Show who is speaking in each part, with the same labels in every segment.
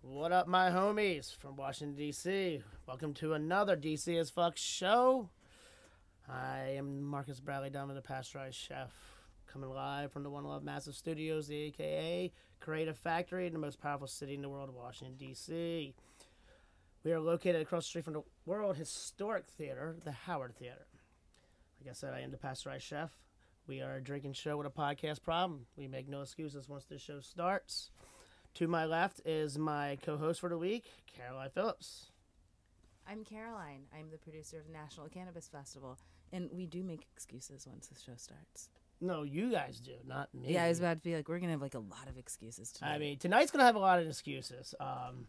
Speaker 1: What up, my homies from Washington, D.C.? Welcome to another D.C. as Fuck show. I am Marcus Bradley Dunn, the Pasteurized Chef, coming live from the One Love Massive Studios, the AKA Creative Factory, in the most powerful city in the world, Washington, D.C. We are located across the street from the World Historic Theater, the Howard Theater. Like I said, I am the Pasteurized Chef. We are a drinking show with a podcast problem. We make no excuses once this show starts. To my left is my co-host for the week, Caroline Phillips.
Speaker 2: I'm Caroline. I'm the producer of the National Cannabis Festival, and we do make excuses once the show starts.
Speaker 1: No, you guys do, not me.
Speaker 2: Yeah, I was about to be like, we're gonna have like a lot of excuses tonight.
Speaker 1: I mean, tonight's gonna have a lot of excuses. Um,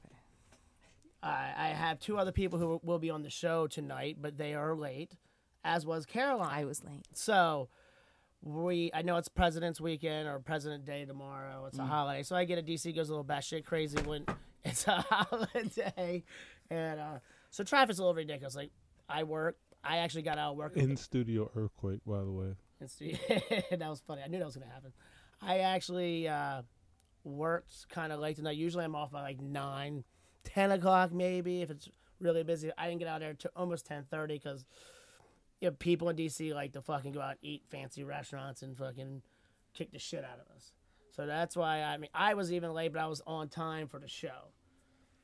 Speaker 1: I, I have two other people who will be on the show tonight, but they are late, as was Caroline.
Speaker 2: I was late.
Speaker 1: So we, I know it's President's Weekend or President Day tomorrow.
Speaker 2: Mm.
Speaker 1: It's a holiday, so I get it. DC goes a little batshit crazy when it's a holiday, and uh, so traffic's a little ridiculous. Like I work, I actually got out of work
Speaker 3: in studio earthquake by the way
Speaker 1: And so- that was funny. I knew that was gonna happen. I actually uh, worked kind of late tonight. Usually I'm off by like nine, ten o'clock maybe if it's really busy. I didn't get out there to almost ten thirty because you know, people in DC like to fucking go out and eat fancy restaurants and fucking kick the shit out of us. So that's why I mean I was even late, but I was on time for the show.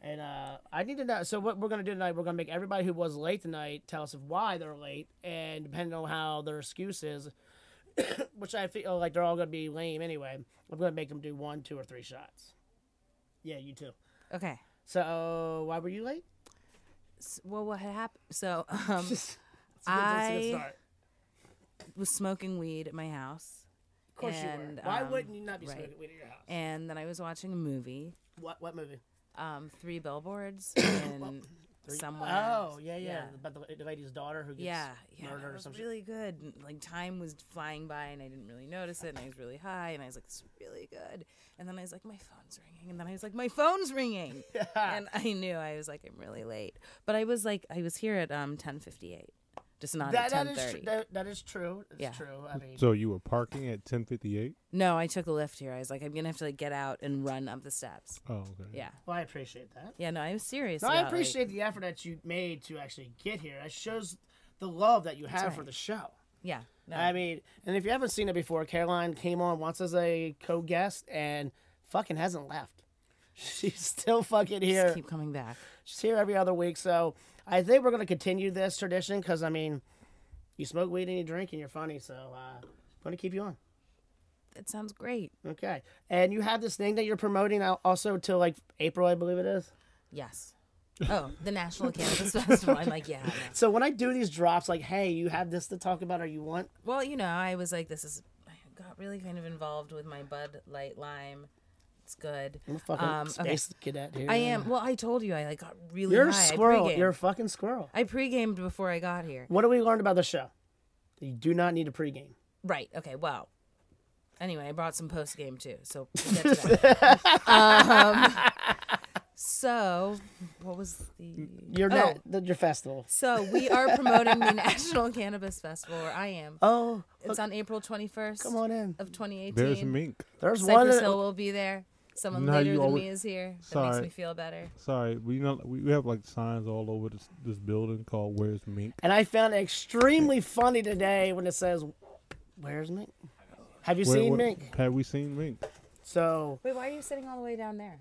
Speaker 1: And uh, I need to know. So what we're gonna do tonight? We're gonna make everybody who was late tonight tell us why they're late, and depending on how their excuse is, which I feel like they're all gonna be lame anyway. I'm gonna make them do one, two, or three shots. Yeah, you too.
Speaker 2: Okay.
Speaker 1: So why were you late?
Speaker 2: S well, what had happened? So, um,
Speaker 1: It's a good place to
Speaker 2: I-
Speaker 1: start.
Speaker 2: was smoking weed at my house,
Speaker 1: Of course you
Speaker 2: and,
Speaker 1: were. Why
Speaker 2: um,
Speaker 1: wouldn't you not be
Speaker 2: right.
Speaker 1: smoking weed at your house?
Speaker 2: and then I was watching a movie,
Speaker 1: What what movie?
Speaker 2: um, Three Billboards, and somewhere.
Speaker 1: Oh yeah, yeah,
Speaker 2: Yeah.
Speaker 1: About the, the lady's daughter who gets
Speaker 2: Yeah, yeah,
Speaker 1: murdered
Speaker 2: that
Speaker 1: or
Speaker 2: was
Speaker 1: something.
Speaker 2: really good. and, Like time was flying by, and I didn't really notice it. And I was really high, and I was like, "It's really good." And then I was like, "My phone's ringing," and then I was like, "My phone's ringing," and I knew I was like, "I'm really late." But I was like, I was here at um 10:58, just not
Speaker 1: That,
Speaker 2: at
Speaker 1: that is
Speaker 2: 10:30.
Speaker 1: tr- that, that is true. It's
Speaker 2: Yeah.
Speaker 1: true. I mean,
Speaker 3: so you were parking at 1058
Speaker 2: no, I took a lift here. I was like, "I'm gonna have to like get out and run up the steps."
Speaker 3: oh okay
Speaker 2: Yeah,
Speaker 1: well, I appreciate that.
Speaker 2: yeah. No, I was serious.
Speaker 1: No, I
Speaker 2: about, like-
Speaker 1: appreciate the effort that you made to actually get here. That shows the love that you have for
Speaker 2: right.
Speaker 1: the show.
Speaker 2: yeah. No,
Speaker 1: I mean, and if you haven't seen it before, Caroline came on once as a co-guest and fucking hasn't left. She's still fucking here.
Speaker 2: just keep coming back.
Speaker 1: She's here every other week, so I think we're gonna continue this tradition because I mean, you smoke weed and you drink and you're funny, so uh, I'm gonna keep you on.
Speaker 2: That sounds great.
Speaker 1: Okay, and you have this thing that you're promoting al- also till like April, I believe it is.
Speaker 2: Yes. Oh, the National Cannabis Festival. I'm like, yeah. I know.
Speaker 1: So when I do these drops, like, hey, you have this to talk about, or you want
Speaker 2: Well, you know, I was like, this is. I got really kind of involved with my Bud Light Lime. It's good.
Speaker 1: I'm a fucking
Speaker 2: Um, okay.
Speaker 1: space cadet here.
Speaker 2: I am. Well, I told you, I like got really
Speaker 1: You're a
Speaker 2: high. I
Speaker 1: squirrel.
Speaker 2: pre-gamed.
Speaker 1: You're a fucking squirrel.
Speaker 2: I pre-gamed before I got here.
Speaker 1: What do we learn about the show? You do not need a pregame.
Speaker 2: Right. Okay. Well. Anyway, I brought some post game too, so we'll get to that. um, so, what was the?
Speaker 1: Your
Speaker 2: Oh.
Speaker 1: net, the, your festival.
Speaker 2: So we are promoting the National Cannabis Festival, or I am.
Speaker 1: Oh,
Speaker 2: It's on April twenty first
Speaker 1: come on in.
Speaker 2: of twenty eighteen.
Speaker 3: there's mink
Speaker 1: There's one.
Speaker 2: Cypress
Speaker 1: that-
Speaker 2: Hill will be there. Someone
Speaker 3: No,
Speaker 2: later
Speaker 3: you
Speaker 2: than
Speaker 3: always-
Speaker 2: me is here. That makes
Speaker 3: Sorry.
Speaker 2: me feel better.
Speaker 3: sorry we not we we have like signs all over this this building called where's mink
Speaker 1: and I found it extremely funny today when it says, "Where's Mink? Have you
Speaker 3: Where-
Speaker 1: seen
Speaker 3: what-
Speaker 1: Mink?"
Speaker 3: have we seen mink
Speaker 1: So,
Speaker 2: Wait, why are you sitting all the way down there?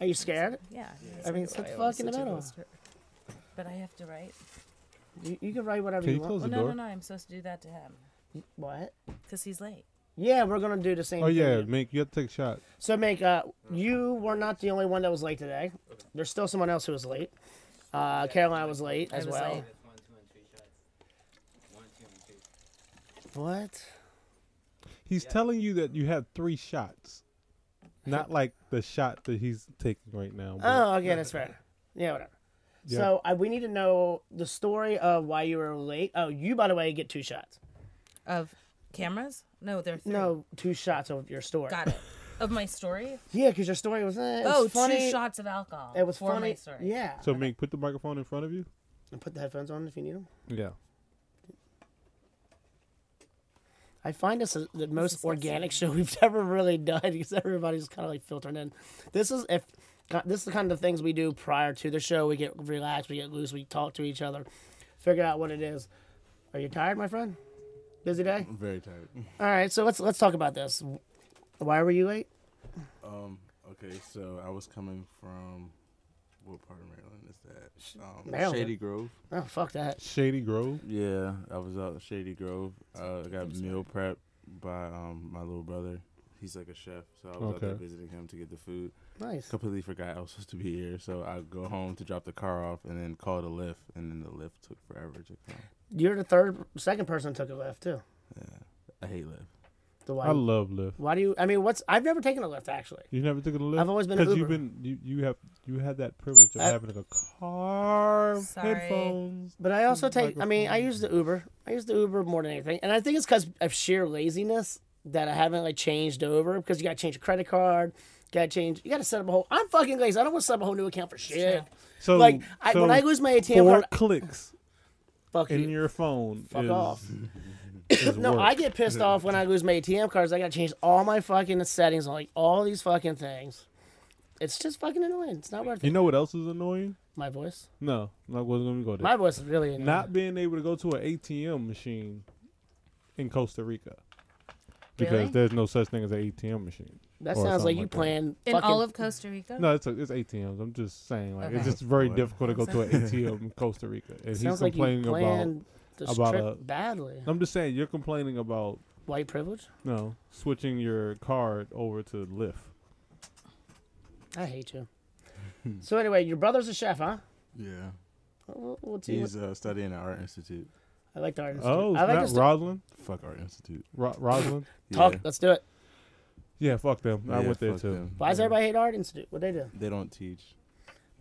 Speaker 1: are you scared?
Speaker 2: Yeah.
Speaker 1: I mean, sit the fuck in the middle.
Speaker 2: But I have to write.
Speaker 1: You, you can write whatever
Speaker 3: Can
Speaker 1: you
Speaker 3: you close
Speaker 1: want.
Speaker 2: Well,
Speaker 3: The
Speaker 2: Oh, no, no,
Speaker 3: door?
Speaker 2: no. I'm supposed to do that to him
Speaker 1: What?
Speaker 2: because he's late.
Speaker 1: Yeah, we're gonna do the same.
Speaker 3: oh
Speaker 1: thing.
Speaker 3: yeah mink you have to take a shot
Speaker 1: So, Mink, uh, you were not the only one that was late today. There's still someone else who was late. Uh, Caroline was late
Speaker 2: I
Speaker 1: as
Speaker 2: was
Speaker 1: well.
Speaker 2: late.
Speaker 4: That's one, two, and three shots. One, two, and two.
Speaker 1: What?
Speaker 3: he's telling you that you have three shots not like the shot that he's taking right now but
Speaker 1: Oh, okay, that's fair. Yeah, whatever.
Speaker 3: Yeah.
Speaker 1: So I, we need to know the story of why you were late. Oh, you, by the way, get two shots.
Speaker 2: Of cameras? No, they're three.
Speaker 1: No, two shots of your story.
Speaker 2: Got it. Of my story?
Speaker 1: Yeah, because your story was, eh, it was
Speaker 2: Oh, two
Speaker 1: funny.
Speaker 2: shots of alcohol.
Speaker 1: It was
Speaker 2: for
Speaker 1: funny.
Speaker 2: my story.
Speaker 1: Yeah.
Speaker 3: so mink put the microphone in front of you
Speaker 1: And put the headphones on if you need them.
Speaker 3: yeah
Speaker 1: I find this is the most organic show we've ever really done because everybody's kind of like filtering in. This is if ki- this is the kind of things we do prior to the show. We get relaxed, we get loose, we talk to each other, figure out what it is. Are you tired, my friend? Busy day.
Speaker 5: I'm very tired.
Speaker 1: All right, so let's let's talk about this. Why were you late?
Speaker 5: Um, okay, so I was coming from what part of Maryland is that? Sh- Um,
Speaker 1: Maryland.
Speaker 5: Shady Grove.
Speaker 1: Oh, fuck that.
Speaker 3: Shady Grove.
Speaker 5: Yeah, I was out in Shady Grove. Uh, I got meal prep by um, my little brother. He's like a chef, so I was out there
Speaker 3: Okay.
Speaker 5: visiting him to get the food.
Speaker 1: Nice.
Speaker 5: Completely forgot I was supposed to be here, so I go home to drop the car off and then call the lift, and then the lift took forever to come.
Speaker 1: You're the third, second person that took a lift too.
Speaker 5: Yeah, I hate lift.
Speaker 1: So
Speaker 3: I
Speaker 1: why?
Speaker 3: love Lyft.
Speaker 1: Why do you? I mean, what's? I've never taken a lift actually.
Speaker 3: You never took a Lyft.
Speaker 1: I've always been an
Speaker 3: you've
Speaker 1: Uber.
Speaker 3: been you, you have you had that privilege of
Speaker 1: I-
Speaker 3: having a car,
Speaker 2: Sorry.
Speaker 3: headphones.
Speaker 1: But I also take. I mean, I
Speaker 3: Microphone.
Speaker 1: use the Uber. I use the Uber more than anything, and I think it's because of sheer laziness that I haven't like changed over. Because you got to change your credit card. Got to change. You got to set up a whole. I'm fucking lazy. I don't want to set up a whole new account for shit.
Speaker 3: So
Speaker 1: like I,
Speaker 3: so
Speaker 1: when I lose my ATM
Speaker 3: four
Speaker 1: card,
Speaker 3: clicks
Speaker 1: fuck you.
Speaker 3: in your phone
Speaker 1: Fuck
Speaker 3: is,
Speaker 1: off.
Speaker 3: is
Speaker 1: No,
Speaker 3: work.
Speaker 1: I get pissed off when I lose my ATM cards. I gotta change all my fucking settings on like all these fucking things. It's just fucking annoying. It's not worth
Speaker 3: You
Speaker 1: it.
Speaker 3: know what else is annoying?
Speaker 1: My voice.
Speaker 3: No, I wasn't gonna go there.
Speaker 1: My voice is really annoying.
Speaker 3: Not being able to go to an ATM machine in Costa Rica because
Speaker 1: Really?
Speaker 3: there's no such thing as an ATM machine.
Speaker 1: that
Speaker 3: or
Speaker 1: sounds
Speaker 3: something
Speaker 1: like you
Speaker 3: like that.
Speaker 1: playing
Speaker 2: in
Speaker 1: fucking
Speaker 2: all of Costa Rica.
Speaker 3: No, it's a, it's ATMs. I'm just saying, like it's
Speaker 2: Okay.
Speaker 3: just very
Speaker 5: Boy.
Speaker 3: difficult to go to an ATM in Costa Rica, and he's
Speaker 1: sounds like you
Speaker 3: complaining about.
Speaker 1: planned this
Speaker 3: about
Speaker 1: trip
Speaker 3: a-
Speaker 1: badly.
Speaker 3: I'm just saying, you're complaining about
Speaker 1: White privilege?
Speaker 3: no switching your card over to Lyft.
Speaker 1: I hate you. so anyway, your brother's a chef, huh?
Speaker 5: Yeah,
Speaker 1: We'll, we'll see. what-
Speaker 5: he's uh, studying at art institute.
Speaker 1: I like the art institute.
Speaker 3: Oh, it's
Speaker 1: I like
Speaker 3: not
Speaker 1: this-
Speaker 3: Roslyn.
Speaker 5: Fuck art institute.
Speaker 3: Ro- Roslyn.
Speaker 1: talk.
Speaker 5: Yeah.
Speaker 1: Let's do it.
Speaker 3: Yeah, fuck them. I
Speaker 5: Yeah,
Speaker 3: went there
Speaker 5: fuck
Speaker 3: too.
Speaker 5: them.
Speaker 1: Why does everybody hate art institute? What they do?
Speaker 5: They don't teach.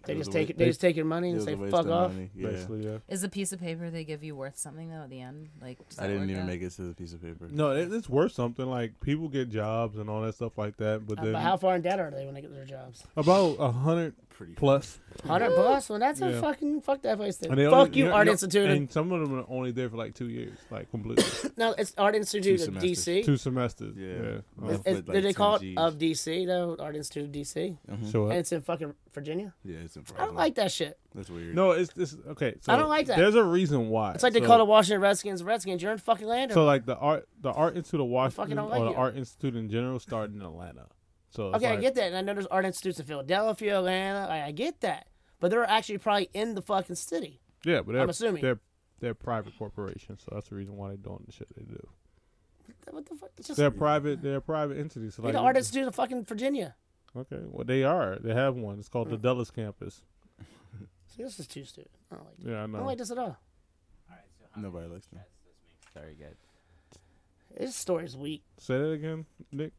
Speaker 1: They
Speaker 5: It was
Speaker 1: just
Speaker 5: a
Speaker 1: take
Speaker 5: wa-
Speaker 1: it. They
Speaker 3: they-
Speaker 1: just take your money
Speaker 5: it
Speaker 1: and
Speaker 5: was
Speaker 1: say
Speaker 5: a waste
Speaker 1: fuck
Speaker 5: of
Speaker 1: off.
Speaker 5: money. Yeah.
Speaker 3: Basically, yeah.
Speaker 2: Is the piece of paper they give you worth something though at the end? Like does
Speaker 5: I
Speaker 2: that
Speaker 5: didn't
Speaker 2: work
Speaker 5: even
Speaker 2: out?
Speaker 5: make it to the piece of paper.
Speaker 3: No, it, it's worth something. Like people get jobs and all that stuff like that, but
Speaker 1: Uh,
Speaker 3: then
Speaker 1: But how far in debt are they when they get their jobs?
Speaker 3: about a hundred
Speaker 5: Pretty
Speaker 3: plus
Speaker 1: Hundred plus. Well, that's a
Speaker 3: Yeah.
Speaker 1: fucking fuck that place. Then.
Speaker 3: And they
Speaker 1: Fuck
Speaker 3: only-
Speaker 1: you,
Speaker 3: no-
Speaker 1: Art
Speaker 3: no-
Speaker 1: Institute.
Speaker 3: And some of them are only there for like two years, like completely
Speaker 1: No, it's Art Institute
Speaker 5: Two
Speaker 1: of
Speaker 5: semesters.
Speaker 1: DC.
Speaker 3: two semesters.
Speaker 5: Yeah.
Speaker 3: Yeah,
Speaker 1: Is-
Speaker 5: Well,
Speaker 1: is-
Speaker 5: with,
Speaker 1: do
Speaker 5: like,
Speaker 1: they call
Speaker 5: 10
Speaker 1: it of DC though? Art Institute of DC,
Speaker 5: Mhm.
Speaker 3: show
Speaker 1: and
Speaker 3: up.
Speaker 1: it's in fucking Virginia.
Speaker 5: Yeah, it's in
Speaker 1: I don't like that shit.
Speaker 5: That's weird.
Speaker 3: No, it's this. Okay, so
Speaker 1: I don't like that.
Speaker 3: There's a reason why.
Speaker 1: It's like they
Speaker 3: so,
Speaker 1: call the Washington Redskins Redskins. You're in fucking Orlando.
Speaker 3: So like the art, the art institute of Washington
Speaker 1: don't
Speaker 3: or
Speaker 1: like
Speaker 3: the
Speaker 1: it.
Speaker 3: art institute in general started in Atlanta. So it's
Speaker 1: okay,
Speaker 3: like,
Speaker 1: I get that, and I know there's art institutes in Philadelphia, Atlanta. Like, I get that, but they're actually probably in the fucking city.
Speaker 3: Yeah, but they're,
Speaker 1: assuming.
Speaker 3: they're they're private corporations, so that's the reason why they're doing the shit they do.
Speaker 1: What the fuck? It's just
Speaker 3: They're
Speaker 1: you
Speaker 3: private. They're private entities. So like
Speaker 1: know, Art Institute of fucking Virginia.
Speaker 3: Okay, well they are. They have one. It's
Speaker 1: Mm.
Speaker 3: called the Dulles campus.
Speaker 1: See, this is too stupid. I don't like. This.
Speaker 3: Yeah, I
Speaker 1: I don't
Speaker 3: know.
Speaker 1: like this at all.
Speaker 5: Nobody likes them.
Speaker 4: Sorry, guys.
Speaker 1: This story's weak.
Speaker 3: Say that again, Nick.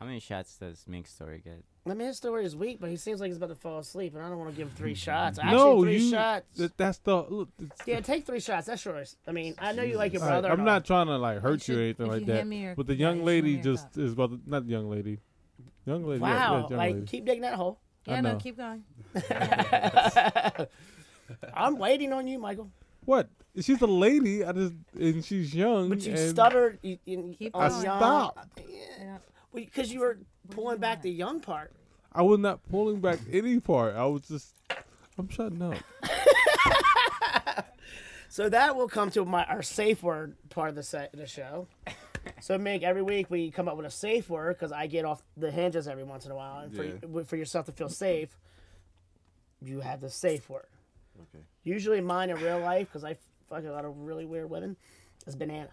Speaker 4: How many shots does Mink Story get?
Speaker 1: I mean, his story is weak, but he seems like he's about to fall asleep, and I don't want to give three shots. Actually,
Speaker 3: no,
Speaker 1: three
Speaker 3: you.
Speaker 1: shots.
Speaker 3: That, that's the. Look, it's-
Speaker 1: yeah, take three shots. That's yours. I mean, I know you like your
Speaker 3: All right,
Speaker 1: brother. and
Speaker 3: I'm
Speaker 1: all.
Speaker 3: not trying to like hurt
Speaker 2: should-
Speaker 3: you or anything
Speaker 2: if
Speaker 3: like
Speaker 2: you
Speaker 3: that.
Speaker 2: hand me your-
Speaker 3: but the
Speaker 2: yeah, you
Speaker 3: young
Speaker 2: should hand
Speaker 3: lady
Speaker 2: me your
Speaker 3: just
Speaker 2: cup.
Speaker 3: is about to, not young lady, young lady. yeah,
Speaker 1: Wow,
Speaker 3: yeah, young
Speaker 1: like
Speaker 3: lady.
Speaker 1: keep digging that hole.
Speaker 3: I
Speaker 2: Yeah, no,
Speaker 3: know.
Speaker 2: keep going.
Speaker 1: I'm waiting on you, Michael.
Speaker 3: What? She's a lady. I just and she's young.
Speaker 1: But you
Speaker 3: and
Speaker 1: stuttered. You, you,
Speaker 2: Keep
Speaker 1: on
Speaker 2: going.
Speaker 1: young-
Speaker 3: Stop.
Speaker 1: Yeah,
Speaker 2: I don't-
Speaker 1: because you were pulling back the young part.
Speaker 3: I was not pulling back any part. I was just. I'm shutting up.
Speaker 1: So that will come to my our safe word part of the set the show. So Mink, every week we come up with a safe word because I get off the hinges every once in a while, and for
Speaker 5: Yeah.
Speaker 1: for, for yourself to feel safe, you have the safe word.
Speaker 5: Okay.
Speaker 1: Usually mine in real life because I fuck a lot of really weird women is banana.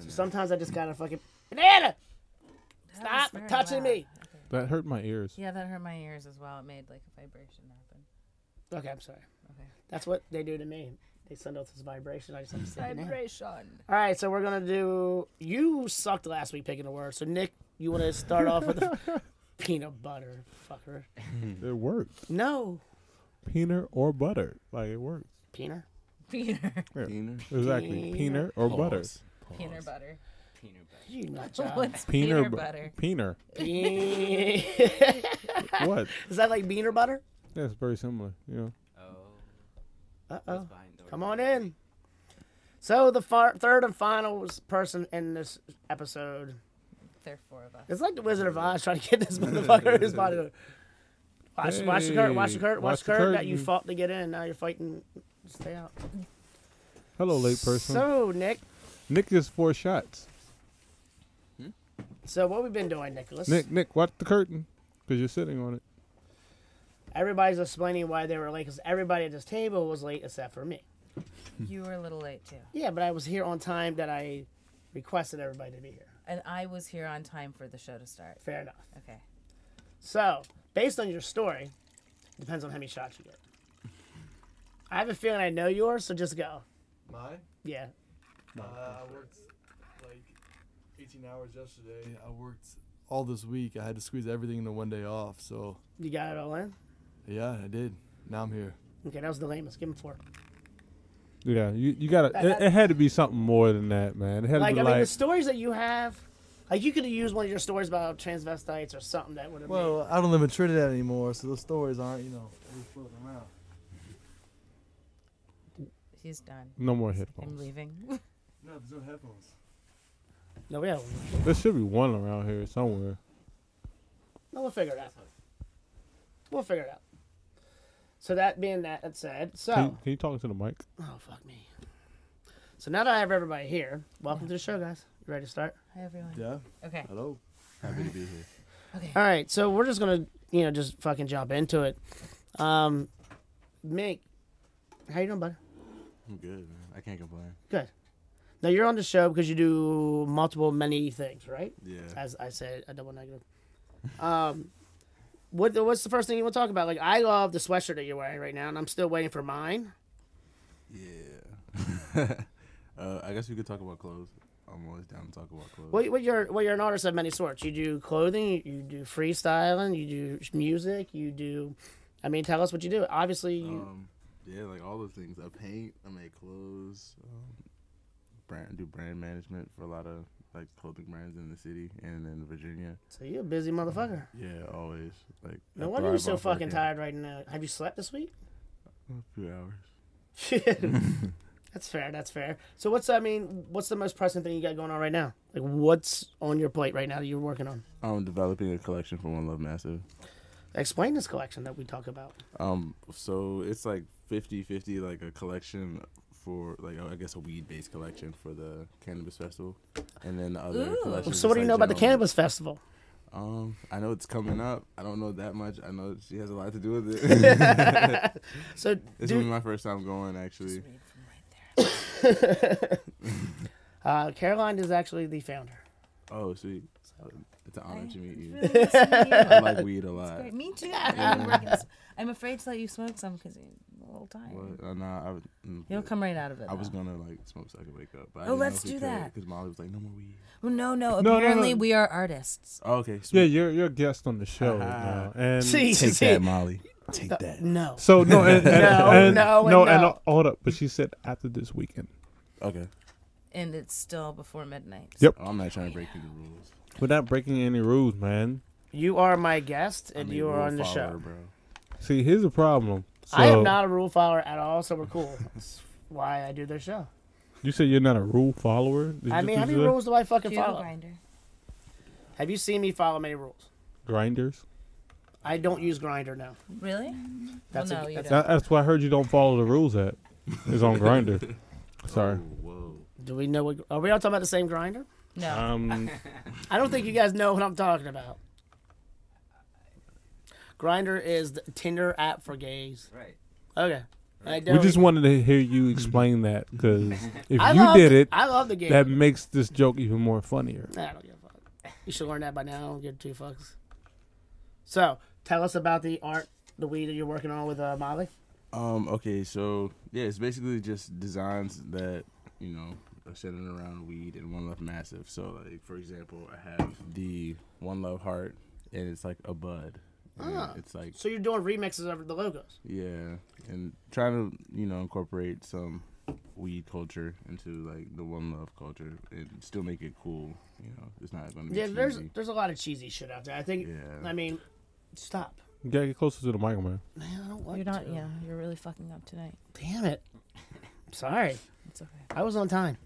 Speaker 1: So sometimes I just gotta fucking
Speaker 2: That
Speaker 1: banana.
Speaker 2: was
Speaker 1: Stop
Speaker 2: very
Speaker 1: touching
Speaker 2: loud.
Speaker 1: me.
Speaker 3: That hurt my ears.
Speaker 2: Yeah, that hurt my ears as well. It made like a vibration happen.
Speaker 1: Okay, I'm sorry.
Speaker 2: Okay.
Speaker 1: That's what they do to me. They send out this vibration. I just have to say banana.
Speaker 2: Vibration.
Speaker 1: All right, so we're gonna do. You sucked last week picking a word, so Nick, you want to start off with peanut butter, fucker.
Speaker 3: It worked.
Speaker 1: No,
Speaker 3: Peanut or butter. Like it works.
Speaker 1: peanut.
Speaker 2: Peanut,
Speaker 5: Peanut.
Speaker 3: Exactly. Peanut or butter.
Speaker 2: peanut butter.
Speaker 4: Peanut butter.
Speaker 1: You nut job.
Speaker 2: What's
Speaker 3: Peanut
Speaker 2: peanut
Speaker 3: bu-
Speaker 2: butter?
Speaker 3: Peanut.
Speaker 1: Is
Speaker 3: What?
Speaker 1: that like bean or butter?
Speaker 3: That's very similar. You know.
Speaker 4: Oh,
Speaker 1: Uh
Speaker 4: what's
Speaker 1: oh.
Speaker 4: behind the
Speaker 1: Come
Speaker 4: word?
Speaker 1: on in. So the far, third and final s- person in this episode.
Speaker 2: There are four of us.
Speaker 1: It's like the Wizard of Oz trying to get this motherfucker in his body. Watch, watch the curtain. Watch the
Speaker 3: Hey,
Speaker 1: curtain. Watch,
Speaker 3: watch
Speaker 1: the
Speaker 3: the
Speaker 1: curtain. That you
Speaker 3: curtain.
Speaker 1: fought to get in. Now you're fighting. to Stay out.
Speaker 3: Hello, late person.
Speaker 1: So Nick,
Speaker 3: Nick is four shots.
Speaker 1: so what we've been doing, Nicholas?
Speaker 3: Hmm? Nick, Nick, watch the curtain because you're sitting on it.
Speaker 1: Everybody's explaining why they were late because everybody at this table was late except for me.
Speaker 2: You were a little late too,
Speaker 1: Yeah, but I was here on time that I requested everybody to be here.
Speaker 2: and I was here on time for the show to start.
Speaker 1: Fair enough.
Speaker 2: Okay.
Speaker 1: So, based on your story, depends on how many shots you get. I have a feeling I know yours, so just go.
Speaker 6: Mine?
Speaker 1: Yeah.
Speaker 6: Uh, I worked like 18 hours yesterday. I worked all this week. I had to squeeze everything into one day off. So,
Speaker 1: You got it all in?
Speaker 6: yeah, I did. Now I'm here.
Speaker 1: Okay, that was the lamest. Give him four.
Speaker 3: Yeah, you, you gotta. It, it had to be something more than that, man. It had to
Speaker 1: Like,
Speaker 3: be
Speaker 1: I mean, the
Speaker 3: like
Speaker 1: stories that you have, like, you could have used one of your stories about transvestites or something that would have well,
Speaker 6: Well, I don't live in Trinidad anymore, so those stories aren't, you know, really floating around.
Speaker 2: He's done.
Speaker 3: no more
Speaker 2: I'm
Speaker 3: headphones.
Speaker 2: leaving.
Speaker 6: No, there's no headphones.
Speaker 1: No, we have
Speaker 3: There should be one around here somewhere.
Speaker 1: No, we'll figure it out. We'll figure it out. So, that being that that said, so.
Speaker 3: Can, you, can you talk to the mic?
Speaker 1: Oh fuck me. So now that I have everybody here, welcome to the show, guys. You ready to start?
Speaker 2: Hi everyone.
Speaker 6: Yeah.
Speaker 2: Okay.
Speaker 6: Hello.
Speaker 5: Happy to be here.
Speaker 2: Okay.
Speaker 1: All right, so we're just gonna, you know, just fucking jump into it. Um, Mink, how you doing, bud?
Speaker 5: I'm good, man. I can't complain.
Speaker 1: Good. Now you're on the show because you do multiple, many things, right?
Speaker 5: Yeah.
Speaker 1: As I said, a double negative. Um, what what's the first thing you want to talk about? Like, I love the sweatshirt that you're wearing right now, and I'm still waiting for mine.
Speaker 5: Yeah. uh, I guess we could talk about clothes. I'm always down to talk about clothes.
Speaker 1: What what you're well, you're an artist of many sorts. You do clothing, you do freestyling, you do music, you do. I mean, tell us what you do. Obviously, you,
Speaker 5: Um, yeah, like all the things. I paint. I make clothes. Um, brand do brand management for a lot of like clothing brands in the city and in Virginia.
Speaker 1: so you're a busy motherfucker.
Speaker 5: Yeah, always. Like I
Speaker 1: No wonder you're
Speaker 5: thrive
Speaker 1: so
Speaker 5: off
Speaker 1: fucking
Speaker 5: working.
Speaker 1: tired right now. Have you slept this week?
Speaker 5: A few hours.
Speaker 1: that's fair. That's fair. So what's I mean? What's the most pressing thing you got going on right now? Like what's on your plate right now that you're working on?
Speaker 5: I'm Um, developing a collection for One Love Massive.
Speaker 1: Explain this collection that we talk about.
Speaker 5: Um, so it's like 50-50, like a collection for like I guess a weed based collection for the cannabis festival, and then the other
Speaker 2: Ooh.
Speaker 5: collection.
Speaker 1: So what do you know about the
Speaker 5: cannabis?
Speaker 1: cannabis festival?
Speaker 5: Um, I know it's coming up. I don't know that much. I know she has a lot to do with it.
Speaker 1: So
Speaker 5: This will be my first time going, actually.
Speaker 2: Read from right there.
Speaker 1: uh, Caroline is actually the founder.
Speaker 5: Oh, sweet. It's an honor
Speaker 2: Hi.
Speaker 5: to meet
Speaker 2: It's
Speaker 5: you.
Speaker 2: really nice to meet you.
Speaker 5: I like weed a lot.
Speaker 2: Uh, Great. Me too. I'm, working this- I'm afraid to let you smoke some because you're a little tired.
Speaker 5: What? Uh, nah, I, was- mm,
Speaker 2: You'll come right out of it.
Speaker 5: I was
Speaker 2: though.
Speaker 5: gonna like smoke so I could wake up. But I
Speaker 2: Oh,
Speaker 5: didn't know
Speaker 2: let's
Speaker 5: if we
Speaker 2: do
Speaker 5: could,
Speaker 2: that.
Speaker 5: Cause Molly was like, "No more weed."
Speaker 2: Well, no, no.
Speaker 3: no, no.
Speaker 2: Apparently, we are artists.
Speaker 5: Oh, okay.
Speaker 3: Yeah,
Speaker 5: Sweet.
Speaker 3: you're you're a guest on the show now, and
Speaker 1: See,
Speaker 5: Take
Speaker 1: see,
Speaker 5: that, Molly. Take that.
Speaker 1: no.
Speaker 3: so no, and, and,
Speaker 1: No,
Speaker 3: and,
Speaker 1: no, and
Speaker 3: no, and
Speaker 1: no.
Speaker 3: uh, hold up. But she said after this weekend.
Speaker 5: Okay.
Speaker 2: and it's still before midnight.
Speaker 3: Yep.
Speaker 5: Oh, I'm not trying to break any rules.
Speaker 3: We're not breaking any rules, man.
Speaker 1: You are my guest, and
Speaker 5: I'm a
Speaker 1: you are
Speaker 5: rule
Speaker 1: on the
Speaker 5: follower,
Speaker 1: show.
Speaker 5: bro.
Speaker 3: See, here's the problem. So,
Speaker 1: I am not a rule follower at all, so we're cool. That's why I do their show.
Speaker 3: You said you're not a rule follower. Did
Speaker 1: I
Speaker 3: you
Speaker 1: mean,
Speaker 3: just
Speaker 1: how many
Speaker 3: say that?
Speaker 1: rules do I fucking
Speaker 2: Doodle
Speaker 1: follow?
Speaker 2: grinder.
Speaker 1: Have you seen me follow many rules?
Speaker 3: Grinders.
Speaker 1: I don't use Grinder now.
Speaker 2: Really?
Speaker 1: That's
Speaker 2: well,
Speaker 1: a-
Speaker 2: no, you
Speaker 1: that's
Speaker 2: don't.
Speaker 3: That, that's why I heard you don't follow the rules. At is on Grinder. Sorry.
Speaker 5: Whoa.
Speaker 1: Do we know what? Are we all talking about the same Grinder?
Speaker 2: no.
Speaker 3: Um,
Speaker 1: I don't think you guys know what I'm talking about. Grinder is the Tinder app for gays.
Speaker 4: Right.
Speaker 1: Okay. I
Speaker 3: we
Speaker 1: don't-
Speaker 3: just wanted to hear you explain that because if
Speaker 1: Oh. I
Speaker 3: you
Speaker 1: love
Speaker 3: did
Speaker 1: the-
Speaker 3: it,
Speaker 1: I love the game.
Speaker 3: that makes this joke even more funnier.
Speaker 1: Nah, I don't give a fuck. You should learn that by now. I don't give two fucks. So, tell us about the art, the weed that you're working on with uh, Molly.
Speaker 5: Um. Okay. So yeah, it's basically just designs that you know are centered around weed and One Love Massive. So like for example, I have the One Love Heart, and it's like a bud. And
Speaker 1: Ah.
Speaker 5: It's like
Speaker 1: So you're doing remixes of the logos.
Speaker 5: yeah, and trying to you know incorporate some weed culture into like the One Love culture and still make it cool. You know, it's not gonna be
Speaker 1: Yeah, there's
Speaker 5: cheesy.
Speaker 1: there's a lot of cheesy shit out there. I think.
Speaker 5: Yeah.
Speaker 1: I mean, stop.
Speaker 3: You gotta get closer to the mic, man.
Speaker 1: Man, I don't want
Speaker 2: You're not.
Speaker 1: to.
Speaker 2: Yeah, you're really fucking up tonight.
Speaker 1: Damn it. Sorry,
Speaker 2: It's okay.
Speaker 1: I was on time.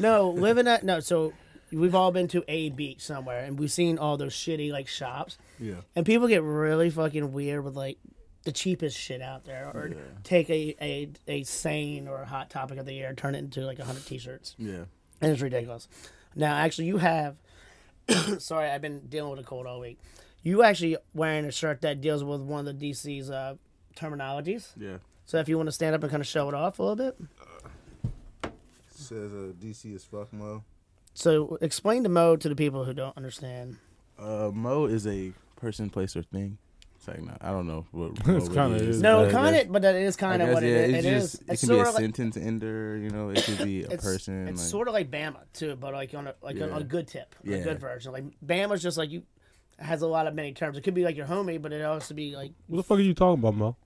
Speaker 1: No, living at no. So We've all been to a beach somewhere, and we've seen all those shitty like shops,
Speaker 5: Yeah.
Speaker 1: and people get really fucking weird with like the cheapest shit out there, or take a, a a sane or a hot topic of the year, turn it into like hundred t-shirts.
Speaker 5: Yeah.
Speaker 1: And it's ridiculous. Now, actually, you have. sorry, I've been dealing with a cold all week. You actually wearing a shirt that deals with one of the DC's uh, terminologies.
Speaker 5: Yeah.
Speaker 1: So if you want to stand up and kind of show it off a little bit,
Speaker 7: Says uh, DC is fuck Mo.
Speaker 1: so explain the mode to the people who don't understand.
Speaker 5: Uh, Mo is a person, place, or thing. It's like, no, I don't know what Mo
Speaker 3: It's
Speaker 5: really
Speaker 3: kinda is.
Speaker 1: No,
Speaker 5: but
Speaker 1: kind
Speaker 5: that's-
Speaker 1: of, but that is
Speaker 5: I
Speaker 1: kind of
Speaker 5: guess,
Speaker 1: what
Speaker 5: yeah,
Speaker 1: it
Speaker 5: It's
Speaker 1: is. It
Speaker 5: just,
Speaker 1: is.
Speaker 5: It
Speaker 1: It's
Speaker 5: can be
Speaker 1: sort
Speaker 5: a
Speaker 1: of like
Speaker 5: sentence ender. You know, it could be a
Speaker 1: it's,
Speaker 5: person.
Speaker 1: It's
Speaker 5: like,
Speaker 1: sort of like Bama too, but like on a like on a
Speaker 5: Yeah.
Speaker 1: good tip, a
Speaker 5: Yeah.
Speaker 1: good version. Like Bama's just like you has a lot of many terms. It could be like your homie, but it also be like
Speaker 3: What the fuck are you talking about, Mo?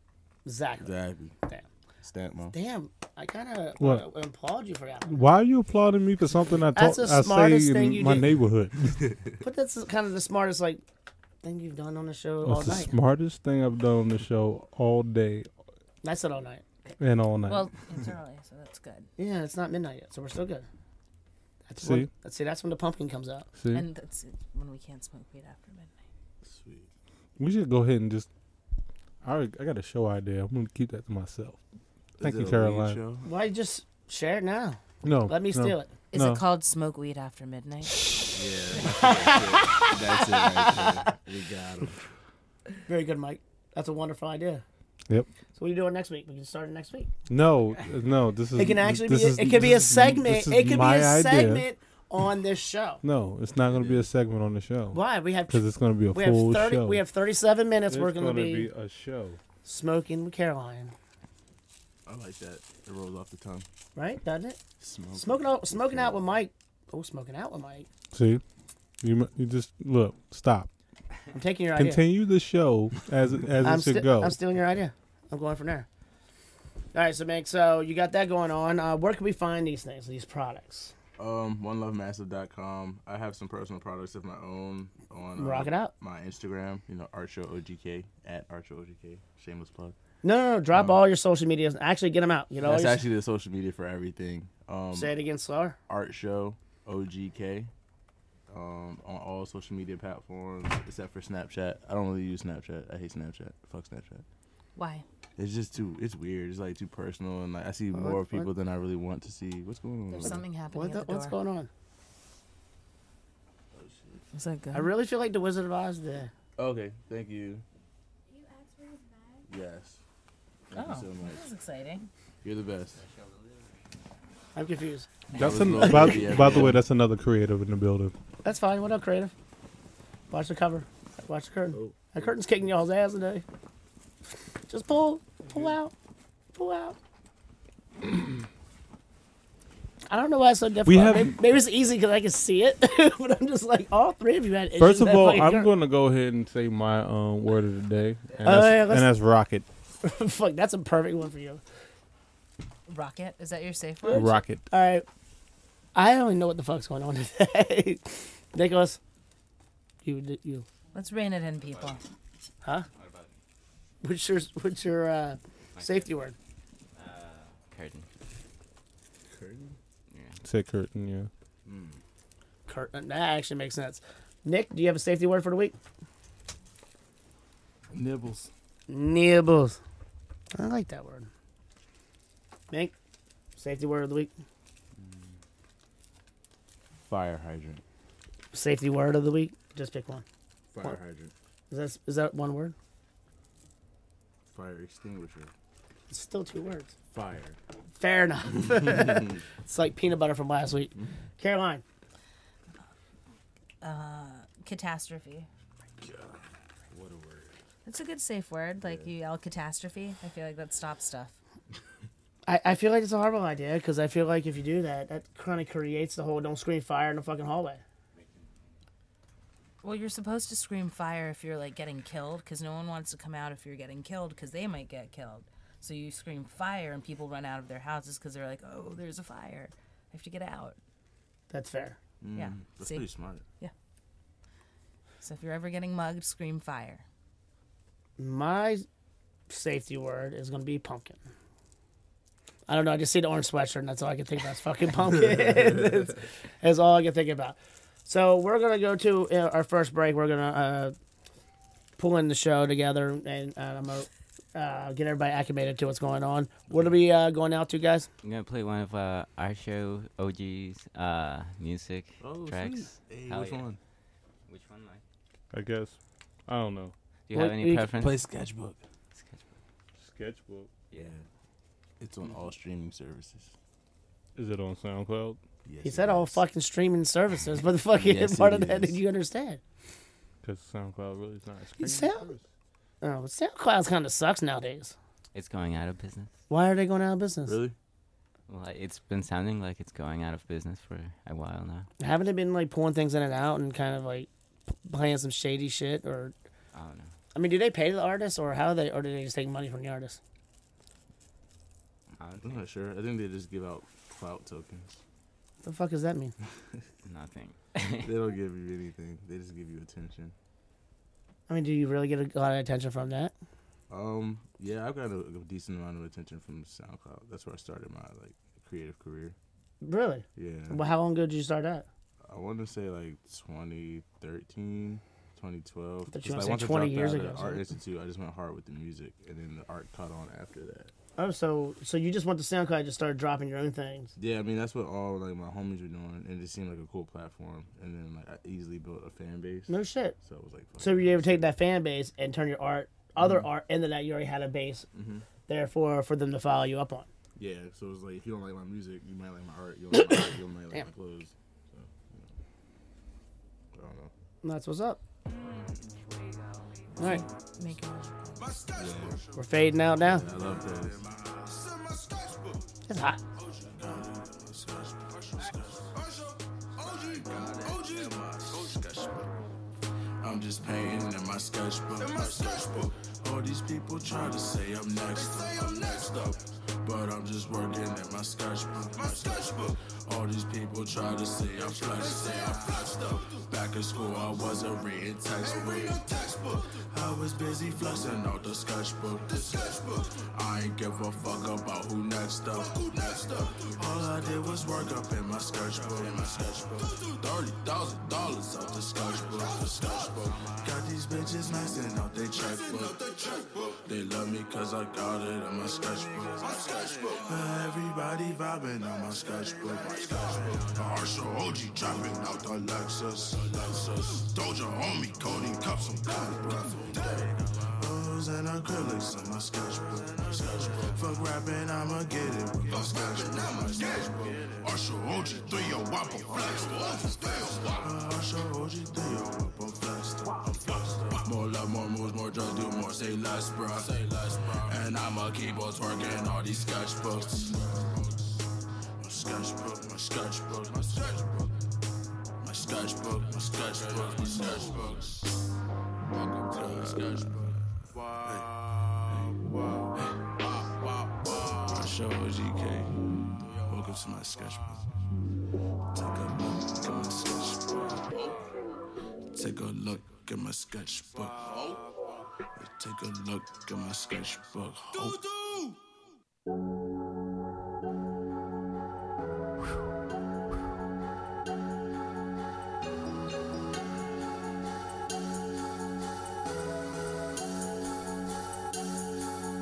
Speaker 1: Zach.
Speaker 5: exactly.
Speaker 1: Damn.
Speaker 5: Stamp Mo.
Speaker 1: Damn, I kind of
Speaker 3: What?
Speaker 1: applaud you for that. one.
Speaker 3: Why are you applauding me for something I talk?
Speaker 1: That's the
Speaker 3: I say
Speaker 1: smartest thing
Speaker 3: in
Speaker 1: you
Speaker 3: my
Speaker 1: did.
Speaker 3: neighborhood.
Speaker 1: But that's kind of the smartest like thing you've done on the show all
Speaker 3: That's the
Speaker 1: night.
Speaker 3: smartest thing I've done on the show all day
Speaker 1: I said all night.
Speaker 3: and all night.
Speaker 2: Well, it's early, so that's good.
Speaker 1: Yeah, it's not midnight yet, so we're still good. That's
Speaker 3: See?
Speaker 1: When, that's, see, that's when the pumpkin comes out.
Speaker 3: See,
Speaker 2: And that's when we can't smoke weed after midnight.
Speaker 5: Sweet.
Speaker 3: we should go ahead and just. I already- I got a show idea. I'm gonna keep that to myself. Thank you,
Speaker 5: Is it a weed
Speaker 3: Caroline.
Speaker 5: show?
Speaker 1: Why just share it now?
Speaker 3: No,
Speaker 1: Let me
Speaker 3: no.
Speaker 1: steal it.
Speaker 2: Is
Speaker 3: No.
Speaker 2: it called smoke weed after midnight?
Speaker 5: Yeah. That's it. Right there. We got him.
Speaker 1: Very good, Mike. That's a wonderful idea.
Speaker 3: Yep.
Speaker 1: So what are you doing next week? We can start it next week.
Speaker 3: No, uh, no. This is.
Speaker 1: It can actually be.
Speaker 3: this
Speaker 1: A,
Speaker 3: is-
Speaker 1: it could be a
Speaker 3: this is-
Speaker 1: segment.
Speaker 3: this is
Speaker 1: It could be
Speaker 3: my
Speaker 1: a
Speaker 3: idea.
Speaker 1: segment on this show.
Speaker 3: No, it's not gonna be a segment on the show
Speaker 1: Why? We have
Speaker 3: because it's gonna be a
Speaker 1: we have
Speaker 3: full
Speaker 1: thirty.
Speaker 3: show.
Speaker 1: We have thirty-seven minutes.
Speaker 3: it's
Speaker 1: we're gonna, be,
Speaker 3: a show.
Speaker 1: smoking with Caroline,
Speaker 5: I like that. It rolls off the tongue.
Speaker 1: right? Doesn't it?
Speaker 5: Smoke.
Speaker 1: Smoking out. Smoking out with Mike. Oh, smoking out with Mike.
Speaker 3: See, you mu- you just look. Stop.
Speaker 1: I'm taking your idea.
Speaker 3: Continue the show as it- as
Speaker 1: I'm,
Speaker 3: it should
Speaker 1: sti-
Speaker 3: go.
Speaker 1: I'm stealing your idea. I'm going from there. All right, so Mike, so you got that going on. Uh, where can we find these things, these products?
Speaker 5: Um, onelovemassive.com. I have some personal products of my own on uh,
Speaker 1: Rock it out.
Speaker 5: my Instagram. You know, Art Show OGK at Art Show OGK. Shameless plug.
Speaker 1: No, no, no. Drop all your social medias. Actually, get them out. You know,
Speaker 5: That's
Speaker 1: you s-
Speaker 5: actually the social media for everything. Um,
Speaker 1: say it again slower.
Speaker 5: Art Show OGK um, on all social media platforms except for Snapchat. I don't really use Snapchat. I hate Snapchat. Fuck Snapchat.
Speaker 2: Why?
Speaker 5: It's just too. It's weird. It's like too personal, and like I see
Speaker 1: What-
Speaker 5: more
Speaker 1: what-
Speaker 5: people than I really want to see. What's going on?
Speaker 2: There's
Speaker 5: over
Speaker 2: something happening
Speaker 1: What
Speaker 2: at the,
Speaker 1: the,
Speaker 2: door.
Speaker 1: what's going on?
Speaker 2: Is that good?
Speaker 1: I really feel like the Wizard of Oz there.
Speaker 5: there? Okay, thank you. Yes. Thank
Speaker 2: oh,
Speaker 5: you so much.
Speaker 2: that's exciting.
Speaker 5: You're the best.
Speaker 1: I'm confused.
Speaker 3: That's
Speaker 5: That
Speaker 3: an,
Speaker 5: was
Speaker 3: by,
Speaker 5: lovely.
Speaker 3: by the way, that's another creative in the building.
Speaker 1: That's fine. What up, creative? Watch the cover. Watch the curtain. That curtain's kicking y'all's ass today. Just pull, pull out, pull out. I don't know why it's so difficult.
Speaker 3: We have-
Speaker 1: maybe, maybe it's easy because I can see it, but I'm just like all three of you had. Issues
Speaker 3: First of
Speaker 1: with that
Speaker 3: all,
Speaker 1: fucking
Speaker 3: I'm
Speaker 1: curtain.
Speaker 3: going to go ahead and say my um, word of the day, and,
Speaker 1: Oh,
Speaker 3: that's,
Speaker 1: yeah, let's-
Speaker 3: and that's rocket,
Speaker 1: Fuck, that's a perfect one for you.
Speaker 2: Rocket? Is that your safe word?
Speaker 3: rocket.
Speaker 1: All right, I don't even know what the fuck's going on today. Nicholas, you you
Speaker 2: Let's rein it in, people.
Speaker 1: Huh? What's your what's your uh, safety word?
Speaker 4: Curtain.
Speaker 3: Say curtain, yeah.
Speaker 1: Curtain. That actually makes sense. uh, Nick, do you have a safety word for the week?
Speaker 6: Nibbles.
Speaker 1: Nibbles. I like that word. Nick, safety word of the week.
Speaker 5: Fire hydrant.
Speaker 1: Safety word of the week. Just pick one.
Speaker 5: Fire
Speaker 1: What?
Speaker 5: hydrant.
Speaker 1: Is that is that one word?
Speaker 5: Fire extinguisher.
Speaker 1: It's still two words.
Speaker 5: Fire.
Speaker 1: Fair enough. it's like peanut butter from last week. Caroline,
Speaker 2: Uh, Catastrophe. That's a good safe word. Like you yell catastrophe. I feel like that stops stuff.
Speaker 1: I, I feel like it's a horrible idea because I feel like if you do that, that kind of creates the whole don't scream fire in the fucking hallway.
Speaker 2: Well, you're supposed to scream fire if you're like getting killed because no one wants to come out if you're getting killed because they might get killed. So you scream fire and people run out of their houses because they're like, oh, there's a fire. I have to get out.
Speaker 1: That's fair.
Speaker 2: yeah.
Speaker 5: Mm, That's
Speaker 2: See?
Speaker 5: pretty smart.
Speaker 2: So if you're ever getting mugged, scream fire.
Speaker 1: My safety word is going to be pumpkin. I don't know. I just see the orange sweatshirt, and that's all I can think about. It's fucking pumpkin. It's- That's all I can think about. So we're gonna go to uh, our first break. We're gonna uh, pull in the show together, and uh, I'm gonna uh, get everybody acclimated to what's going on. What are we uh, going out to, guys?
Speaker 4: I'm gonna play one of uh, our show OG's uh, music tracks.
Speaker 5: Hey,
Speaker 4: Hell
Speaker 5: which
Speaker 4: yeah.
Speaker 5: one?
Speaker 4: Which one? Mike?
Speaker 3: I guess. I don't know.
Speaker 4: Do you
Speaker 1: Well,
Speaker 4: have any
Speaker 1: you-
Speaker 4: preference?
Speaker 5: Play Sketchbook.
Speaker 3: Sketchbook.
Speaker 4: Yeah.
Speaker 5: It's on all streaming services.
Speaker 3: Is it on SoundCloud?
Speaker 5: Yes,
Speaker 1: He
Speaker 5: it
Speaker 1: said all
Speaker 5: is.
Speaker 1: fucking streaming services, but the fucking
Speaker 5: Yes,
Speaker 1: part
Speaker 5: it
Speaker 1: of that
Speaker 5: is.
Speaker 1: did you understand?
Speaker 3: Because SoundCloud really is not. a
Speaker 1: You
Speaker 3: streaming
Speaker 1: sound-
Speaker 3: service.
Speaker 1: Oh, SoundCloud kind of sucks nowadays.
Speaker 4: It's going out of business.
Speaker 1: Why are they going out of business?
Speaker 5: Really?
Speaker 4: Well, I- it's been sounding like it's going out of business for a while now.
Speaker 1: Haven't they been like pulling things in and out and kind of like p- playing some shady shit? Or
Speaker 4: I don't know.
Speaker 1: I mean, do they pay the artists, or how they, or do they just take money from the artists?
Speaker 4: I don't
Speaker 5: I'm
Speaker 4: think
Speaker 5: not sure. I think they just give out clout tokens.
Speaker 1: the fuck does that mean?
Speaker 4: nothing.
Speaker 5: They don't give you anything. They just give you attention.
Speaker 1: I mean, do you really get a lot of attention from that?
Speaker 5: Um, yeah, I've got a, a decent amount of attention from SoundCloud. That's where I started my like creative career.
Speaker 1: Really?
Speaker 5: Yeah.
Speaker 1: Well, how long ago did you start that?
Speaker 5: I want to say like 2013, 2012.
Speaker 1: thought you
Speaker 5: Just,
Speaker 1: were
Speaker 5: like,
Speaker 1: gonna say
Speaker 5: once I
Speaker 1: 20
Speaker 5: dropped
Speaker 1: years
Speaker 5: out of
Speaker 1: ago,
Speaker 5: the
Speaker 1: sorry.
Speaker 5: Art Institute, I just went hard with the music, and then the art caught on after that.
Speaker 1: Oh, so so you just went to SoundCloud and just started dropping your own things.
Speaker 5: Yeah, I mean that's what all like my homies were doing, and it just seemed like a cool platform. And then like I easily built a fan base.
Speaker 1: No shit.
Speaker 5: So it was like. Mm-hmm. fuck
Speaker 1: So
Speaker 5: it,
Speaker 1: you ever
Speaker 5: let's
Speaker 1: take
Speaker 5: do it.
Speaker 1: that fan base and turn your art, other art, into that you already had a base,
Speaker 5: Mm-hmm.
Speaker 1: therefore for them to follow you up on.
Speaker 5: Yeah, so it was like if you don't like my music, you might like my art. You don't like my art, you might like my clothes. So, you know. I don't know.
Speaker 1: And that's what's up. All right,
Speaker 2: Make it
Speaker 1: we're fading out now.
Speaker 5: I love that.
Speaker 1: It's hot.
Speaker 7: I'm just painting in my sketchbook. In my sketchbook. All these people try to say I'm next. They say I'm next up. But I'm just working at my sketchbook. My sketchbook. All these people try to say I'm flushed. They say I'm flushed up. Back in school, I wasn't reading textbook. textbook. I was busy flushing out the sketchbook. The sketchbook. I ain't give a fuck about who next up. Who next up? All I did was work up in my sketchbook. In my sketchbook. Thirty thousand dollars out the sketchbook. The sketchbook. Got these bitches maxing out they checkbook. They love me cause I got it on my sketchbook. My sketchbook. Uh, Everybody vibing on my sketchbook. My sketchbook. The Arshel OG dropping out the Lexus. Lexus. Doja homie coding cups on comic Rose and acrylics on my sketchbook. sketchbook. Fuck rapping, I'ma get it with my sketchbook. My sketchbook. Usher OG, three yo wop, I'm flexed. Uh, Usher OG, three yo wop, I'm flexed. I'm flexed. More love, more moves, more drugs, do more, say less, bruh. Say less, bruh. And I'ma keep on twerking all these sketchbooks. My sketchbook, my sketchbook, my sketchbook. My sketchbook, my sketchbook, my sketchbooks. Welcome to the sketchbook. Wow, wow, wow, wow, wow. My show is GK. Welcome to my sketchbook. Take a look at my sketchbook. Take a look at my sketchbook. Take a look at my sketchbook.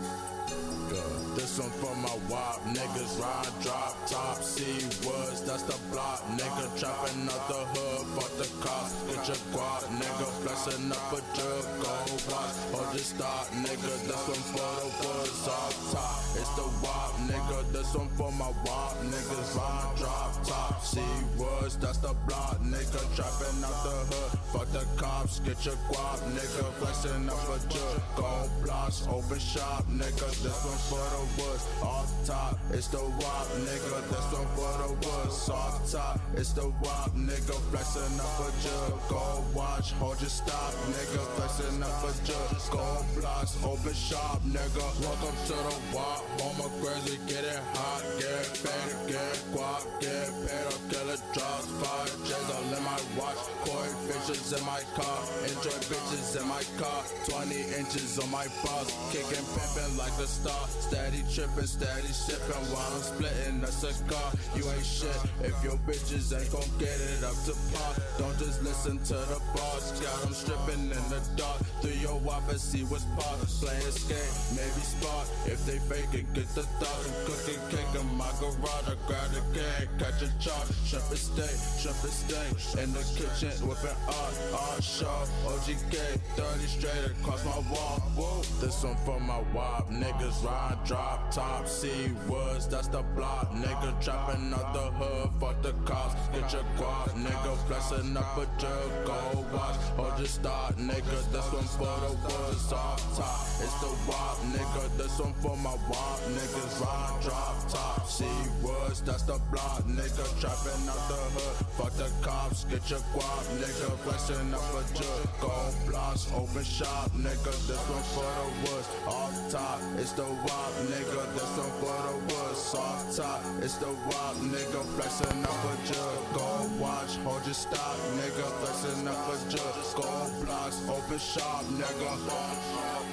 Speaker 7: nigga. This one for my wop niggas. Ride, drop, top, see woods. That's the block, nigga. Trapping out the hood, fuck the cops. Get your guap, nigga. Flexing up a jerk, go watch. Hold your stop, nigga. This one for the woods, off top. It's the wop, nigga. This one for my wop niggas. Ride, drop, top, see woods. That's the block, nigga. Trapping out the hood, fuck the cops. Get your guap, nigga. Flexing up a jerk, go blocks, open shop, nigga. This one for the woods, off top. It's the wop, nigga. This one for the woods, off top. It's the wop, nigga. Flexing up a jug, go watch, hold your stop, nigga. Flexing up a jug, go blocks, open shop, nigga. Welcome to the wop, all my crazy, get it hot, get paid, get guap, get paid up, killer drops, five J's all in my watch, coin bitches in my car, enjoy bitches in my my car. 20 inches on my balls. Kicking, pimping like a star. Steady tripping, steady sipping while I'm splitting a cigar. You ain't shit if your bitches ain't gon' get it up to par. Don't just listen to the boss. Got 'em stripping in the dark. Through your wife and see what's part. Playing skate, maybe spark. If they fake it, get the thought. I'm cooking cake in my garage. I grab the keg, catch a charge. Shrimp and steak, shrimp and steak. In the kitchen, whipping art, art show. OGK, 30 straight across my wall. Whoa, this one for my wop. Niggas ride, drop top. See woods, that's the block. Nigga trapping out the hood, fuck the cops. Get your guap, nigga flexing up a jerk. Go watch, or just start, nigga. This one for the woods off top. It's the wop, nigga. This one for my wop. Niggas ride, drop top. See woods, that's the block. Nigga trapping out the hood, fuck the cops. Get your guap, nigga flexing up a jerk. Go blocks, open shop, nigga. This one for the woods off top. It's the wop, nigga. This one for the woods off top. It's the wop, nigga. Flexing up a jerk. Go watch, hold your stop, nigga. Flexing up a jerk. Go blocks, open shop, nigga.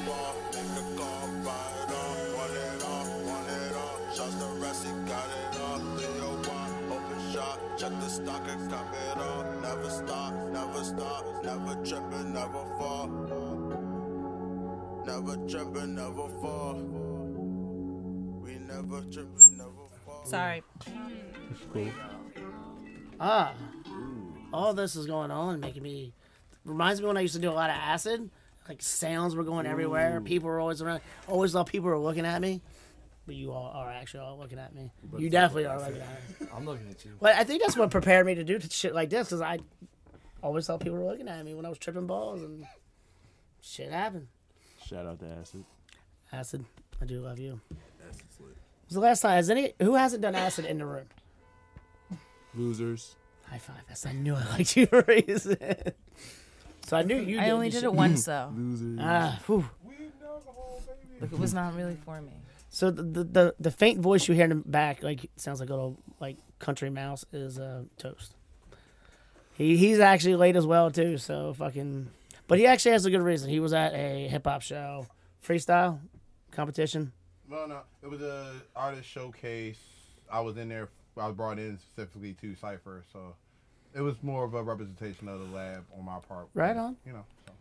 Speaker 7: Check the stock and cop it all. Never stop, never stop, never trippin', never fall. Never trippin', never fall. We never trippin', never fall.
Speaker 2: Sorry.
Speaker 3: It's cool.
Speaker 1: Ah, all this is going on, making me reminds me when I used to do a lot of acid. Like sounds were going everywhere. People were always around. Always thought people were looking at me, but you all are actually all looking at me. you definitely are looking at me.
Speaker 6: I'm looking at you.
Speaker 1: But I think that's what prepared me to do shit like this because I always thought people were looking at me when I was tripping balls and shit happened.
Speaker 5: Shout out to Acid.
Speaker 1: Acid, I do love you. Was the last time has any who hasn't done acid in the room?
Speaker 5: Losers.
Speaker 1: High five. That's I knew I liked you for a reason. So I knew you.
Speaker 2: I
Speaker 1: did
Speaker 2: only
Speaker 1: this
Speaker 2: did
Speaker 1: shit.
Speaker 2: it once though.
Speaker 6: Losers.
Speaker 1: Ah, whew.
Speaker 2: It was not really for me.
Speaker 1: So the, the the the faint voice you hear in the back, like it sounds like a little like country mouse, is uh, toast. He he's actually late as well too. So fucking, but he actually has a good reason. He was at a hip hop show, freestyle competition.
Speaker 8: Well, no, it was a artist showcase. I was in there. I was brought in specifically to Cipher, so it was more of a representation of the lab on my part.
Speaker 1: Right on.
Speaker 8: You know. So.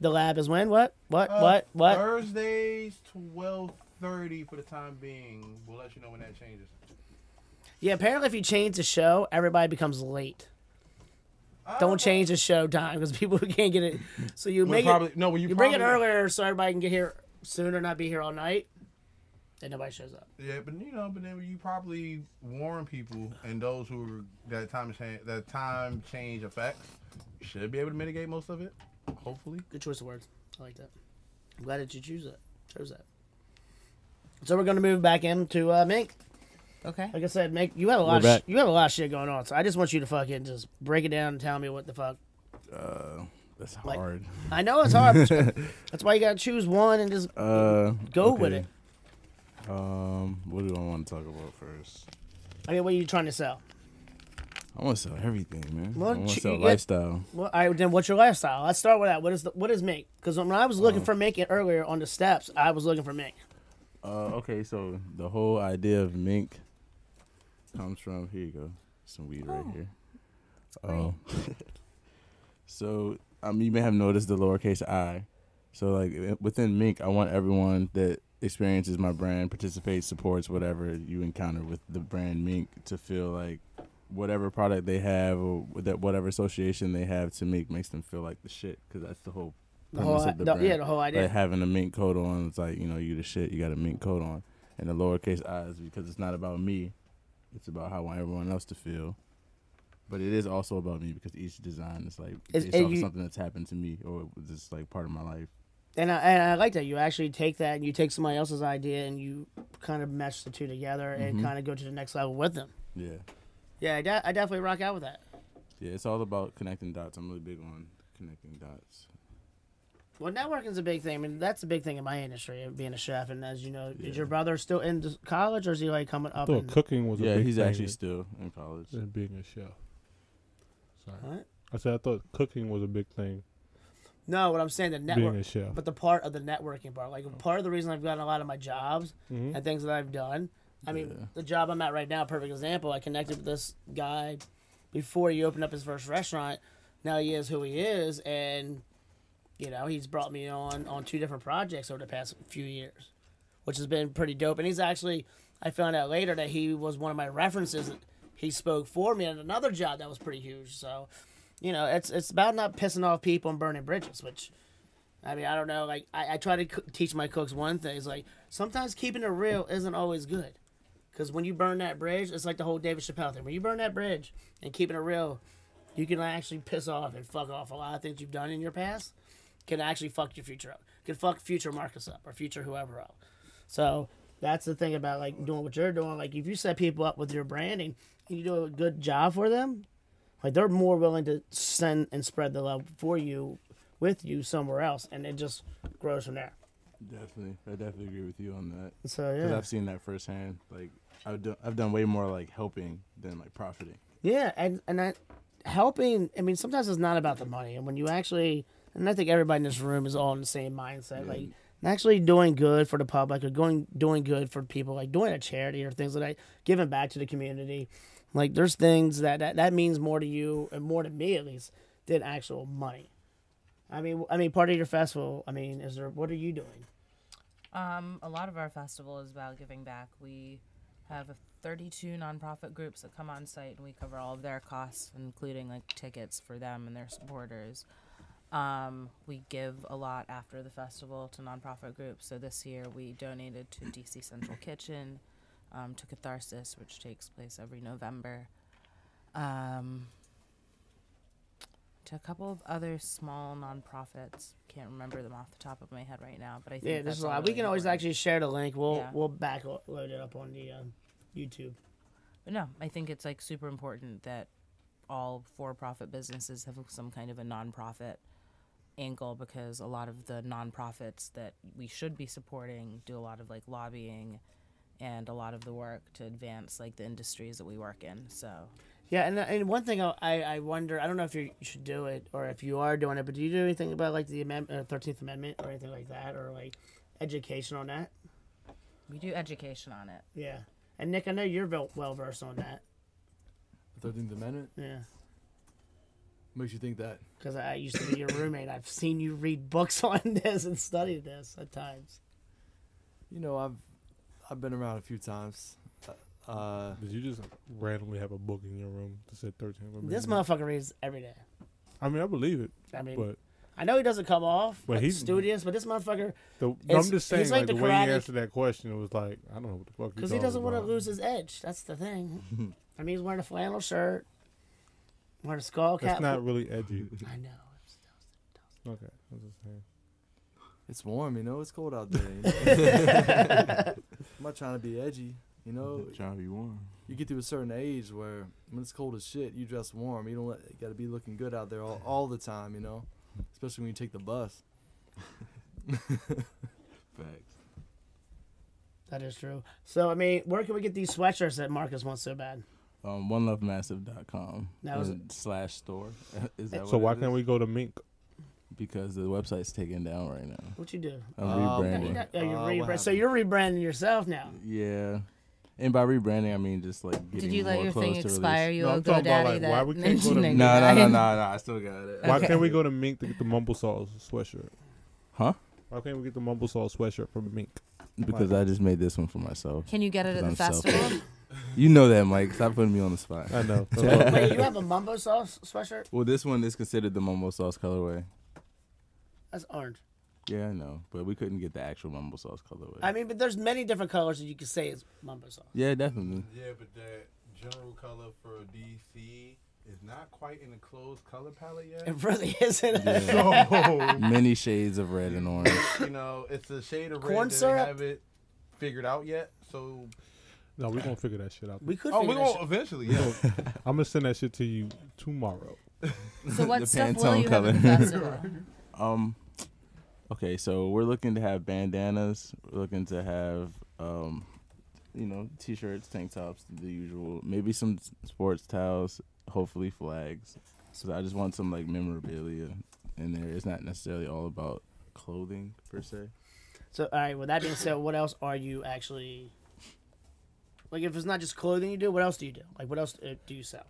Speaker 1: The lab is when what what
Speaker 8: Uh,
Speaker 1: what what.
Speaker 8: Thursdays, twelve thirty for the time being. We'll let you know when that changes.
Speaker 1: Yeah, apparently if you change the show, everybody becomes late. Don't change the show time because people who can't get it. So you
Speaker 5: Oh. Well,
Speaker 1: make
Speaker 5: probably,
Speaker 1: it,
Speaker 5: no, when you,
Speaker 1: you bring
Speaker 5: probably,
Speaker 1: it earlier so everybody can get here sooner, not be here all night, and nobody shows up.
Speaker 8: Yeah, but you know, but then you probably warn people and those who that time change that time change affects should be able to mitigate most of it. Hopefully.
Speaker 1: Good choice of words. I like that. I'm glad that you choose that. Chose that. So we're gonna move back into uh, Mink.
Speaker 2: Okay.
Speaker 1: Like I said, Mink, you had a lot.
Speaker 4: We're
Speaker 1: Of sh-
Speaker 4: back.
Speaker 1: you had a lot of shit going on. So I just want you to fucking just break it down and tell me what the fuck.
Speaker 5: Uh, that's
Speaker 1: Like-
Speaker 5: hard.
Speaker 1: I know it's hard. but that's why you gotta choose one and just
Speaker 5: Uh,
Speaker 1: go with
Speaker 5: okay.
Speaker 1: it.
Speaker 5: Um, what do I want to talk about first?
Speaker 1: I mean, what are you trying to sell?
Speaker 5: I want to sell everything, man.
Speaker 1: Well,
Speaker 5: I want
Speaker 1: you
Speaker 5: to sell
Speaker 1: get-
Speaker 5: lifestyle.
Speaker 1: Well, all right, then what's your lifestyle? Let's start with that. What is the, what is mink? Because when I was looking for mink earlier on the steps, I was looking for mink.
Speaker 5: Uh, okay, so the whole idea of mink comes from here. You go, some weed right here. Oh, so um, you may have noticed the lowercase i. So like i- within mink, I want everyone that experiences my brand, participates, supports whatever you encounter with the brand mink to feel like whatever product they have or that whatever association they have to mink makes them feel like the shit because that's the whole
Speaker 1: The whole,
Speaker 5: premise of the
Speaker 1: the-
Speaker 5: brand
Speaker 1: yeah, the whole idea.
Speaker 5: like having a mink coat on. It's like you know you the shit. You got a mink coat on, and the lowercase i is because it's not about me. It's about how I want everyone else to feel. But it is also about me because each design is like
Speaker 1: Is-
Speaker 5: based
Speaker 1: and
Speaker 5: off
Speaker 1: you-
Speaker 5: something that's happened to me or just like part of my life.
Speaker 1: And I, and I like that you actually take that and you take somebody else's idea and you kind of mesh the two together and kind of go to the next level with them.
Speaker 5: Yeah,
Speaker 1: Yeah, I, de- I definitely rock out with that.
Speaker 5: yeah. It's all about connecting dots. I'm really big on connecting dots.
Speaker 1: Well, networking's a big thing. I mean, that's a big thing in my industry, being a chef. And as you know,
Speaker 5: Yeah.
Speaker 1: is your brother still in this- college or is he like coming
Speaker 3: I
Speaker 1: up?
Speaker 3: thought
Speaker 1: And,
Speaker 3: cooking was a
Speaker 5: yeah,
Speaker 3: big
Speaker 5: he's
Speaker 3: thing
Speaker 5: actually
Speaker 3: in-
Speaker 5: still in college.
Speaker 3: in being a chef. Sorry,
Speaker 1: What?
Speaker 3: I said I thought cooking was a big thing.
Speaker 1: No, what I'm saying the network,
Speaker 3: a chef.
Speaker 1: but the part of the networking part, like part of the reason I've gotten a lot of my jobs
Speaker 3: Mm-hmm.
Speaker 1: and things that I've done. I mean, the job I'm at right now, perfect example. I connected with this guy before he opened up his first restaurant. Now he is who he is, and you know he's brought me on on two different projects over the past few years, which has been pretty dope. And he's actually, I found out later that he was one of my references. He spoke for me at another job that was pretty huge. So you know, it's it's about not pissing off people and burning bridges, which. I mean, I don't know. Like, I, I try to c- teach my cooks one thing. It's like sometimes keeping it real isn't always good, because when you burn that bridge, it's like the whole David Chappelle thing. When you burn that bridge and keeping it real, you can actually piss off and fuck off a lot of things you've done in your past. Can actually fuck your future up. Can fuck future Marcus up or future whoever up. So that's the thing about like doing what you're doing. Like, if you set people up with your branding and you do a good job for them, like they're more willing to send and spread the love for you, with you somewhere else, and it just grows from there.
Speaker 5: Definitely, I definitely agree with you on that.
Speaker 1: So
Speaker 5: Because
Speaker 1: yeah,
Speaker 5: I've seen that firsthand. Like I've done, I've done way more like helping than like profiting.
Speaker 1: yeah, and and that helping. I mean, sometimes it's not about the money, and when you actually, and I think everybody in this room is all in the same mindset, like actually doing good for the public or going doing good for people, like doing a charity or things like that, giving back to the community. Like there's things that that, that means more to you and more to me at least than actual money. I mean, I mean, part of your festival. I mean, is there? What are you doing?
Speaker 2: Um, a lot of our festival is about giving back. We have 32 nonprofit groups that come on site, and we cover all of their costs, including like tickets for them and their supporters. Um, we give a lot after the festival to nonprofit groups. So this year we donated to DC Central Kitchen, um, to Catharsis, which takes place every November, um, to a couple of other small nonprofits. Can't remember them off the top of my head right now, but I think
Speaker 1: Yeah, there's
Speaker 2: that's
Speaker 1: a
Speaker 2: all
Speaker 1: lot.
Speaker 2: really
Speaker 1: we can always
Speaker 2: important.
Speaker 1: actually share the link. We'll
Speaker 2: Yeah.
Speaker 1: we'll backload it up on the um, YouTube.
Speaker 2: But no, I think it's like super important that all for-profit businesses have some kind of a nonprofit angle because a lot of the nonprofits that we should be supporting do a lot of like lobbying and a lot of the work to advance like the industries that we work in. So
Speaker 1: Yeah, and and one thing I- I I wonder I don't know if you you should do it or if you are doing it, but do you do anything about like the amendment, Thirteenth Amendment or anything like that, or like education on that?
Speaker 2: we do education on it.
Speaker 1: Yeah, and Nick, I know you're well versed on that.
Speaker 6: Thirteenth Amendment
Speaker 1: Yeah,
Speaker 6: makes you think that.
Speaker 1: because I used to be your roommate. I've seen you read books on this and study this at times.
Speaker 6: You know, I've I've been around a few times. Uh,
Speaker 3: Did you just randomly have a book in your room that said 13?
Speaker 1: This motherfucker reads every day.
Speaker 3: I mean, I believe it,
Speaker 1: I mean,
Speaker 3: but
Speaker 1: I know he doesn't come off
Speaker 3: But
Speaker 1: like,
Speaker 3: he's-
Speaker 1: studious, but this motherfucker
Speaker 3: the, no,
Speaker 1: It's-
Speaker 3: I'm just
Speaker 1: he's
Speaker 3: saying,
Speaker 1: like
Speaker 3: like,
Speaker 1: the
Speaker 3: the, way he
Speaker 1: karate-
Speaker 3: answered that question, it was like, I don't know what the fuck.
Speaker 1: Because he doesn't want to lose his edge. That's the thing. I mean, he's wearing a flannel shirt, wearing a skull cap.
Speaker 3: That's not really edgy.
Speaker 1: I know.
Speaker 3: okay, I'm just saying.
Speaker 6: it's warm, you know. It's cold out there. You know? I'm not trying to be edgy, you know.
Speaker 5: Trying to be warm.
Speaker 6: You get to a certain age where when it's cold as shit, you dress warm. You don't let, you gotta be looking good out there all, all the time, you know. Especially when you take the bus.
Speaker 5: Facts.
Speaker 1: That is true. So, I mean, where can we get these sweatshirts that Marcus wants so bad?
Speaker 5: Um, onelovemassive.com
Speaker 1: That was-
Speaker 5: and slash store. Is that
Speaker 3: So
Speaker 5: what
Speaker 3: why
Speaker 5: it
Speaker 3: can't
Speaker 5: is?
Speaker 3: we go to Mink?
Speaker 5: Because the website's taken down right now.
Speaker 1: What you do?
Speaker 5: I'm
Speaker 2: Oh,
Speaker 6: Um,
Speaker 1: Yeah,
Speaker 5: rebranding.
Speaker 1: you got- yeah, you're
Speaker 6: Uh, what
Speaker 1: rebrand- so
Speaker 6: happened?
Speaker 1: you're rebranding yourself now.
Speaker 5: Yeah. And by rebranding, I mean just like getting
Speaker 2: Did you let
Speaker 5: more
Speaker 2: your
Speaker 5: clothes
Speaker 2: thing
Speaker 5: to release.
Speaker 2: expire? You
Speaker 3: No,
Speaker 2: owe
Speaker 3: I'm talking about,
Speaker 2: GoDaddy
Speaker 3: like, why
Speaker 2: that
Speaker 3: we can't go to-
Speaker 2: mentioning
Speaker 5: No, no,
Speaker 2: that.
Speaker 5: no, no, no. I still got it.
Speaker 3: Why
Speaker 2: Okay.
Speaker 3: can't we go to Mink to get the Mumble Sauce sweatshirt?
Speaker 5: Huh?
Speaker 3: Why can't we get the Mumble Sauce sweatshirt from Mink?
Speaker 5: Because I just made this one for myself.
Speaker 2: Can you get it at the
Speaker 5: Because I'm
Speaker 2: festival?
Speaker 5: You know that, Mike. Stop putting me on the spot.
Speaker 3: I know.
Speaker 1: Wait, you have a mumbo sauce sweatshirt?
Speaker 5: Well, this one is considered the mumble sauce colorway.
Speaker 1: That's orange.
Speaker 5: Yeah, I know, but we couldn't get the actual mumble sauce colorway.
Speaker 1: I mean, but there's many different colors that you can say is mumbo sauce.
Speaker 5: yeah, definitely.
Speaker 8: Yeah, but that general color for DC is not quite in the closed color palette yet.
Speaker 1: It really isn't.
Speaker 8: So,
Speaker 5: Many shades of red and orange.
Speaker 8: you know, it's a shade of red.
Speaker 1: Corn
Speaker 8: that they
Speaker 1: syrup?
Speaker 8: haven't figured out yet. So,
Speaker 3: no, we're gonna figure that shit out.
Speaker 1: We could
Speaker 8: oh,
Speaker 1: figure
Speaker 8: we
Speaker 1: that
Speaker 8: will
Speaker 1: shit-
Speaker 8: eventually. Yeah.
Speaker 3: I'm gonna send that shit to you tomorrow.
Speaker 2: So what
Speaker 5: The
Speaker 2: stuff will
Speaker 5: Pantone
Speaker 2: you have at the
Speaker 5: color.
Speaker 2: festival?
Speaker 5: Um, okay, so we're looking to have bandanas. We're looking to have, um, you know, t-shirts, tank tops, the usual. Maybe some s- sports towels. Hopefully flags. So I just want some like memorabilia in there. It's not necessarily all about clothing per se.
Speaker 1: So, all right. With that being said, what else are you actually like? If it's not just clothing you do, what else do you do? Like, what else uh, do you sell?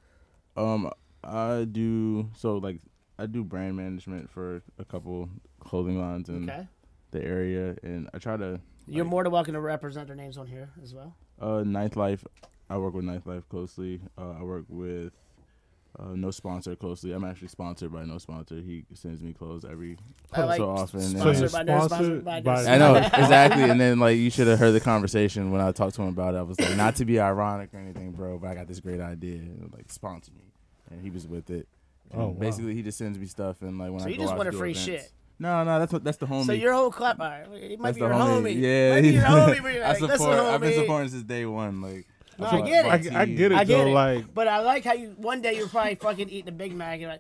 Speaker 5: Um, I do so like I do brand management for a couple clothing lines in
Speaker 1: Okay.
Speaker 5: the area, and I try to.
Speaker 1: You're
Speaker 5: like,
Speaker 1: more than welcome to represent their names on here as well.
Speaker 5: Uh, Ninth Life. I work with Ninth Life closely. Uh, I work with uh, No Sponsor closely. I'm actually sponsored by No Sponsor. He sends me clothes every
Speaker 1: I like
Speaker 5: so often. and-
Speaker 3: So you're
Speaker 1: Sponsored by no
Speaker 3: sponsored
Speaker 1: sponsored by no
Speaker 3: by-
Speaker 5: I know exactly. And then like you should have heard the conversation when I talked to him about it. I was like, not to be ironic or anything, bro, but I got this great idea. And, like sponsor me, and he was with it. And
Speaker 3: Oh, wow.
Speaker 5: basically he just sends me stuff and like when
Speaker 1: So
Speaker 5: I
Speaker 1: you
Speaker 5: go
Speaker 1: just
Speaker 5: out
Speaker 1: wanted
Speaker 5: to do
Speaker 1: free
Speaker 5: events-
Speaker 1: shit.
Speaker 5: No, no, that's what that's the homie.
Speaker 1: So your whole club, all right, it might
Speaker 5: that's
Speaker 1: be
Speaker 5: the
Speaker 1: your homie.
Speaker 5: Yeah,
Speaker 1: might be your homie, but you're
Speaker 5: I
Speaker 1: like,
Speaker 5: support.
Speaker 1: listen,
Speaker 5: I've been
Speaker 1: homie.
Speaker 5: supporting since day one. Like,
Speaker 1: No,
Speaker 5: feel
Speaker 1: I
Speaker 5: like
Speaker 1: get
Speaker 5: my
Speaker 1: it.
Speaker 3: I, I
Speaker 5: team-
Speaker 3: get it
Speaker 1: I get
Speaker 3: though.
Speaker 1: it.
Speaker 3: Like
Speaker 1: But I like how you one day you're probably fucking eating a Big Mac and you're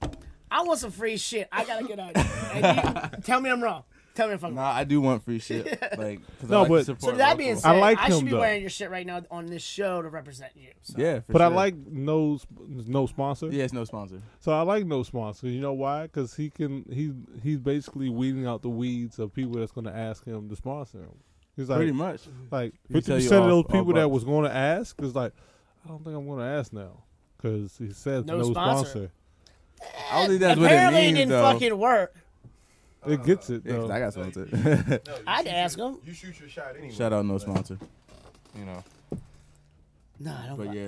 Speaker 1: like, I want some free shit. I gotta get out. And you, tell me I'm wrong. Tell me if I'm wrong.
Speaker 5: Nah, I do want free shit. Like, 'cause
Speaker 3: No,
Speaker 5: I like
Speaker 3: but-
Speaker 5: to
Speaker 3: So
Speaker 5: support
Speaker 1: So that being
Speaker 5: local.
Speaker 1: said, I,
Speaker 3: like
Speaker 1: should
Speaker 3: him,
Speaker 1: be
Speaker 3: though.
Speaker 1: wearing your shit right now on this show to represent you. So.
Speaker 5: yeah, for
Speaker 3: but I
Speaker 5: sure.
Speaker 3: like no sp- no sponsor.
Speaker 5: Yeah, it's no sponsor.
Speaker 3: So I like no sponsor. You know why? Because he can he he's basically weeding out the weeds of people that's going to ask him to sponsor him. He's like
Speaker 5: Pretty much.
Speaker 3: like
Speaker 5: He
Speaker 3: fifty
Speaker 5: tell you
Speaker 3: percent of
Speaker 5: all-
Speaker 3: those
Speaker 5: all
Speaker 3: people that
Speaker 5: about-
Speaker 3: was going to ask is like, I don't think I'm going to ask now because he says
Speaker 1: No
Speaker 3: no, sponsor.
Speaker 1: sponsor.
Speaker 5: I don't think that's what it
Speaker 1: Apparently
Speaker 5: means,
Speaker 1: didn't
Speaker 5: though.
Speaker 1: fucking work.
Speaker 3: It gets it
Speaker 5: Yeah, 'cause
Speaker 3: though.
Speaker 5: I got sponsored.
Speaker 8: No, you
Speaker 1: I'd
Speaker 8: shoot
Speaker 1: ask
Speaker 8: your-
Speaker 1: him.
Speaker 8: You shoot your shot anyway.
Speaker 5: Shout out, no
Speaker 8: but-
Speaker 5: sponsor. You know,
Speaker 1: No, I don't.
Speaker 5: but
Speaker 1: like-
Speaker 5: yeah.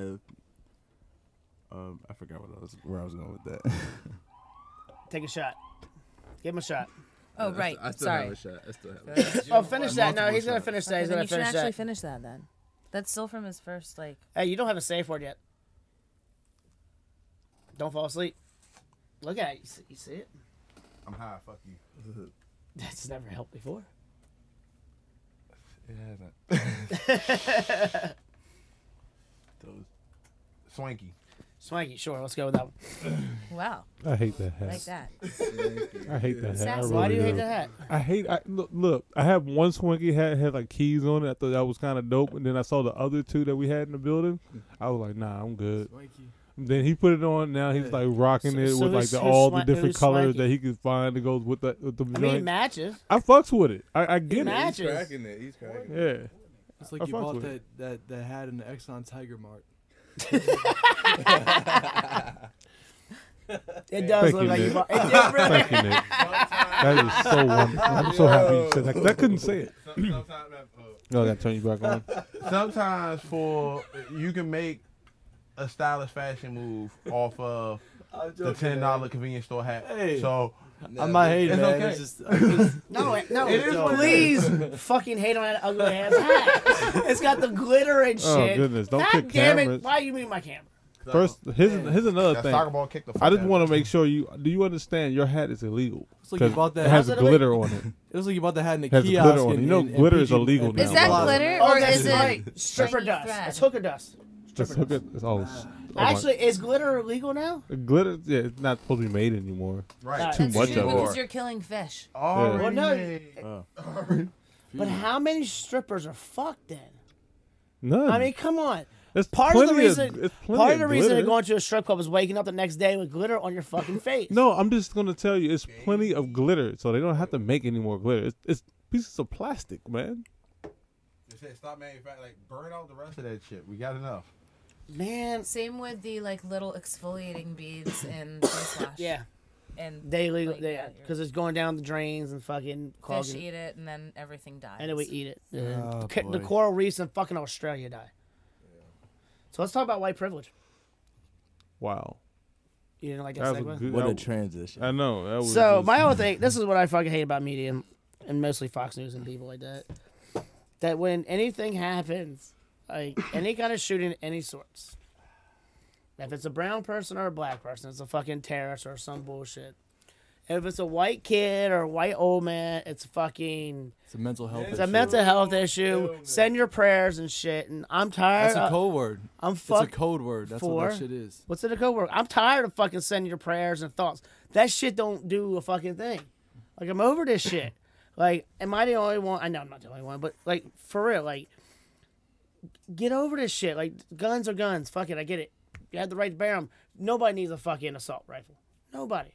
Speaker 5: Um, I forgot what I was where I was going with that.
Speaker 1: Take a shot. Give him a shot.
Speaker 2: Oh, right. Sorry. Uh,
Speaker 5: shot. I still have
Speaker 1: Oh, finish that. No, he's gonna
Speaker 5: shots.
Speaker 1: finish that.
Speaker 2: Okay,
Speaker 1: He's
Speaker 2: then
Speaker 1: gonna
Speaker 2: you should
Speaker 1: finish
Speaker 2: actually
Speaker 1: that.
Speaker 2: finish that then. That's still from his first, like,
Speaker 1: Hey, you don't have a safe word yet. Don't fall asleep. Look at it. You see, you see it?
Speaker 8: I'm high. Fuck you.
Speaker 1: That's never helped before.
Speaker 5: It hasn't. Those
Speaker 8: Swanky.
Speaker 1: Swanky, sure. Let's go with that one.
Speaker 2: wow,
Speaker 3: I hate that hat.
Speaker 2: like that.
Speaker 3: I hate that hat. I
Speaker 2: Sassy.
Speaker 3: really
Speaker 1: Why do you hate
Speaker 3: do.
Speaker 1: that hat?
Speaker 3: I hate. I, look, look, I have one swanky hat had like keys on it. I thought that was kind of dope, and then I saw the other two that we had in the building. I was like, nah, I'm good.
Speaker 6: Swanky.
Speaker 3: Then he put it on. Now he's like rocking
Speaker 1: So-
Speaker 3: it
Speaker 1: so
Speaker 3: with like
Speaker 1: who's-
Speaker 3: the,
Speaker 1: who's
Speaker 3: all
Speaker 1: swan-
Speaker 3: the different
Speaker 1: who's
Speaker 3: colors
Speaker 1: swanky?
Speaker 3: that he could find that goes with the with the
Speaker 1: I mean, it
Speaker 3: joint.
Speaker 1: matches.
Speaker 3: I fucks with it. I, I get
Speaker 1: It
Speaker 3: it.
Speaker 1: matches.
Speaker 5: it. He's cracking
Speaker 3: Yeah,
Speaker 6: It's like
Speaker 3: I
Speaker 6: you
Speaker 3: fucks
Speaker 6: bought
Speaker 3: with
Speaker 6: that,
Speaker 3: it.
Speaker 6: that, that hat in the Exxon Tiger Mart.
Speaker 1: It does
Speaker 3: Thank
Speaker 1: look
Speaker 3: you,
Speaker 1: like you
Speaker 3: Nick.
Speaker 1: bought. It did really.
Speaker 3: thank you, Nick. That is so wonderful. I'm so happy you said that. I couldn't say it.
Speaker 8: Sometimes, uh,
Speaker 3: No, I gotta turn you back on.
Speaker 8: sometimes for you can make a stylish fashion move off of the ten dollar convenience store hat.
Speaker 6: Hey.
Speaker 8: So
Speaker 6: I'm not hating,
Speaker 8: It's
Speaker 6: man.
Speaker 8: okay.
Speaker 6: It's just, I'm just
Speaker 1: No, it- no.
Speaker 6: It is
Speaker 1: please fucking hate on that ugly ass hat. It's got the glitter and shit.
Speaker 3: Oh, goodness. Don't
Speaker 1: God
Speaker 3: pick
Speaker 1: damn
Speaker 3: cameras.
Speaker 1: it! Why you move my camera?
Speaker 3: First, here's here's another
Speaker 8: that soccer
Speaker 3: thing.
Speaker 8: ball kicked the. Fuck
Speaker 3: I just
Speaker 8: out of
Speaker 3: want
Speaker 8: me.
Speaker 3: to make sure you do you understand your hat is illegal.
Speaker 6: It's like you
Speaker 3: 'Cause
Speaker 6: bought that-
Speaker 3: It has
Speaker 1: How's it
Speaker 3: glitter on it.
Speaker 6: It was like you bought the hat in the
Speaker 3: Has
Speaker 6: kiosk.
Speaker 3: the glitter on it.
Speaker 6: and-
Speaker 3: You know
Speaker 6: and- and
Speaker 3: glitter is
Speaker 6: PG
Speaker 3: illegal
Speaker 6: and
Speaker 3: now,
Speaker 2: Is that
Speaker 6: Plaza.
Speaker 2: glitter
Speaker 1: Oh,
Speaker 2: or
Speaker 1: that's
Speaker 2: is it
Speaker 1: right. Stripper
Speaker 2: shiny
Speaker 1: dust.
Speaker 2: thread?
Speaker 1: It's hooker dust.
Speaker 3: Just hook it. It's all. s- oh my-
Speaker 1: Actually, is glitter illegal now?
Speaker 3: glitter. Yeah, it's not supposed to be made anymore.
Speaker 8: right.
Speaker 1: Too
Speaker 2: That's
Speaker 3: much
Speaker 2: true
Speaker 3: of it.
Speaker 2: because you're killing fish.
Speaker 8: Already
Speaker 1: Well, no,
Speaker 8: made.
Speaker 5: Oh.
Speaker 1: But how many strippers are fucked then?
Speaker 3: None.
Speaker 1: I mean, come on.
Speaker 3: There's
Speaker 1: Part of the
Speaker 3: plenty
Speaker 1: reason,
Speaker 3: it's plenty
Speaker 1: part of the reason
Speaker 3: glitter.
Speaker 1: of going to a strip club is waking up the next day with glitter on your fucking face.
Speaker 3: No, I'm just gonna tell you, it's plenty of glitter, so they don't have to make any more glitter. It's, it's pieces of plastic, man.
Speaker 8: They said Stop manufacturing. Like burn out the rest of that shit. We got enough.
Speaker 1: man.
Speaker 2: Same with the like little exfoliating beads and face wash.
Speaker 1: Yeah,
Speaker 2: and
Speaker 1: they legal.
Speaker 2: Like,
Speaker 1: yeah,
Speaker 2: yeah,
Speaker 1: because it's going down the drains and fucking
Speaker 2: fish
Speaker 1: clogging.
Speaker 2: eat it, and then everything dies.
Speaker 1: And then we eat it. And
Speaker 6: Oh,
Speaker 1: ca- the
Speaker 6: boy.
Speaker 1: coral reefs in fucking Australia die. So let's talk about white privilege.
Speaker 3: Wow,
Speaker 1: You didn't like that,
Speaker 3: that was
Speaker 1: segue?
Speaker 3: a good.
Speaker 5: What
Speaker 3: that
Speaker 5: a
Speaker 3: was-
Speaker 5: transition.
Speaker 3: I know. Oh, That was
Speaker 1: So
Speaker 3: just-
Speaker 1: my whole thing, this is what I fucking hate about media and, and mostly Fox News and people like that. That when anything happens, like any kind of shooting, of any sorts, if it's a brown person or a black person, it's a fucking terrorist or some bullshit. If it's a white kid or a white old man, it's fucking
Speaker 6: It's a mental health
Speaker 1: it's
Speaker 6: issue.
Speaker 1: a mental health issue. Send your prayers and shit. And I'm tired.
Speaker 6: That's a
Speaker 1: of-
Speaker 6: code word.
Speaker 1: uh, I'm
Speaker 6: It's a
Speaker 1: fuck
Speaker 6: code word. That's what
Speaker 1: for-
Speaker 6: that shit is.
Speaker 1: What's in the code word? I'm tired of fucking sending your prayers and thoughts. That shit don't do a fucking thing. Like I'm over this shit. Like, am I the only one? I know I'm not the only one, but like for real, like get over this shit. Like guns are guns. Fuck it, I get it. You had the right to bear them. Nobody needs a fucking assault rifle. Nobody.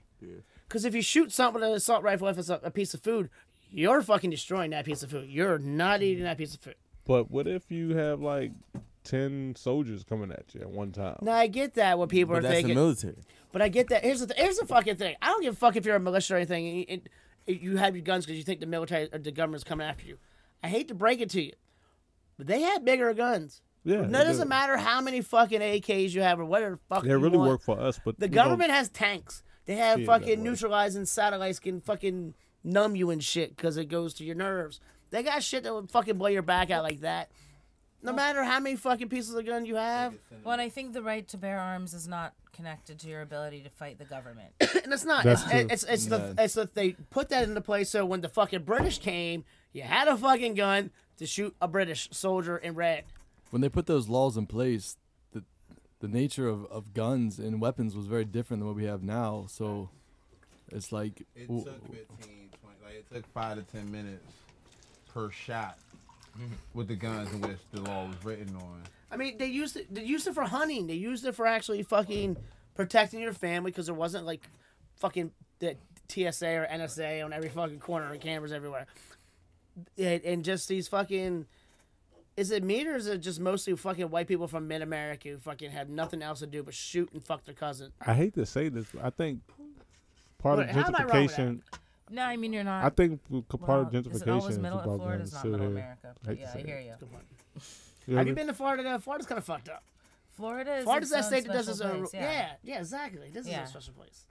Speaker 1: Because if you shoot something with an assault rifle, if it's a, a piece of food, you're fucking destroying that piece of food. You're not eating that piece of food.
Speaker 3: But what if you have like ten soldiers coming at you at one time?
Speaker 1: Now I get that what people
Speaker 5: Oh. But
Speaker 1: are
Speaker 5: that's
Speaker 1: thinking.
Speaker 5: the military.
Speaker 1: But I get that. Here's the th- here's the fucking thing. I don't give a fuck if you're a militia or anything. and you- and you have your guns because you think the military or the government's coming after you. I hate to break it to you, but they had bigger guns.
Speaker 3: Yeah,
Speaker 1: No,
Speaker 3: they
Speaker 1: it doesn't
Speaker 3: do.
Speaker 1: matter how many fucking AKs you have or whatever the fuck.
Speaker 3: They
Speaker 1: you
Speaker 3: really
Speaker 1: want.
Speaker 3: work for us, but
Speaker 1: The
Speaker 3: we don't-
Speaker 1: government has tanks. They have
Speaker 3: See it that
Speaker 1: fucking
Speaker 3: way.
Speaker 1: neutralizing satellites can fucking numb you and shit because it goes to your nerves. They got shit that would fucking blow your back out like that. No matter how many fucking pieces of gun you have,
Speaker 2: Well, and I think the right to bear arms is not connected to your ability to fight the government.
Speaker 1: and it's not.
Speaker 3: That's
Speaker 1: It's
Speaker 3: true.
Speaker 1: it's, it's, the, it's that they put that into place so when the fucking British came, you had a fucking gun to shoot a British soldier in red.
Speaker 6: when they put those laws in place, the the nature of, of guns and weapons was very different than what we have now. So it's like
Speaker 8: It
Speaker 6: w-
Speaker 8: took 15, 20, like it took five to ten minutes per shot with the guns in which the law was written on.
Speaker 1: I mean, they used it. They used it for hunting. They used it for actually fucking protecting your family because there wasn't like fucking the TSA or NSA on every fucking corner and cameras everywhere. And, and just these fucking. Is it me or is it just mostly fucking white people from mid America who fucking have nothing else to do but shoot and fuck their cousin?
Speaker 3: I hate to say this, but I think part
Speaker 1: Wait,
Speaker 3: of
Speaker 1: how am I wrong with that?
Speaker 3: gentrification.
Speaker 2: No, I mean you're not.
Speaker 3: I think p- part
Speaker 2: well,
Speaker 3: of gentrification
Speaker 2: Is it always middle?
Speaker 3: about
Speaker 2: Florida
Speaker 3: guns
Speaker 2: is not
Speaker 3: too,
Speaker 2: middle
Speaker 3: yeah.
Speaker 2: America.
Speaker 3: I hate to
Speaker 2: yeah,
Speaker 3: say
Speaker 2: I
Speaker 3: it.
Speaker 2: hear you.
Speaker 3: You know
Speaker 1: Have you
Speaker 3: what
Speaker 1: been to Florida? Florida's kind of fucked up.
Speaker 2: Florida is
Speaker 1: Florida's
Speaker 2: its
Speaker 1: that
Speaker 2: own
Speaker 1: state that does its
Speaker 2: special
Speaker 1: own. ru-
Speaker 2: place,
Speaker 1: Yeah. yeah, exactly. This
Speaker 2: Yeah.
Speaker 1: is a special place.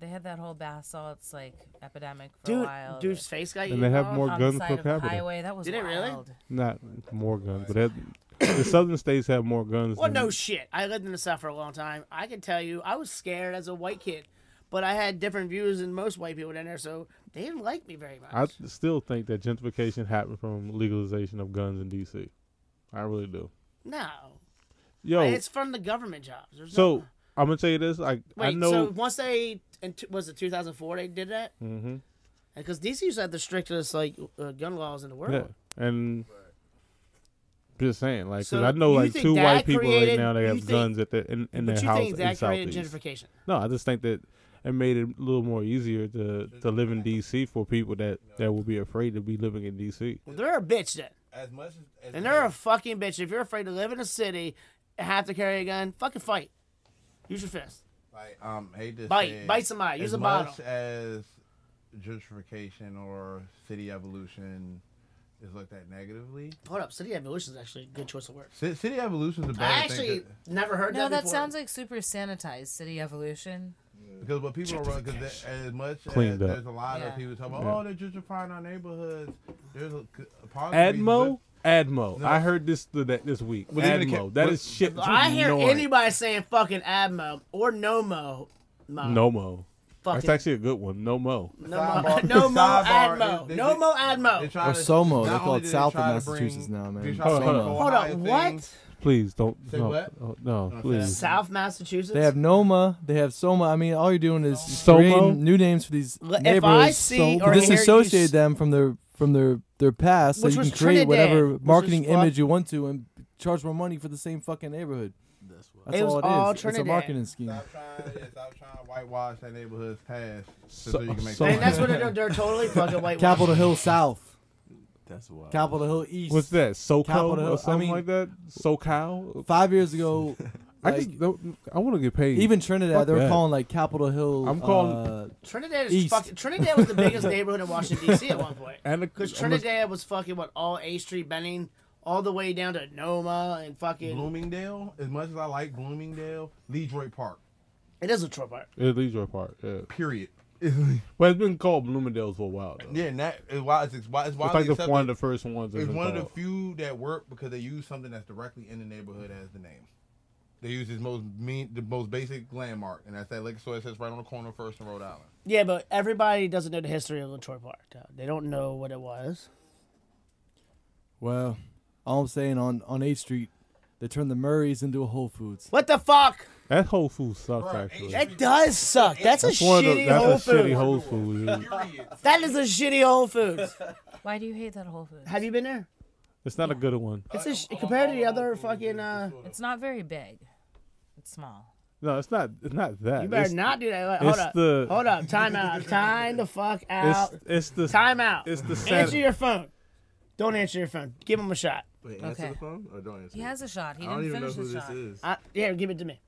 Speaker 2: They had that whole bath salts like epidemic for a
Speaker 1: Dude,
Speaker 2: while.
Speaker 1: dude's face got
Speaker 3: And
Speaker 1: eaten
Speaker 3: they have
Speaker 1: off.
Speaker 3: more
Speaker 2: on
Speaker 3: guns
Speaker 2: the side
Speaker 3: per
Speaker 2: of the
Speaker 3: capita.
Speaker 2: highway. That was
Speaker 1: Did it really?
Speaker 2: wild.
Speaker 3: Not more guns, but that, the southern states have more guns.
Speaker 1: Well,
Speaker 3: than-
Speaker 1: no shit. I lived in the South for a long time. I can tell you, I was scared as a white kid, but I had different views than most white people down there, so they didn't like me very much.
Speaker 3: I th- still think that gentrification happened from legalization of guns in D.C. I really do.
Speaker 1: no,
Speaker 3: Yo,
Speaker 1: And it's from the government jobs. There's
Speaker 3: so
Speaker 1: no,
Speaker 3: I'm gonna tell you this. I
Speaker 1: wait,
Speaker 3: I know.
Speaker 1: so once they and t- was it 2004 they did that
Speaker 3: Mhm.
Speaker 1: because DC used to have the strictest like uh, gun laws in the world.
Speaker 3: Yeah, and just saying, like, 'cause
Speaker 1: So
Speaker 3: I know
Speaker 1: you
Speaker 3: like
Speaker 1: think
Speaker 3: two
Speaker 1: that
Speaker 3: white people
Speaker 1: created-
Speaker 3: right now. They
Speaker 1: you
Speaker 3: have
Speaker 1: think-
Speaker 3: guns at the in, in
Speaker 1: but
Speaker 3: their
Speaker 1: you
Speaker 3: house
Speaker 1: think that
Speaker 3: in
Speaker 1: created
Speaker 3: Southeast.
Speaker 1: gentrification?
Speaker 3: No, I just think that it made it a little more easier to, to live in D.C. for people that, that will be afraid to be living in D.C.
Speaker 1: Well, they're a bitch then.
Speaker 8: As much as, as
Speaker 1: And they're a fucking bitch. If you're afraid to live in a city and have to carry a gun, fucking fight. Use your fist.
Speaker 8: like um hate to
Speaker 1: Bite-
Speaker 8: say it,
Speaker 1: bite somebody, use
Speaker 8: as
Speaker 1: a bottle.
Speaker 8: much as gentrification or city evolution is looked at negatively.
Speaker 1: Hold up, city evolution is actually a good choice of words.
Speaker 8: Ci- City evolution is a better
Speaker 1: I
Speaker 8: thing
Speaker 1: actually
Speaker 8: 'cause-
Speaker 1: never heard
Speaker 2: No,
Speaker 1: that.
Speaker 2: that
Speaker 1: before.
Speaker 2: sounds like super sanitized city evolution.
Speaker 8: Because what people are running, because as much
Speaker 3: Cleaned
Speaker 8: as
Speaker 3: up.
Speaker 8: there's a lot
Speaker 2: Yeah.
Speaker 8: of people talking about,
Speaker 3: Yeah.
Speaker 8: oh, they're gentrifying our neighborhoods. There's a, a part of the reason
Speaker 3: Admo,
Speaker 8: with-
Speaker 3: Admo.
Speaker 8: No.
Speaker 3: I heard this th- that this week.
Speaker 8: Well, even the ca-
Speaker 3: Admo, that
Speaker 8: what-
Speaker 3: is shit.
Speaker 1: I hear
Speaker 3: annoying.
Speaker 1: anybody saying fucking Admo or Nomo. Mo.
Speaker 3: no mo. That's
Speaker 1: fucking
Speaker 3: actually a good one. No mo.
Speaker 1: no mo,
Speaker 8: Sidebar-
Speaker 1: no mo
Speaker 8: sidebar,
Speaker 1: Admo.
Speaker 8: it- they-
Speaker 1: No mo
Speaker 8: They
Speaker 1: Admo.
Speaker 8: try
Speaker 6: Or
Speaker 8: to-
Speaker 6: SOMO,
Speaker 8: not
Speaker 6: they call
Speaker 8: only
Speaker 6: it
Speaker 8: do they
Speaker 6: South
Speaker 8: try
Speaker 6: of
Speaker 8: to
Speaker 6: Massachusetts
Speaker 8: bring-
Speaker 6: now, man.
Speaker 8: they try
Speaker 3: Hold
Speaker 8: to
Speaker 3: on,
Speaker 8: bring
Speaker 3: hold
Speaker 1: Hold
Speaker 8: Ohio
Speaker 1: up, what?
Speaker 8: things.
Speaker 3: Please don't.
Speaker 8: Say
Speaker 3: no,
Speaker 8: what?
Speaker 3: oh, no,
Speaker 8: Okay.
Speaker 3: please.
Speaker 1: South Massachusetts.
Speaker 6: They have NOMA, they have SOMA. I mean, all you're doing is
Speaker 3: Somo?
Speaker 6: creating new names for these
Speaker 1: L- if I
Speaker 6: neighborhoods
Speaker 1: see
Speaker 3: so-
Speaker 1: or
Speaker 6: to
Speaker 1: hear you
Speaker 6: disassociate
Speaker 1: s-
Speaker 6: them from their from their their past,
Speaker 1: Which
Speaker 6: so
Speaker 1: was
Speaker 6: you can create whatever
Speaker 1: Trinidad, which
Speaker 6: marketing
Speaker 1: is fuck-
Speaker 6: image you want to and charge more money for the same fucking neighborhood. That's,
Speaker 1: It was
Speaker 6: all it is.
Speaker 1: all
Speaker 6: It's a
Speaker 1: Trinidad.
Speaker 6: marketing scheme.
Speaker 8: Stop trying, yeah, stop trying to whitewash that neighborhood's past so,
Speaker 3: So-
Speaker 8: that you can make
Speaker 3: so-
Speaker 1: and that's what they're, they're totally fucking white.
Speaker 6: Capitol Hill South,
Speaker 5: That's wild.
Speaker 6: Capitol Hill East.
Speaker 3: What's that? SoCal
Speaker 6: Capitol Hill, I
Speaker 3: or something
Speaker 6: mean-
Speaker 3: like that? SoCal.
Speaker 6: Five years ago,
Speaker 3: I
Speaker 6: like,
Speaker 3: just don't. I want to get paid.
Speaker 6: even Trinidad,
Speaker 3: Fuck
Speaker 6: they were
Speaker 3: that.
Speaker 6: calling like Capitol Hill.
Speaker 3: I'm calling-
Speaker 6: uh,
Speaker 1: Trinidad is
Speaker 6: East.
Speaker 1: fucking. Trinidad was the biggest neighborhood in Washington D.C. at one point.
Speaker 3: and
Speaker 1: Because Trinidad was fucking what all A Street Benning, all the way down to Noma and fucking.
Speaker 8: Bloomingdale. As much as I like Bloomingdale, Detroit Park.
Speaker 1: It is a trope art.
Speaker 3: It leaves your part. Yeah.
Speaker 8: Period.
Speaker 3: But it's been called Bloomingdale's for a while. Though.
Speaker 8: Yeah, and that is why it's, it's why it's,
Speaker 3: It's
Speaker 8: widely
Speaker 3: like the,
Speaker 8: accepted.
Speaker 3: one of the first ones. that
Speaker 8: It's
Speaker 3: been
Speaker 8: one of the
Speaker 3: called.
Speaker 8: few that work because they use something that's directly in the neighborhood as the name. They use his most mean, the most basic landmark, and that's that liquor store that sits right on the corner of First and Rhode Island.
Speaker 1: Yeah, but everybody doesn't know the history of Latroy Park. Though. They don't know what it was.
Speaker 6: well, all I'm saying on on Eighth Street, they turned the Murrays into a Whole Foods.
Speaker 1: What the fuck?
Speaker 3: That Whole Foods sucks
Speaker 8: Bruh,
Speaker 3: actually.
Speaker 8: Asian-
Speaker 1: That does suck. That's,
Speaker 3: that's
Speaker 1: a
Speaker 3: one of
Speaker 1: shitty
Speaker 3: the, that's
Speaker 1: Whole
Speaker 3: a
Speaker 1: Foods.
Speaker 3: shitty Whole Foods.
Speaker 8: Period.
Speaker 1: that is a shitty Whole Foods.
Speaker 2: Why do you hate that Whole Foods?
Speaker 1: Have you been there?
Speaker 3: It's not a good one.
Speaker 1: It's a sh- compared to the other fucking. Uh,
Speaker 2: It's not very big. It's small.
Speaker 3: No, it's not. It's not that.
Speaker 1: You better
Speaker 3: it's,
Speaker 1: not do that. Like,
Speaker 3: it's
Speaker 1: hold up.
Speaker 3: the-
Speaker 1: hold up. Time out. Time the fuck out.
Speaker 3: It's, it's the.
Speaker 1: Time out.
Speaker 3: It's the sad-
Speaker 1: answer your phone. Don't answer your phone. Give him a shot.
Speaker 5: Wait, answer
Speaker 2: Okay.
Speaker 5: the phone or don't answer.
Speaker 2: He
Speaker 5: it?
Speaker 2: has a shot. He
Speaker 5: I don't
Speaker 2: didn't
Speaker 5: even know
Speaker 2: finish
Speaker 5: who
Speaker 2: his
Speaker 5: this
Speaker 2: shot.
Speaker 5: is.
Speaker 1: I, yeah, give it to me.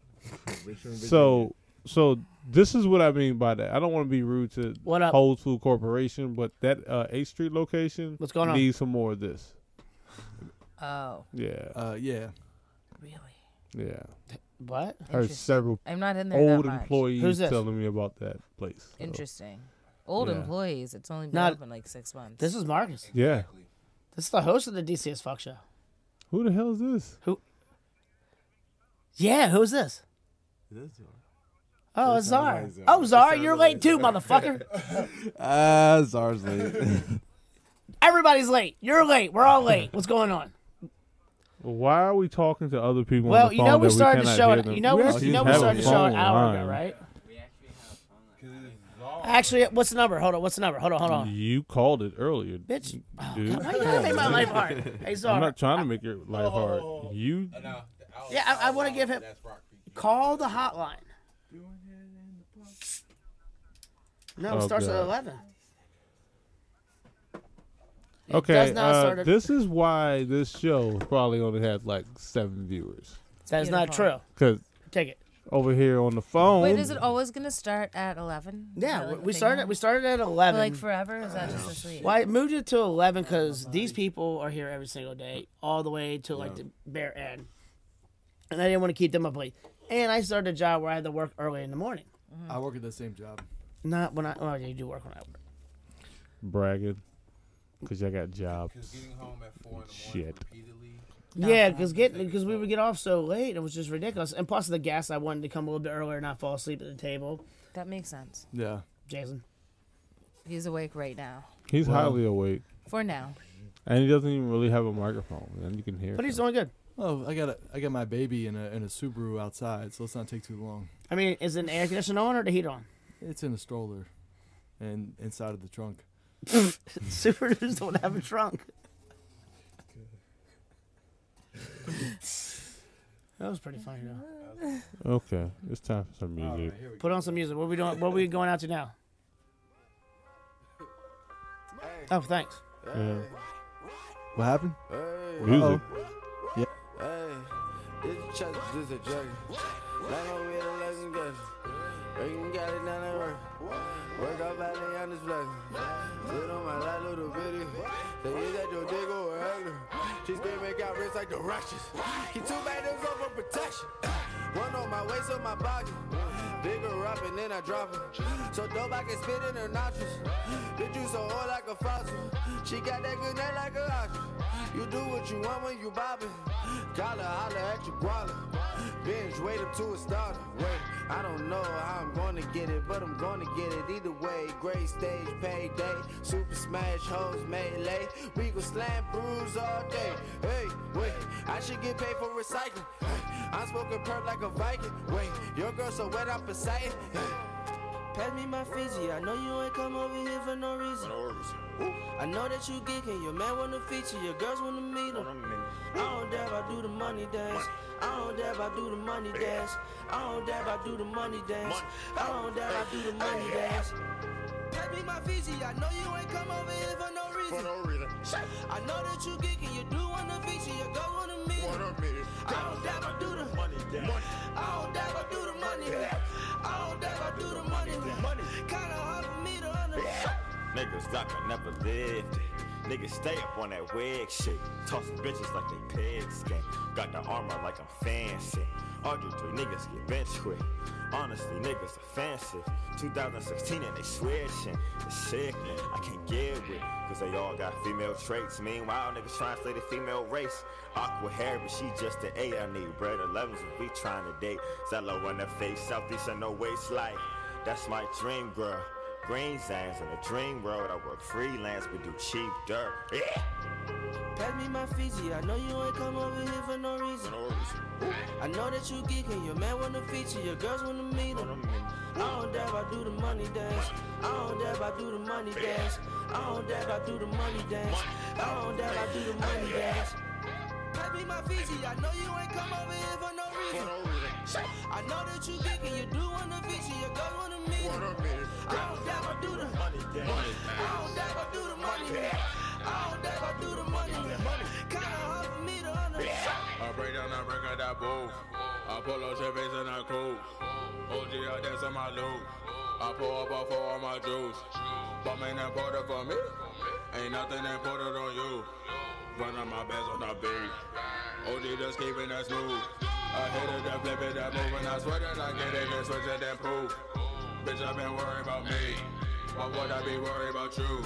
Speaker 5: Richmond, Virginia.
Speaker 3: So, so this is what I mean by that. I don't want to be rude to
Speaker 1: What up?
Speaker 3: Whole Food Corporation, but that uh, Eighth Street location
Speaker 1: What's going on?
Speaker 3: needs some more of this.
Speaker 2: Oh,
Speaker 3: Yeah,
Speaker 6: Uh, yeah.
Speaker 2: really?
Speaker 3: yeah.
Speaker 1: What?
Speaker 3: Heard
Speaker 2: Interesting.
Speaker 3: several
Speaker 2: I'm not in there
Speaker 3: old
Speaker 2: that much.
Speaker 1: Who's
Speaker 3: employees
Speaker 1: this?
Speaker 3: telling me about that place. so,
Speaker 2: Interesting. Old
Speaker 3: Yeah.
Speaker 2: employees. It's only been
Speaker 1: Not-
Speaker 2: open like six months.
Speaker 1: This is Marcus.
Speaker 3: Yeah.
Speaker 1: This is the host of the DCS Fuck Show.
Speaker 3: Who the hell is this?
Speaker 1: Yeah, who's this?
Speaker 5: It is Zara.
Speaker 1: Oh, it's Zara.
Speaker 5: like Zara.
Speaker 1: Oh,
Speaker 5: It
Speaker 1: Zara,
Speaker 5: sounds
Speaker 1: you're
Speaker 5: like
Speaker 1: late too, motherfucker.
Speaker 6: Ah, Zars late.
Speaker 1: Everybody's late. You're late. We're all late. What's going on?
Speaker 3: Why are we talking to other people?
Speaker 1: well,
Speaker 3: on the
Speaker 1: you know
Speaker 3: phone
Speaker 1: we
Speaker 3: that
Speaker 1: started
Speaker 3: cannot
Speaker 1: the show.
Speaker 3: hear
Speaker 1: An,
Speaker 3: them?
Speaker 1: you know
Speaker 6: We
Speaker 1: we,
Speaker 6: actually
Speaker 1: you know we
Speaker 6: have a
Speaker 1: started the show an
Speaker 3: phone
Speaker 1: hour
Speaker 3: line.
Speaker 1: ago, right? Actually, what's the number? Hold on. What's the number? Hold on. Hold on.
Speaker 3: You called it earlier,
Speaker 1: Bitch. Oh,
Speaker 3: dude.
Speaker 1: God, why you gotta make my life hard? Hey,
Speaker 3: I'm
Speaker 1: Zara.
Speaker 3: not trying to make your
Speaker 8: Oh.
Speaker 3: life hard. You
Speaker 1: Yeah, I, I want to give him. Call the hotline. No, it
Speaker 3: Oh,
Speaker 1: starts at
Speaker 3: God.
Speaker 1: eleven.
Speaker 3: okay?
Speaker 1: does not start
Speaker 3: Uh,
Speaker 1: at-
Speaker 3: this is why this show probably only had like seven viewers
Speaker 1: That is not true.
Speaker 2: Beautiful.
Speaker 3: because
Speaker 1: Take it.
Speaker 3: over here on the phone.
Speaker 2: Wait, is it always gonna start at eleven?
Speaker 1: Yeah, we- we started. at- We started at eleven.
Speaker 2: like forever. Is that just this week?
Speaker 1: Why it moved it to eleven? Because these people are here every single day, all the way to like the bare end, and I didn't want to keep them up late. And I started a job where I had to work early in the morning.
Speaker 6: I work at the same job.
Speaker 1: Not when I. Oh, you do work when I work.
Speaker 3: bragging because y'all got jobs.
Speaker 8: Getting home at four in the morning
Speaker 3: Shit.
Speaker 8: repeatedly.
Speaker 1: Yeah, because getting because we would get off so late, it was just ridiculous. And plus the gas, I wanted to come a little bit earlier, and not fall asleep at the table.
Speaker 2: That makes sense.
Speaker 6: Yeah.
Speaker 1: Jason,
Speaker 2: He's awake right now.
Speaker 3: He's highly awake
Speaker 2: For now.
Speaker 3: and he doesn't even really have a microphone, and you can hear.
Speaker 1: but he's
Speaker 3: him.
Speaker 1: doing good.
Speaker 6: Oh, I got a, I got my baby in a in a Subaru outside, so let's not take too long.
Speaker 1: I mean, is it air conditioning on or the heat on?
Speaker 6: It's in a stroller, and inside of the trunk.
Speaker 1: Super dudes don't have a trunk. That was pretty funny though.
Speaker 3: okay. It's time for some music.
Speaker 1: Put on some music. What are we doing? What are we going out to now? Oh, thanks.
Speaker 3: Yeah.
Speaker 6: What happened?
Speaker 3: Music.
Speaker 9: Hey, this a chest, this a jug. Like on me, the lesson guess. Working got it down at work. Work out by the youngest blessing. Sit on my lap, little bitty. Say, is that your dick or her? She screaming, got wrists like the Russians. He two magnums up for protection. One on my waist, on my body. Big her up and then I drop her. So dope I can spit in her nostrils. Bitch, you so old like a fossil. She got that good neck like a ostrich. You do what you want when you bobbin'. Gotta holler at your guala. Binge, wait up to a starter. Wait, I don't know how I'm gonna get it, but I'm gonna get it either way. Great stage, payday, super smash, hoes, melee. We gon' slam bruise all day. Hey, wait, I should get paid for recycling. Hey, I smoke a perp like a Viking. Wait, your girl so wet, I'm Poseidon. Pass me my Fiji. I know you ain't come over here for no reason. I know that you geeking. Your man wanna feature. Your girls wanna meet him. I don't dare if I do the money dance. I don't dare if I do the money dance. I don't dare if I do the money dance. I don't dare if I do the money dance. Pass me my Fiji. I know you ain't come over here for no reason. I know that you geeking. You do wanna feature. Your girls wanna meet him. I don't dare if I do the money dance. I don't dare if I do the money dance. I don't dare if I do the money dance. Kinda hard for me to understand.
Speaker 10: Niggas like I never lived it. Niggas stay up on that wig shit. Tossing bitches like they pigskin. Got the armor like I'm fancy. Argue three niggas get bench quick. Honestly, niggas offensive. 2016 and they switching. The shit I can't get with. Cause they all got female traits. Meanwhile, niggas trying to slay the female race. Aqua hair, but she just an eight. I need bread 11s if we trying to date. Zello in the face, Southeast and no waist like. That's my dream girl. Green signs in the dream world. I work freelance, we do cheap dirt. Yeah.
Speaker 9: Pass me my Fiji. I know you ain't come over here for no reason. I know that you geeking. Your man wanna feature. Your girls wanna meet him. I don't dare if I do the money dance. I don't dare if I do the money dance. I don't dare if I do the money dance. I don't dare if I do the money dance. Pass me my Fiji. I know you ain't come over here for no reason.
Speaker 11: I know that you geeking, you do want a vision, your girl want a meeting. I don't dab, I do the money thing. I don't dab, I do the money thing. I don't dab, I do the money thing. Kinda hard for me to understand.
Speaker 7: I break down, I break out that bowl. I pull out your face and I cool. OG, I dance on my loop. I pour up, I pour all my juice. But man, that poured for me. Ain't nothing important on you. Run on my bands on the beat. OG just keeping that smooth. I hit it, that flip it, that move, and I swear that I get it, and switch it, that proof. Bitch, I've been worried about me. Why would I be worried about you?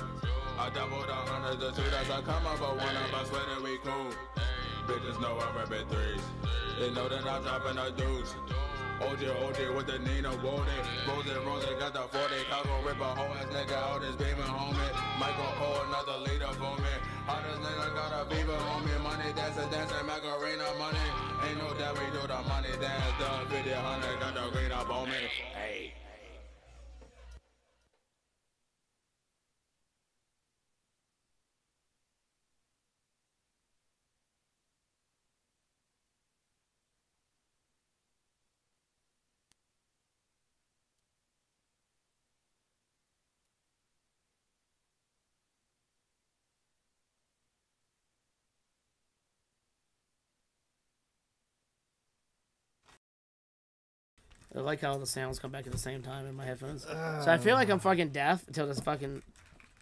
Speaker 7: I doubled down under the two that's I come up, but one up, I swear that we cool. Bitches know I'm rapping threes. They know that I'm dropping the dudes. OJ, OJ with the Nina Woden. Rose, Rose got the 40. Chicago rip a whole ass nigga out his beaming homie. Michael Cole, another leader for me. Hottest nigga got a beaver homie. Money dancing, dancing, Macarena money. Ain't no doubt we do the money dance. The 50 hundred got the green up on me. Hey.
Speaker 1: I like how the sounds come back at the same time in my headphones. so I
Speaker 2: Oh.
Speaker 1: feel like I'm fucking deaf until this fucking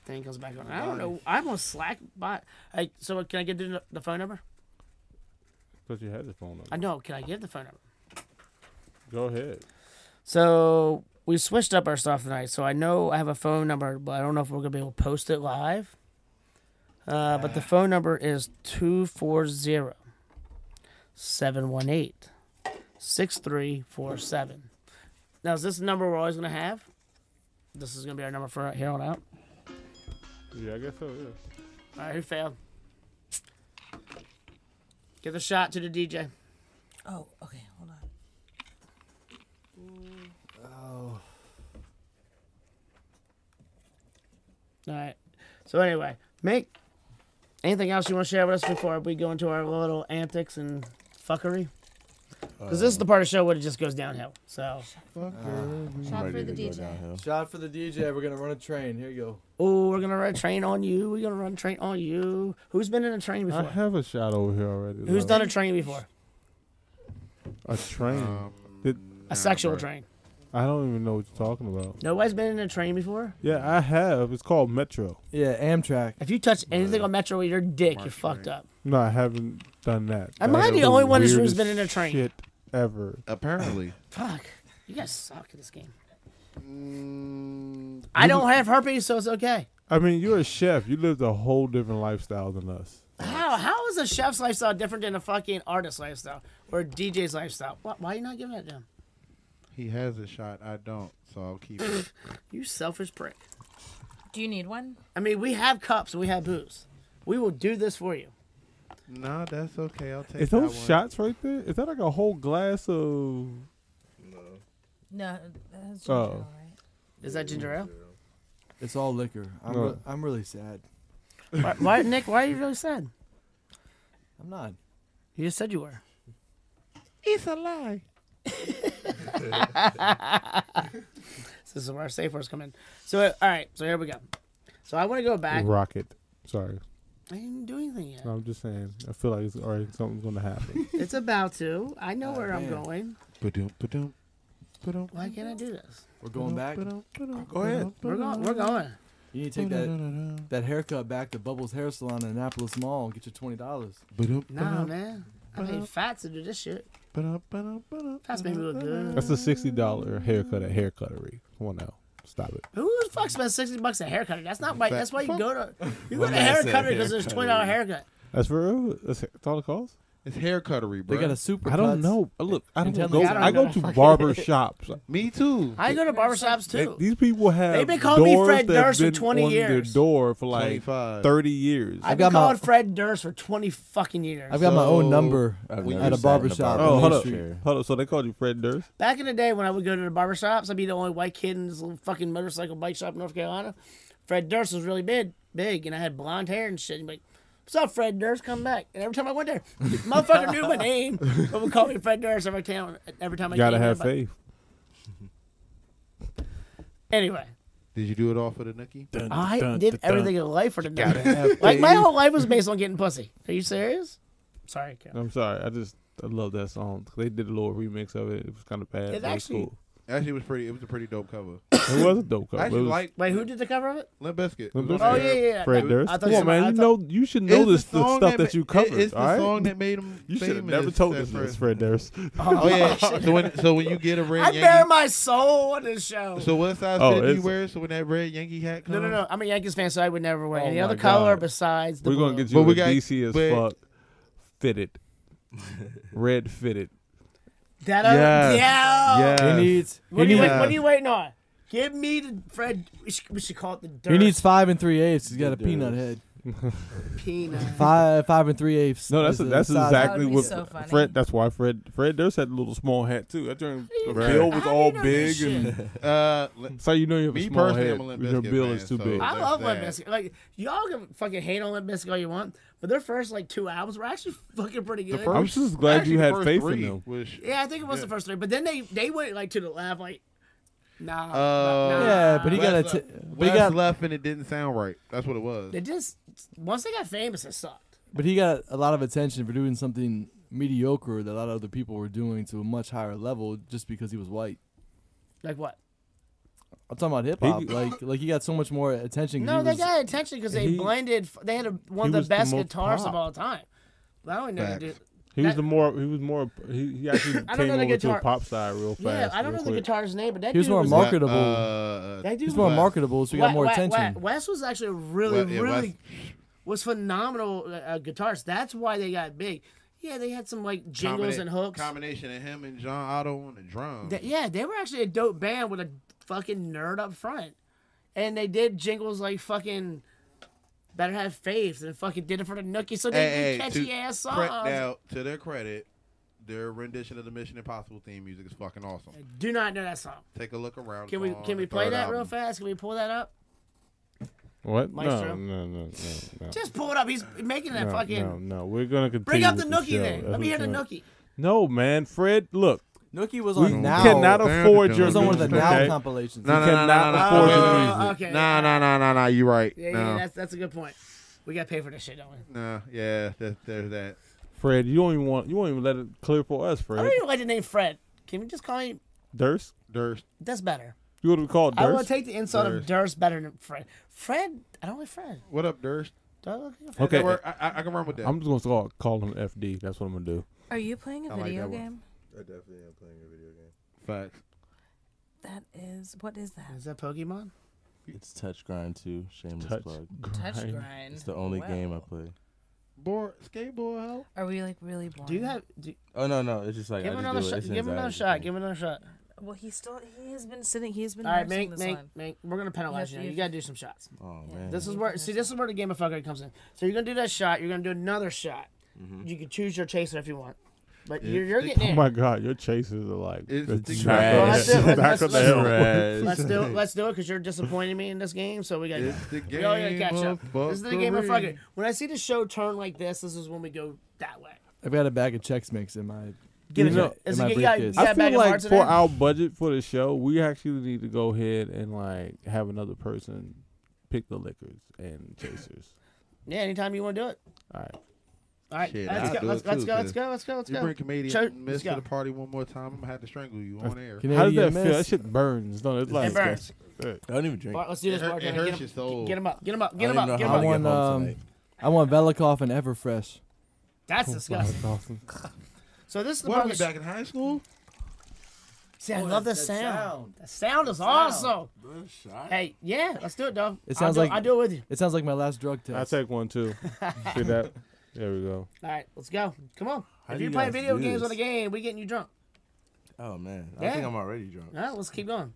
Speaker 1: thing comes back on. I don't know. I'm on Slack bot. Like, so can I give the, the phone number?
Speaker 3: Because you had the phone number.
Speaker 1: I know. Can I give the phone number?
Speaker 3: Go ahead.
Speaker 1: So we switched up our stuff tonight. So I know I have a phone number, but I don't know if we're gonna be able to post it live. Uh, but the phone number is 240 718 6347. Now, is this the number we're always going to have? This is going to be our number for here on out.
Speaker 3: Yeah, I guess so. Yeah.
Speaker 1: All right, who failed? Give the shot to the DJ.
Speaker 2: Oh, okay, hold on.
Speaker 1: Oh. All right. So anyway, make anything else you want to share with us before we go into our little antics and fuckery? Because this is the part of the show where it just goes downhill. So.
Speaker 6: Shot
Speaker 1: for the DJ.
Speaker 6: Shot for the DJ. We're gonna run a train. Here you go.
Speaker 1: Oh, we're gonna run a train on you. We're gonna run a train on you. Who's been in a train
Speaker 3: I
Speaker 1: before?
Speaker 3: have a shot over here already.
Speaker 1: Who's
Speaker 3: though.
Speaker 1: done a train before?
Speaker 3: A train. Did-
Speaker 1: A sexual train.
Speaker 3: I don't even know what you're talking about.
Speaker 1: Nobody's been in a train before.
Speaker 3: Yeah, I have. It's called Metro.
Speaker 6: Yeah, Amtrak.
Speaker 1: If you touch anything on Metro with your dick, you're fucked up.
Speaker 3: No, I haven't done that.
Speaker 1: Am
Speaker 3: That
Speaker 1: I
Speaker 3: is
Speaker 1: the only one in this room who's
Speaker 3: weirdest
Speaker 1: been in a train?
Speaker 3: Shit ever. Apparently.
Speaker 1: Fuck. You guys suck at this game. I don't have herpes, so it's okay.
Speaker 3: I mean, you're a chef. You lived a whole different lifestyle than us.
Speaker 1: How how is a chef's lifestyle different than a fucking artist's lifestyle or a DJ's lifestyle? Why, why are you not giving that to him?
Speaker 8: He has a shot. I don't, so I'll keep it.
Speaker 1: You selfish prick.
Speaker 2: Do you need one?
Speaker 1: I mean, we have cups and we have booze. We will do this for you.
Speaker 8: no, that's okay. I'll take
Speaker 3: Is
Speaker 8: that
Speaker 3: those
Speaker 8: one.
Speaker 3: shots right there? Is that like a whole glass of?
Speaker 2: No, that's
Speaker 3: ginger Oh. ale,
Speaker 1: Is that ginger ale?
Speaker 6: It's all liquor. I'm,
Speaker 3: No.
Speaker 6: re- I'm really sad.
Speaker 1: Why, why, Nick? Why are you really sad?
Speaker 6: I'm not.
Speaker 1: You just said you were.
Speaker 3: It's a lie.
Speaker 1: this is where our safe words come in. So uh, all right, so here we go. So I want to go back.
Speaker 3: Rocket. Sorry,
Speaker 1: I didn't do anything yet.
Speaker 3: I'm just saying. I feel like it's already something's gonna happen.
Speaker 1: It's about to. I know where I'm
Speaker 6: man.
Speaker 1: going.
Speaker 3: Ba-dum, ba-dum.
Speaker 1: Why can't I do this?
Speaker 6: We're going back.
Speaker 3: Go ahead.
Speaker 1: We're going. We're going.
Speaker 6: You need to take that that haircut back to Bubbles Hair Salon in Annapolis Mall and get your twenty dollars.
Speaker 1: Nah, man. I paid fat to do this shit. Fats made me look good.
Speaker 3: That's a sixty dollar haircut at haircuttery. Come on now, stop it.
Speaker 1: Who the fuck spends sixty bucks a haircut? That's not why. That's why you go to you go
Speaker 8: Well,
Speaker 1: to
Speaker 8: that's a
Speaker 1: haircutter because there's
Speaker 8: haircutter.
Speaker 1: twenty dollar haircut.
Speaker 3: That's for real. That's, that's all it costs.
Speaker 8: It's haircuttery, bro.
Speaker 6: They got a super.
Speaker 3: I don't
Speaker 6: cuts.
Speaker 3: know. Uh, Look, I
Speaker 6: And tell
Speaker 3: don't go.
Speaker 6: me-
Speaker 1: I don't
Speaker 3: I go
Speaker 1: know.
Speaker 3: to barber shops.
Speaker 8: Me too.
Speaker 1: I go to barbershops
Speaker 3: They-
Speaker 1: too.
Speaker 3: these people have.
Speaker 1: They've been calling me
Speaker 3: doors
Speaker 1: Fred
Speaker 3: that have
Speaker 1: Durst for
Speaker 3: been
Speaker 1: 20
Speaker 3: on their
Speaker 1: years.
Speaker 3: door for like
Speaker 8: 25.
Speaker 3: thirty years.
Speaker 1: I've
Speaker 6: I've
Speaker 1: been
Speaker 6: got my-
Speaker 1: calling Fred Durst for twenty fucking years.
Speaker 6: I've got my own
Speaker 8: So,
Speaker 6: number
Speaker 5: I've never sat
Speaker 6: at
Speaker 5: in
Speaker 6: a
Speaker 5: a
Speaker 6: barber shop.
Speaker 5: barber
Speaker 3: oh,
Speaker 6: on
Speaker 3: hold
Speaker 6: Main
Speaker 3: up,
Speaker 6: Street.
Speaker 3: hold up. So they called you Fred Durst.
Speaker 1: Back in the day when I would go to the barber shops, I'd be the only white kid in this little fucking motorcycle bike shop in North Carolina. Fred Durst was really big, big, and I had blonde hair and shit. And like, What's up, Fred Durst? Come back. And every time I went there, motherfucker knew my name. But would call me Fred Durst every time. Every time I
Speaker 3: Gotta
Speaker 1: came in,
Speaker 3: have
Speaker 1: but-
Speaker 3: faith.
Speaker 1: Anyway,
Speaker 8: Did you do it all for the nookie?
Speaker 1: I did everything in life for the nookie.
Speaker 8: have
Speaker 1: Like my
Speaker 8: faith.
Speaker 1: whole life was based on getting pussy. Are you serious? Sorry, Cal.
Speaker 3: I'm sorry. I just I love that song. They did a little remix of it. It was kind of bad.
Speaker 1: It
Speaker 3: but
Speaker 1: actually-
Speaker 3: cool.
Speaker 8: Actually, it was pretty. It was a pretty dope cover.
Speaker 3: It was a dope cover.
Speaker 8: I actually
Speaker 3: It was-
Speaker 8: like
Speaker 1: Wait, who did the cover of it?
Speaker 8: Limp Bizkit.
Speaker 3: Limp
Speaker 8: It was
Speaker 3: Bizkit.
Speaker 1: Oh
Speaker 8: on
Speaker 1: yeah,
Speaker 8: there.
Speaker 1: yeah. yeah.
Speaker 3: Fred
Speaker 1: I
Speaker 3: Durst.
Speaker 1: thought
Speaker 3: Come
Speaker 1: you
Speaker 3: on,
Speaker 1: said- I
Speaker 3: man. You
Speaker 1: thought-
Speaker 3: know, you should
Speaker 8: It's
Speaker 3: know this
Speaker 8: the
Speaker 3: the
Speaker 8: song
Speaker 3: stuff
Speaker 8: that
Speaker 3: that
Speaker 8: ma-
Speaker 3: you covered.
Speaker 8: it- It's the
Speaker 3: all right?
Speaker 8: song that made him.
Speaker 3: you should have
Speaker 8: famous,
Speaker 3: never told
Speaker 8: that
Speaker 3: us this,
Speaker 8: first-
Speaker 3: Fred Durst.
Speaker 8: Oh yeah. so when so when you get a red
Speaker 1: I
Speaker 8: Yankee,
Speaker 1: bare my soul on this show.
Speaker 8: so what size
Speaker 3: Oh,
Speaker 8: fit do you
Speaker 3: it's-
Speaker 8: wear? So when that red Yankee hat comes,
Speaker 1: no, no, no. I'm a Yankees fan, so I would never wear
Speaker 3: Oh
Speaker 1: any
Speaker 3: my
Speaker 1: other color
Speaker 3: God.
Speaker 1: besides the
Speaker 3: We're gonna
Speaker 1: blue.
Speaker 3: get you
Speaker 8: But we
Speaker 3: a
Speaker 8: got-
Speaker 3: DC as fuck
Speaker 8: but-
Speaker 3: fitted, red fitted.
Speaker 1: that.
Speaker 3: Yes.
Speaker 1: Yeah.
Speaker 3: Yes.
Speaker 6: He needs.
Speaker 1: What,
Speaker 6: he
Speaker 1: are you,
Speaker 6: needs.
Speaker 1: wait- what are you waiting on? Give me the Fred. We should, we should call it the Durst
Speaker 6: He needs five and three eighths. He's got a
Speaker 5: Good
Speaker 6: peanut
Speaker 5: dude.
Speaker 6: head.
Speaker 1: peanut.
Speaker 6: Five, five and three eighths.
Speaker 3: No, that's
Speaker 6: is the
Speaker 3: that's
Speaker 6: size.
Speaker 3: exactly
Speaker 2: That would be
Speaker 3: what
Speaker 2: so funny.
Speaker 3: Fred. That's why Fred Fred Durst had a little small hat too. That joint, the
Speaker 8: Right.
Speaker 3: bill was
Speaker 1: How do
Speaker 3: all
Speaker 1: you know this
Speaker 3: big, and
Speaker 8: no. Uh, li-
Speaker 3: that's how you know you have a
Speaker 8: Me
Speaker 3: small
Speaker 8: personally,
Speaker 3: head.
Speaker 8: I'm a Limp
Speaker 3: when Your
Speaker 8: Bizkit
Speaker 3: bill
Speaker 8: fan,
Speaker 3: is too
Speaker 8: so-
Speaker 3: big.
Speaker 8: I-
Speaker 1: I love Limp
Speaker 8: that.
Speaker 1: Bizkit. Like y'all can fucking hate on Limp Bizkit all you want, but their first like two albums were actually fucking pretty
Speaker 8: the
Speaker 1: good.
Speaker 8: first,
Speaker 3: I'm just glad
Speaker 8: actually,
Speaker 3: you
Speaker 8: the
Speaker 3: had
Speaker 8: first
Speaker 3: faith in
Speaker 8: three
Speaker 3: them.
Speaker 8: was-
Speaker 1: yeah, I think it was
Speaker 8: Yeah.
Speaker 1: the first three, but then they they went like to the left, like nah,
Speaker 8: Uh,
Speaker 1: nah.
Speaker 6: Yeah, but he got a.
Speaker 8: Wes
Speaker 6: T- but he
Speaker 8: Wes
Speaker 6: got.
Speaker 8: left and it didn't sound right. That's what it was.
Speaker 1: They just once they got famous, it sucked.
Speaker 6: But he got a lot of attention for doing something mediocre that a lot of other people were doing to a much higher level just because he was white.
Speaker 1: Like what?
Speaker 6: I'm talking about hip hop. Like, like he got so much more attention. 'cause
Speaker 1: No,
Speaker 6: he
Speaker 1: they
Speaker 6: was-
Speaker 1: got attention because they
Speaker 3: he-
Speaker 1: blended. f- They had a, one
Speaker 3: he
Speaker 1: of the
Speaker 3: was the
Speaker 1: best
Speaker 3: most
Speaker 1: guitarists
Speaker 3: pop.
Speaker 1: of all time. Well, I don't know.
Speaker 8: Facts.
Speaker 1: Dude.
Speaker 3: He was
Speaker 1: That-
Speaker 3: the more he was more he, he actually
Speaker 1: I don't
Speaker 3: came
Speaker 1: know the
Speaker 3: over to
Speaker 1: guitar-
Speaker 3: a pop side real fast.
Speaker 1: Yeah, I don't
Speaker 3: real
Speaker 1: know the
Speaker 3: quick.
Speaker 1: guitarist's name, but that
Speaker 6: He was
Speaker 1: dude
Speaker 6: more
Speaker 1: was
Speaker 6: market- marketable.
Speaker 8: Uh,
Speaker 1: That dude
Speaker 6: He's more
Speaker 1: was-
Speaker 8: Wes.
Speaker 6: marketable, so he got more
Speaker 1: Wes- Wes-
Speaker 6: attention.
Speaker 1: Wes was actually a really,
Speaker 8: Wes- yeah, Wes-
Speaker 1: really was phenomenal uh, uh, guitarist. That's why they got big. Yeah, they had some like jingles
Speaker 8: combina-
Speaker 1: and hooks.
Speaker 8: Combination of him and John Otto on the drums.
Speaker 1: Th- yeah, they were actually a dope band with a fucking nerd up front, and they did jingles like fucking "Better Have Faith" and fucking did it for the Nookie. So they did catchy
Speaker 8: to
Speaker 1: ass
Speaker 8: cre-
Speaker 1: songs.
Speaker 8: now, to their credit, their rendition of the Mission Impossible theme music is fucking awesome.
Speaker 1: I do not know that song.
Speaker 8: Take a look around.
Speaker 1: Can we
Speaker 8: It's on
Speaker 1: can we
Speaker 8: the
Speaker 1: play
Speaker 8: third
Speaker 1: that real
Speaker 8: album.
Speaker 1: fast? Can we pull that up?
Speaker 3: What?
Speaker 1: Maestro?
Speaker 3: No, no, no, no, no.
Speaker 1: Just pull it up. He's making that
Speaker 3: no,
Speaker 1: fucking.
Speaker 3: no, no. We're gonna continue.
Speaker 1: Bring up the
Speaker 3: with
Speaker 1: nookie
Speaker 3: show.
Speaker 1: then.
Speaker 3: That's
Speaker 1: Let me hear
Speaker 3: what's
Speaker 1: the
Speaker 3: going-
Speaker 1: nookie.
Speaker 3: No, man, Fred. Look,
Speaker 6: Nookie was
Speaker 3: we
Speaker 6: on now.
Speaker 3: cannot
Speaker 8: Damn,
Speaker 3: afford
Speaker 8: dude.
Speaker 3: your
Speaker 6: It was on one of the
Speaker 3: music,
Speaker 6: now
Speaker 3: okay?
Speaker 6: compilations.
Speaker 8: No,
Speaker 3: You
Speaker 8: no, no, no,
Speaker 3: cannot
Speaker 8: no,
Speaker 3: afford
Speaker 8: no,
Speaker 3: your
Speaker 8: no,
Speaker 3: music.
Speaker 8: no,
Speaker 1: Oh, Okay,
Speaker 8: Nah, nah, nah, nah, nah. You right.
Speaker 1: Yeah,
Speaker 8: no.
Speaker 1: yeah, that's that's a good point. We gotta pay for this shit, don't we?
Speaker 8: Nah, yeah, that, there's that.
Speaker 3: Fred. You don't even want. You won't even let it clear for us,
Speaker 1: I
Speaker 3: Fred.
Speaker 1: don't even like the name Fred. Can we just call him?
Speaker 3: Durst.
Speaker 8: Durst.
Speaker 1: That's better.
Speaker 3: You would have called
Speaker 1: I will
Speaker 3: Oh, Durst.
Speaker 1: take the insult of
Speaker 8: Durst.
Speaker 1: Durst better than Fred. Fred, I don't like Fred.
Speaker 8: What up, Durst?
Speaker 1: Do I look like a Fred?
Speaker 3: okay,
Speaker 8: That work- I, I, I can run with that.
Speaker 3: I'm just gonna call, call him FD. That's what I'm gonna do.
Speaker 2: Are you playing a
Speaker 8: I like
Speaker 2: video
Speaker 8: that one.
Speaker 2: game?
Speaker 12: I definitely am playing a video game.
Speaker 8: Facts.
Speaker 2: That is what is that?
Speaker 1: Is that Pokemon?
Speaker 5: It's Touch Grind 2, shameless
Speaker 3: Touch
Speaker 5: plug.
Speaker 3: grind.
Speaker 2: grind.
Speaker 5: It's the only game I
Speaker 2: Wow.
Speaker 5: play.
Speaker 8: Board skateboard help.
Speaker 2: Are we like really boring?
Speaker 1: Do you have? Do,
Speaker 5: Oh, no, no. It's just like,
Speaker 1: give
Speaker 5: I
Speaker 1: him
Speaker 5: just
Speaker 1: another
Speaker 5: do it.
Speaker 1: shot.
Speaker 5: It's
Speaker 1: Give him another
Speaker 5: anxiety
Speaker 1: shot.
Speaker 5: thing.
Speaker 1: Give him another shot.
Speaker 2: Well, he still he has been sitting. He has been.
Speaker 1: All right,
Speaker 2: nursing
Speaker 1: Mink,
Speaker 2: this
Speaker 1: Mink,
Speaker 2: one.
Speaker 1: Mink. We're gonna penalize you.
Speaker 2: you-
Speaker 1: You gotta do some shots.
Speaker 5: Oh,
Speaker 2: Yeah.
Speaker 5: man.
Speaker 1: This is where see this is where the game of fuckery comes in. So you're gonna do that shot. You're gonna do another shot.
Speaker 3: Mm-hmm.
Speaker 1: You can choose your chaser if you want, but you're, you're
Speaker 8: It's-
Speaker 1: getting
Speaker 3: Oh
Speaker 1: in.
Speaker 3: my God, your chases are like
Speaker 8: It's
Speaker 3: it's
Speaker 8: the
Speaker 3: back-
Speaker 8: trash.
Speaker 1: Well, that's it.
Speaker 3: back
Speaker 1: Let's-
Speaker 3: of the
Speaker 1: let's-
Speaker 3: hell.
Speaker 1: Let's do it. Let's do it because you're disappointing me in this game. So we got.
Speaker 8: It's the
Speaker 1: We all gotta
Speaker 8: game
Speaker 1: catch up.
Speaker 8: of fuckery.
Speaker 1: This is the game of fuckery. When I see the show turn like this, this is when we go that way.
Speaker 6: I've got a bag of checks Mix in my.
Speaker 1: Give
Speaker 6: in
Speaker 1: it
Speaker 6: my-
Speaker 1: to- is
Speaker 6: in
Speaker 1: it-
Speaker 6: my
Speaker 1: you got-
Speaker 6: briefcase.
Speaker 1: you got-
Speaker 3: I
Speaker 1: a bag
Speaker 3: feel
Speaker 1: of
Speaker 3: like
Speaker 1: hearts in
Speaker 3: for
Speaker 1: there?
Speaker 3: our budget for the show, we actually need to go ahead and like have another person pick the liquors and chasers.
Speaker 1: Yeah, anytime you want to do it.
Speaker 3: All right.
Speaker 1: All right,
Speaker 8: Shit,
Speaker 1: let's,
Speaker 8: I'll
Speaker 1: go,
Speaker 8: do
Speaker 1: let's,
Speaker 8: it
Speaker 1: let's
Speaker 8: too,
Speaker 1: go. Let's
Speaker 8: cause
Speaker 1: go. Let's go. Let's
Speaker 8: You
Speaker 1: go.
Speaker 8: bring comedian
Speaker 1: Cho-
Speaker 8: miss
Speaker 1: let's
Speaker 8: to
Speaker 1: go.
Speaker 8: the party one more time. I'm gonna have to strangle you on air.
Speaker 6: Canadian
Speaker 3: How does that feel?
Speaker 6: Miss.
Speaker 3: That shit burns. No, it's like
Speaker 1: It burns.
Speaker 5: I don't even drink.
Speaker 1: Bart, let's do this.
Speaker 8: It hurt-
Speaker 1: Bart.
Speaker 8: it
Speaker 1: Get
Speaker 8: hurts
Speaker 1: him-
Speaker 8: your soul.
Speaker 1: Get him up. Get him up. Get
Speaker 5: I
Speaker 1: him
Speaker 5: don't even
Speaker 1: up.
Speaker 5: know
Speaker 1: Get him
Speaker 5: how
Speaker 6: I
Speaker 5: to
Speaker 1: up.
Speaker 6: want
Speaker 5: get home
Speaker 6: um,
Speaker 5: tonight.
Speaker 6: I want Velikov and Everfresh.
Speaker 1: That's disgusting. So this is the
Speaker 8: What
Speaker 1: part
Speaker 8: are
Speaker 1: of
Speaker 8: we
Speaker 1: the
Speaker 8: back in high school?
Speaker 1: See, I love the sound. The sound is awesome. Hey, yeah, let's do it, dog.
Speaker 6: It sounds
Speaker 1: I'll do,
Speaker 6: like-
Speaker 1: I'll do it with you.
Speaker 6: It sounds like my last drug
Speaker 3: I
Speaker 6: test.
Speaker 3: take one too. See that? There we go.
Speaker 1: All right, let's go. Come on.
Speaker 5: How
Speaker 1: if
Speaker 5: do
Speaker 1: you're
Speaker 5: you
Speaker 1: playing
Speaker 5: guys
Speaker 1: video
Speaker 5: do
Speaker 1: games on
Speaker 5: this?
Speaker 1: the game, we getting you drunk.
Speaker 5: Oh, man. I
Speaker 1: Yeah.
Speaker 5: think I'm already drunk.
Speaker 1: All right, let's keep going.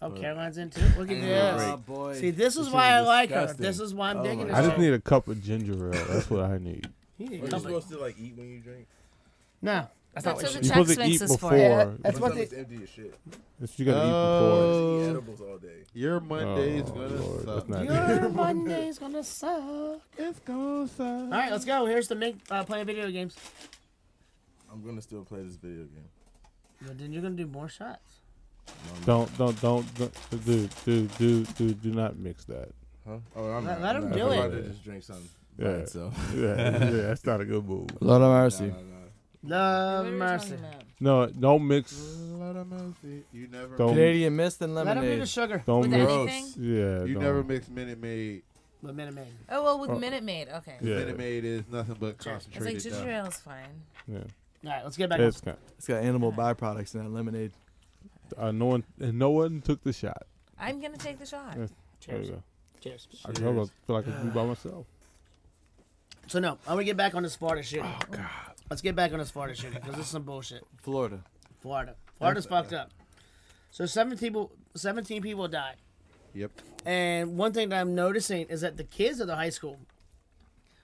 Speaker 1: Oh,
Speaker 5: But-
Speaker 1: Caroline's in too. Look at
Speaker 2: Oh,
Speaker 1: this.
Speaker 6: boy.
Speaker 1: See, this is
Speaker 5: This
Speaker 1: why
Speaker 5: is
Speaker 1: I like her.
Speaker 5: disgusting.
Speaker 1: This is why I'm
Speaker 5: Oh
Speaker 1: digging
Speaker 5: my
Speaker 1: this.
Speaker 3: I just
Speaker 1: shit.
Speaker 3: need a cup of ginger ale. That's what I need.
Speaker 1: You need a
Speaker 12: Are you
Speaker 1: couple-
Speaker 12: supposed to like eat when you drink?
Speaker 1: No, That's not
Speaker 2: That's
Speaker 1: what
Speaker 2: what
Speaker 1: she-
Speaker 2: the check Sphinx is for.
Speaker 3: Yeah,
Speaker 1: that's what
Speaker 12: Sometimes
Speaker 1: they-
Speaker 12: it's empty as shit.
Speaker 3: It's- you gotta eat
Speaker 12: Eat
Speaker 8: Oh.
Speaker 3: before.
Speaker 12: edibles all day.
Speaker 8: Your Monday's
Speaker 3: Oh,
Speaker 8: gonna
Speaker 3: Lord,
Speaker 8: suck.
Speaker 3: that's not
Speaker 8: Your
Speaker 1: Your Monday's gonna suck.
Speaker 8: It's gonna suck. All
Speaker 1: right, let's go. Here's the make uh, play video games.
Speaker 12: I'm gonna still play this video game.
Speaker 1: But then you're gonna do more shots.
Speaker 3: Don't, don't, don't, don't, dude, dude, dude, dude, do not mix that.
Speaker 12: Huh? Oh, I'm
Speaker 1: Let-
Speaker 12: not-
Speaker 1: let
Speaker 12: I'm
Speaker 1: him
Speaker 12: not-
Speaker 1: do
Speaker 12: I'm
Speaker 1: it.
Speaker 12: about to just drink something. by
Speaker 3: Yeah,
Speaker 12: itself.
Speaker 3: yeah, yeah, that's not a good move.
Speaker 6: Lord have mercy.
Speaker 1: Love
Speaker 2: What are we
Speaker 1: mercy.
Speaker 2: talking about?
Speaker 3: No, don't mix.
Speaker 8: Lord have mercy. You never.
Speaker 3: Don't-
Speaker 6: Canadian mist and
Speaker 1: Let him
Speaker 6: lemonade.
Speaker 1: do the sugar.
Speaker 3: Don't
Speaker 2: With
Speaker 3: mix.
Speaker 2: anything?
Speaker 3: Yeah,
Speaker 8: you
Speaker 3: don't.
Speaker 8: never mix Minute Maid.
Speaker 1: With Minute Maid.
Speaker 2: Oh well, with
Speaker 3: Oh.
Speaker 2: Minute Maid. Okay.
Speaker 3: Yeah.
Speaker 8: Minute Maid is nothing but
Speaker 2: It's like
Speaker 8: concentrated.
Speaker 2: ginger
Speaker 8: dough.
Speaker 2: ale's fine.
Speaker 3: Yeah,
Speaker 1: All right, let's get back.
Speaker 3: it's
Speaker 1: It's,
Speaker 3: kind.
Speaker 6: It's got animal byproducts in that lemonade.
Speaker 3: Uh, no one, and no one took the shot.
Speaker 2: I'm gonna take the shot.
Speaker 3: Yeah, There
Speaker 1: cheers.
Speaker 3: you go.
Speaker 1: Cheers.
Speaker 3: I told you I feel like I could be by myself.
Speaker 1: So no, I'm gonna get back on the Sparta shooting. Oh God. Let's get back on the Sparta shooting because this is some bullshit.
Speaker 6: Florida.
Speaker 1: Florida. Florida's fucked up. So 17 people, 17 people died.
Speaker 8: Yep.
Speaker 1: And one thing that I'm noticing is that the kids at the high school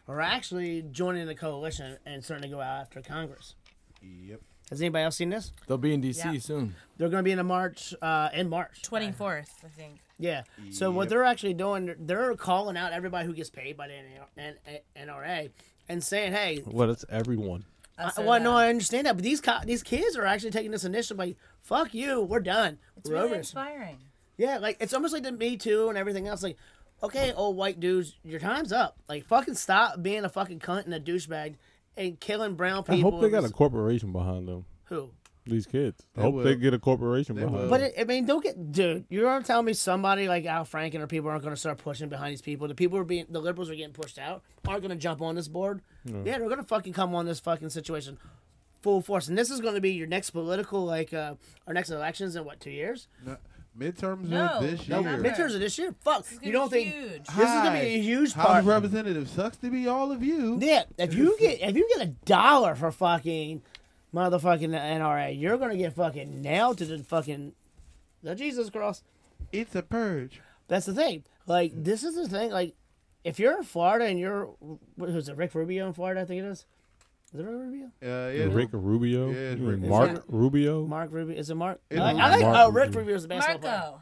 Speaker 1: are actually joining the coalition and starting to go out after Congress.
Speaker 8: Yep.
Speaker 1: Has anybody else seen this?
Speaker 6: They'll be in D.C.
Speaker 2: Yeah.
Speaker 6: soon.
Speaker 1: They're going to be in a march uh, in March.
Speaker 2: Twenty fourth, I think.
Speaker 1: Yeah. So what
Speaker 8: Yep.
Speaker 1: they're actually doing, they're- they're calling out everybody who gets paid by the NR NRA and saying, "Hey,
Speaker 3: Well, that's everyone.
Speaker 1: I,
Speaker 2: so
Speaker 1: well, no,
Speaker 2: that-
Speaker 1: I understand that, but these co- these kids are actually taking this initiative. Like, fuck you, we're done.
Speaker 2: It's
Speaker 1: we're
Speaker 2: really
Speaker 1: over this.
Speaker 2: inspiring.
Speaker 1: Yeah, like it's almost like the Me Too and everything else. Like, okay, old white dudes, your time's up. Like, fucking stop being a fucking cunt and a douchebag and killing brown
Speaker 3: I
Speaker 1: people.
Speaker 3: hope they got a
Speaker 1: is-
Speaker 3: corporation behind them.
Speaker 1: who.
Speaker 3: These kids. I
Speaker 8: They
Speaker 3: hope they
Speaker 8: will.
Speaker 3: get a corporation behind
Speaker 8: will.
Speaker 3: them.
Speaker 1: But it, I mean, don't get, dude. You're gonna tell me somebody like Al Franken or people aren't gonna start pushing behind these people. The people who are being, the liberals are getting pushed out. Aren't gonna jump on this board.
Speaker 8: Mm.
Speaker 1: Yeah, they're gonna fucking come on this fucking situation, full force. And this is gonna be your next political, like uh, our next elections in what two years?
Speaker 8: No, midterms
Speaker 2: No,
Speaker 8: are this year.
Speaker 2: no,
Speaker 1: No,
Speaker 2: Sure.
Speaker 1: midterms are this year. Fuck,
Speaker 2: This is
Speaker 1: you
Speaker 2: gonna
Speaker 1: don't
Speaker 2: be
Speaker 1: think
Speaker 2: huge.
Speaker 1: this is gonna be a
Speaker 8: Hi,
Speaker 1: huge
Speaker 8: House
Speaker 1: part?
Speaker 8: of Representatives sucks to be all of you.
Speaker 1: Yeah, if you get if you get a dollar for fucking motherfucking NRA, you're gonna get fucking nailed to the fucking the Jesus cross.
Speaker 8: It's a purge.
Speaker 1: That's the thing. Like this is the thing. Like if you're in Florida and you're what was it Rick Rubio in Florida? I think it is. Is it Rick Rubio?
Speaker 8: Uh, yeah,
Speaker 3: Rick Rubio,
Speaker 8: Yeah, it's
Speaker 3: You
Speaker 8: Rick
Speaker 3: mean Mark
Speaker 1: Rubio.
Speaker 3: Rubio.
Speaker 1: Mark Rubio is it Mark?
Speaker 8: It
Speaker 1: I,
Speaker 8: is
Speaker 1: I like
Speaker 3: Mark
Speaker 1: oh Rick
Speaker 3: Rubio.
Speaker 1: Rubio is the basketball player.
Speaker 2: Marco.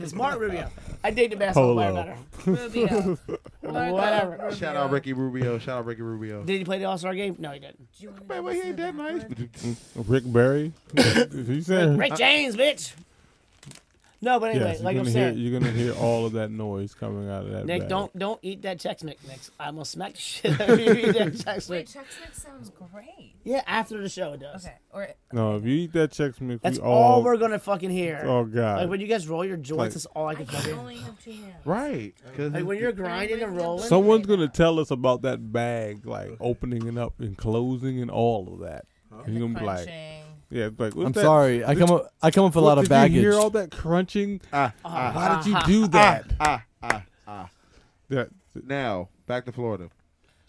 Speaker 1: It's Mark Rubio. I dig the basketball player
Speaker 3: Polo.
Speaker 1: better.
Speaker 2: Rubio. uh, Marco,
Speaker 1: Whatever.
Speaker 8: Shout out Ricky Rubio. Shout out Ricky Rubio.
Speaker 1: Did he play the All Star game? No, he didn't.
Speaker 2: Do you wanna
Speaker 8: Man, well, he
Speaker 2: listen
Speaker 8: ain't
Speaker 2: to
Speaker 8: that nice.
Speaker 2: word?
Speaker 3: Rick Barry. If you saying
Speaker 1: Rick James, bitch. No, but anyway,
Speaker 3: yes, you're
Speaker 1: like I'm
Speaker 3: gonna hear
Speaker 1: saying,
Speaker 3: you're gonna hear all of that noise coming out of that.
Speaker 1: Nick,
Speaker 3: bag.
Speaker 1: don't don't eat that Chex Mix, Nick. I'm gonna smack the shit out of you. eat that Chex
Speaker 2: Wait,
Speaker 1: Mix.
Speaker 2: Chex Mix sounds great.
Speaker 1: Yeah, after the show it does.
Speaker 2: Okay, or
Speaker 3: No, if you eat that Chex Mix,
Speaker 1: That's
Speaker 3: we
Speaker 1: all,
Speaker 3: all.
Speaker 1: we're gonna fucking hear.
Speaker 3: oh God.
Speaker 1: Like when you guys roll your joints,
Speaker 3: Like-
Speaker 1: that's all I
Speaker 2: I
Speaker 1: can
Speaker 2: can
Speaker 1: fucking.
Speaker 2: only have two hands.
Speaker 8: Right. Cause
Speaker 1: Like when you're grinding and rolling.
Speaker 3: Someone's gonna tell us about that bag, like opening it up and closing and all of that. And you're gonna be like,
Speaker 2: Crunching.
Speaker 3: yeah, it's like what's
Speaker 6: I'm
Speaker 3: that?
Speaker 6: sorry. I come up. I come up with a lot
Speaker 3: What,
Speaker 6: of baggage.
Speaker 3: Did you hear all that crunching? Oh,
Speaker 8: Ah,
Speaker 3: Why did you do that?
Speaker 8: ah, ah, ah.
Speaker 3: that
Speaker 8: Now, back to Florida.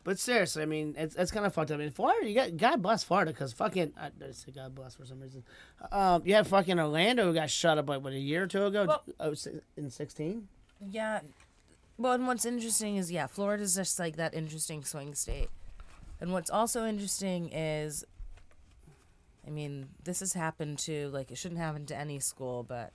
Speaker 1: But seriously, I mean, it's, it's kind of fucked up. In Florida, you got God bless Florida because fucking uh, I I said God bless for some reason. Um, you had fucking Orlando who got shut up like what a year or two ago,
Speaker 2: Well-
Speaker 1: oh, si- in sixteen.
Speaker 2: Yeah. Well, and what's interesting is, yeah, Florida's just like that interesting swing state. And what's also interesting is, I mean, this has happened to, like, it shouldn't happen to any school, but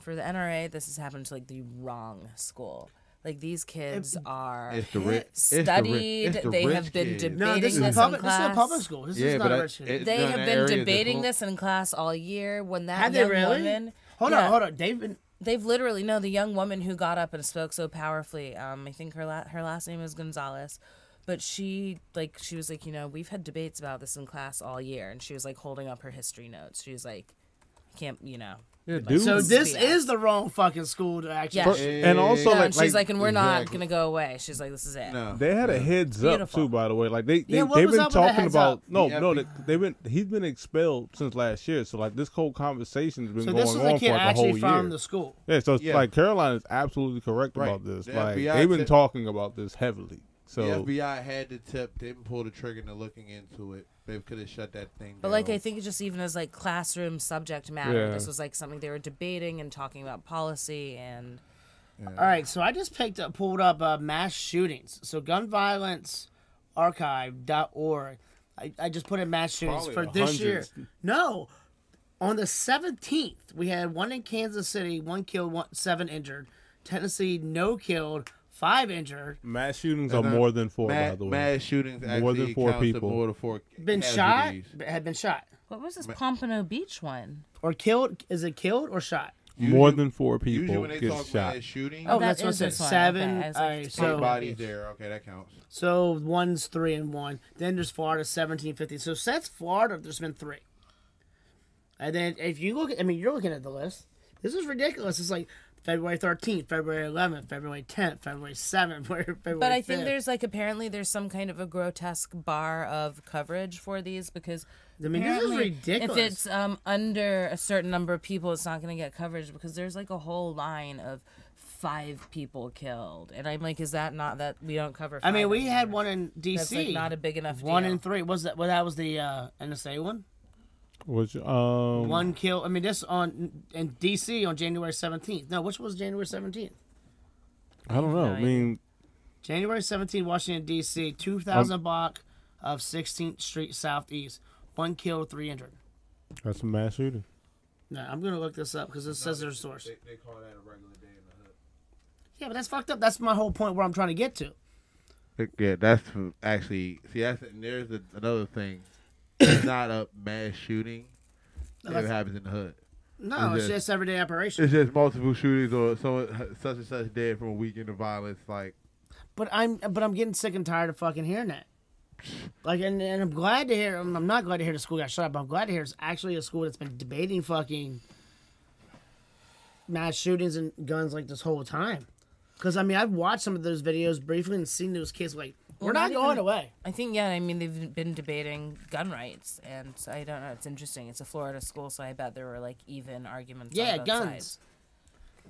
Speaker 2: for the NRA, this has happened to, like, the wrong school. Like, these kids are
Speaker 8: It's the rich.
Speaker 2: studied, they have been
Speaker 8: debated.
Speaker 1: No,
Speaker 2: Debating
Speaker 1: this is
Speaker 2: this
Speaker 1: a
Speaker 2: in
Speaker 1: public. This is a
Speaker 2: class.
Speaker 1: public school. This
Speaker 8: Yeah,
Speaker 1: is not
Speaker 8: but
Speaker 1: a
Speaker 8: I-
Speaker 1: rich
Speaker 8: it-
Speaker 1: kid.
Speaker 2: They
Speaker 8: No,
Speaker 2: have
Speaker 8: that
Speaker 2: been
Speaker 8: area, the
Speaker 2: debating
Speaker 8: whole-
Speaker 2: this in class all year. When that
Speaker 1: Have they
Speaker 2: young
Speaker 1: really?
Speaker 2: woman,
Speaker 1: Hold
Speaker 2: Yeah.
Speaker 1: on, hold on. They've been
Speaker 2: They've literally no the young woman who got up and spoke so powerfully. Um, I think her la- her last name is Gonzalez, but she like she was like you know we've had debates about this in class all year, and she was like holding up her history notes. She was like, I can't you know?
Speaker 3: yeah, dude.
Speaker 1: So
Speaker 2: Ooh.
Speaker 1: this
Speaker 2: Yeah.
Speaker 1: is the wrong fucking school to actually.
Speaker 2: Yeah.
Speaker 3: and also
Speaker 2: Yeah,
Speaker 3: like,
Speaker 2: and she's like,
Speaker 3: like
Speaker 2: and we're not
Speaker 8: exactly.
Speaker 2: gonna go away. She's like, this is it.
Speaker 8: No.
Speaker 3: They had a heads
Speaker 2: Beautiful.
Speaker 3: up too, by the way. Like they, they
Speaker 1: Yeah, what
Speaker 3: they've
Speaker 1: was
Speaker 3: been
Speaker 1: up with the
Speaker 3: talking
Speaker 1: heads
Speaker 3: about
Speaker 1: up?
Speaker 3: no
Speaker 8: The
Speaker 3: no
Speaker 8: FB
Speaker 3: they, they've been he's been expelled since last year. So like this whole conversation's been
Speaker 1: So
Speaker 3: going
Speaker 1: this is
Speaker 3: on
Speaker 1: a
Speaker 3: for
Speaker 1: kid
Speaker 3: like, a whole
Speaker 1: actually from
Speaker 3: year.
Speaker 1: the school.
Speaker 3: yeah, so it's
Speaker 8: Yeah.
Speaker 3: like Caroline is absolutely correct
Speaker 8: Right.
Speaker 3: about this.
Speaker 8: The
Speaker 3: like
Speaker 8: FBI
Speaker 3: they've been
Speaker 8: said-
Speaker 3: talking about this heavily. So
Speaker 8: the FBI had the tip. They didn't pull the trigger. and They're looking into it. They could have shut that thing down.
Speaker 2: But like I think it just even as like classroom subject matter,
Speaker 3: Yeah.
Speaker 2: this was like something they were debating and talking about policy and
Speaker 1: All right, so I just picked up, pulled up uh, mass shootings. So gunviolencearchive.org I, I just put in mass shootings
Speaker 12: Probably
Speaker 1: for
Speaker 12: the
Speaker 1: this year.
Speaker 12: hundreds.
Speaker 1: No, on the seventeenth we had one in Kansas City, one killed, one, seven injured. Tennessee, no killed, five injured.
Speaker 3: Mass shootings
Speaker 8: That's
Speaker 3: are
Speaker 8: not-
Speaker 3: more than four,
Speaker 8: ma-
Speaker 3: by the way.
Speaker 8: mass shootings
Speaker 3: more than
Speaker 8: actually
Speaker 3: four
Speaker 8: counts to
Speaker 3: people.
Speaker 8: more than four
Speaker 1: Been shot,
Speaker 8: Casualties.
Speaker 1: had been shot
Speaker 2: What was this Pompano Beach one?
Speaker 1: or killed. Is it killed or shot?
Speaker 3: more than four
Speaker 8: Usually
Speaker 3: people
Speaker 8: when they
Speaker 3: get
Speaker 8: talk
Speaker 3: shot.
Speaker 8: mass shooting,
Speaker 1: Oh, that's what I said. Seven.
Speaker 2: Okay, I was like,
Speaker 1: all right,
Speaker 2: it's
Speaker 1: so
Speaker 8: bodies there. Okay, that counts.
Speaker 1: So one's three and one. Then there's Florida, seventeen fifty. So since Florida, there's been three. And then if you look, at, I mean, you're looking at the list. This is ridiculous. It's like February thirteenth, February eleventh, February tenth, February seventh, February.
Speaker 2: But I think
Speaker 1: 5th.
Speaker 2: there's like apparently there's some kind of a grotesque bar of coverage for these because
Speaker 1: I mean, this is
Speaker 2: apparently
Speaker 1: ridiculous.
Speaker 2: If it's um, under a certain number of people, it's not going to get coverage because there's like a whole line of five people killed, and I'm like, is that not that we don't cover?
Speaker 1: I mean,
Speaker 2: five
Speaker 1: we
Speaker 2: anymore?
Speaker 1: had one in D.C.
Speaker 2: not a big enough
Speaker 1: One
Speaker 2: deal.
Speaker 1: in three. Was that? Well, that was the uh, NSA one.
Speaker 3: Which um
Speaker 1: one kill. I mean, this on in D.C. on January seventeenth. No, which was January seventeenth?
Speaker 3: I don't know. I mean,
Speaker 1: January 17, Washington, D.C., 2,000 block of 16th Street Southeast. One killed, three injured.
Speaker 3: that's a mass shooting.
Speaker 1: Now, I'm going to look this up because it says there's a source.
Speaker 8: They, they call that a regular day in the hood.
Speaker 1: Yeah, but that's fucked up. That's my whole point where I'm trying to get to.
Speaker 8: Yeah, that's who- actually see. That's and there's a, another thing. It's not a mass shooting.
Speaker 1: No,
Speaker 8: It
Speaker 1: that's-
Speaker 8: happens in the hood.
Speaker 1: No, it's just everyday operation.
Speaker 8: It's just multiple shootings or someone such and such dead from a weekend of violence. Like
Speaker 1: But I'm but I'm getting sick and tired of fucking hearing that. Like, and, and I'm glad to hear, I'm I'm not glad to hear the school got shut up, but I'm glad to hear it's actually a school that's been debating fucking mass shootings and guns like this whole time. Because, I mean, I've watched some of those videos briefly and seen those kids like, we're
Speaker 2: Well,
Speaker 1: not,
Speaker 2: not
Speaker 1: going
Speaker 2: even-
Speaker 1: away.
Speaker 2: I think yeah. I mean, they've been debating gun rights, and I don't know. It's interesting. It's a Florida school, so I bet there were like even arguments. on
Speaker 1: Yeah,
Speaker 2: both
Speaker 1: guns.
Speaker 2: sides.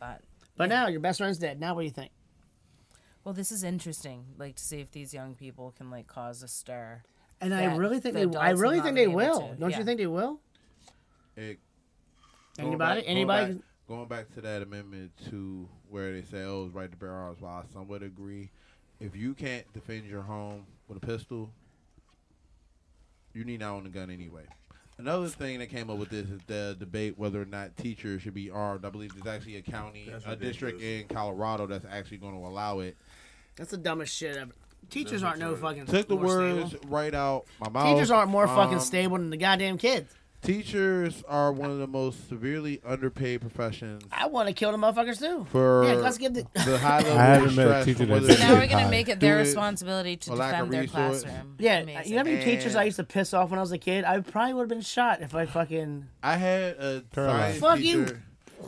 Speaker 2: But
Speaker 1: But now your best friend's dead. Now what do you think?
Speaker 2: well, this is interesting. Like to see if these young people can like cause a stir.
Speaker 1: And I
Speaker 2: that
Speaker 1: really think
Speaker 2: the
Speaker 1: they, I
Speaker 2: adults have
Speaker 1: really
Speaker 2: not
Speaker 1: think they
Speaker 2: been able
Speaker 1: will.
Speaker 2: to.
Speaker 1: Don't
Speaker 2: Yeah.
Speaker 1: you think they will?
Speaker 8: it, going
Speaker 1: Anybody?
Speaker 8: back- going
Speaker 1: Anybody?
Speaker 8: back- Going back to that amendment to where they say, "Oh, it's right to bear arms." While I somewhat agree, if you can't defend your home with a pistol, you need not own a gun anyway. Another thing that came up with this is the debate whether or not teachers should be armed. I believe there's actually a county,
Speaker 12: That's
Speaker 8: a district in Colorado that's actually going to allow it.
Speaker 1: That's the dumbest shit ever. Teachers aren't no fucking.
Speaker 8: Took the
Speaker 1: more
Speaker 8: words
Speaker 1: stable.
Speaker 8: right out my mouth.
Speaker 1: Teachers aren't more fucking
Speaker 8: Um,
Speaker 1: stable than the goddamn kids.
Speaker 8: Teachers are one of the most severely underpaid professions
Speaker 1: I want to kill the motherfuckers too.
Speaker 8: for
Speaker 1: yeah, let's get the.
Speaker 8: the high level
Speaker 3: I haven't
Speaker 8: of
Speaker 3: met a
Speaker 8: stress
Speaker 3: teacher
Speaker 8: from
Speaker 3: that
Speaker 8: whether
Speaker 3: said
Speaker 8: they
Speaker 2: Now we're gonna
Speaker 3: Hi.
Speaker 2: make it their
Speaker 8: do it
Speaker 2: responsibility to
Speaker 8: for lack of
Speaker 2: defend their
Speaker 8: resource.
Speaker 2: classroom.
Speaker 1: Yeah, you
Speaker 2: Amazing.
Speaker 1: know how many teachers I used to piss off when I was a kid? I probably would have been shot if I fucking.
Speaker 8: I had a
Speaker 3: Caroline.
Speaker 8: science
Speaker 1: Fuck you.
Speaker 8: teacher.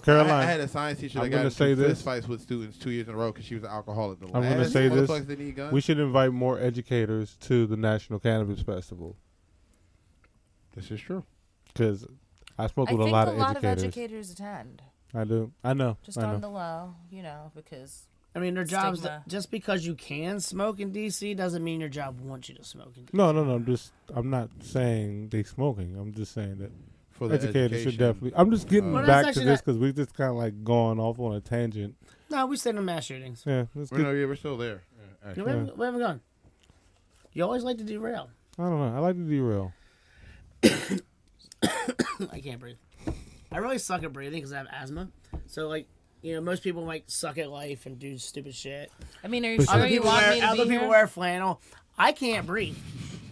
Speaker 3: Caroline,
Speaker 8: I, I had a science teacher that
Speaker 3: I'm
Speaker 8: got
Speaker 3: gonna
Speaker 8: into
Speaker 3: say this.
Speaker 8: fist fights with students two years in a row because she was an alcoholic. The
Speaker 3: I'm
Speaker 8: last
Speaker 3: gonna say this.
Speaker 8: motherfuckers that need guns.
Speaker 3: we should invite more educators to the National Cannabis Festival
Speaker 8: This is true.
Speaker 3: because I spoke
Speaker 2: I
Speaker 3: with
Speaker 2: think
Speaker 3: a lot
Speaker 2: a
Speaker 3: of
Speaker 2: lot
Speaker 3: educators.
Speaker 2: of educators attend,
Speaker 3: I do. I know.
Speaker 2: just
Speaker 3: I know.
Speaker 2: on the low, you know, because
Speaker 1: I mean, their jobs.
Speaker 2: Stigma.
Speaker 1: Just because you can smoke in DC doesn't mean your job wants you to smoke in DC.
Speaker 3: No, no, no. I'm just I'm not saying they smoking. I'm just saying that
Speaker 8: For the
Speaker 3: educators should
Speaker 8: education.
Speaker 3: definitely. I'm just getting
Speaker 1: Well, that's
Speaker 3: back to
Speaker 1: actually
Speaker 3: this
Speaker 1: not-
Speaker 3: because we just kind of like gone off on a tangent.
Speaker 1: No, we stayed on mass shootings.
Speaker 3: Yeah, let's
Speaker 8: We're,
Speaker 3: get,
Speaker 8: no, yeah, we're still there. Yeah,
Speaker 1: You know,
Speaker 8: actually.
Speaker 1: we, haven't, we haven't gone. You always like to derail.
Speaker 3: I don't know. I like to derail.
Speaker 1: I can't breathe. I really suck at breathing because I have asthma. So like, you know, most people might suck at life and do stupid shit.
Speaker 2: I mean, are you
Speaker 3: For sure.
Speaker 2: sure
Speaker 1: Other
Speaker 2: you
Speaker 1: people
Speaker 2: want
Speaker 1: wear
Speaker 2: me
Speaker 1: other
Speaker 2: to be
Speaker 1: people
Speaker 2: here?
Speaker 1: wear flannel. I can't breathe.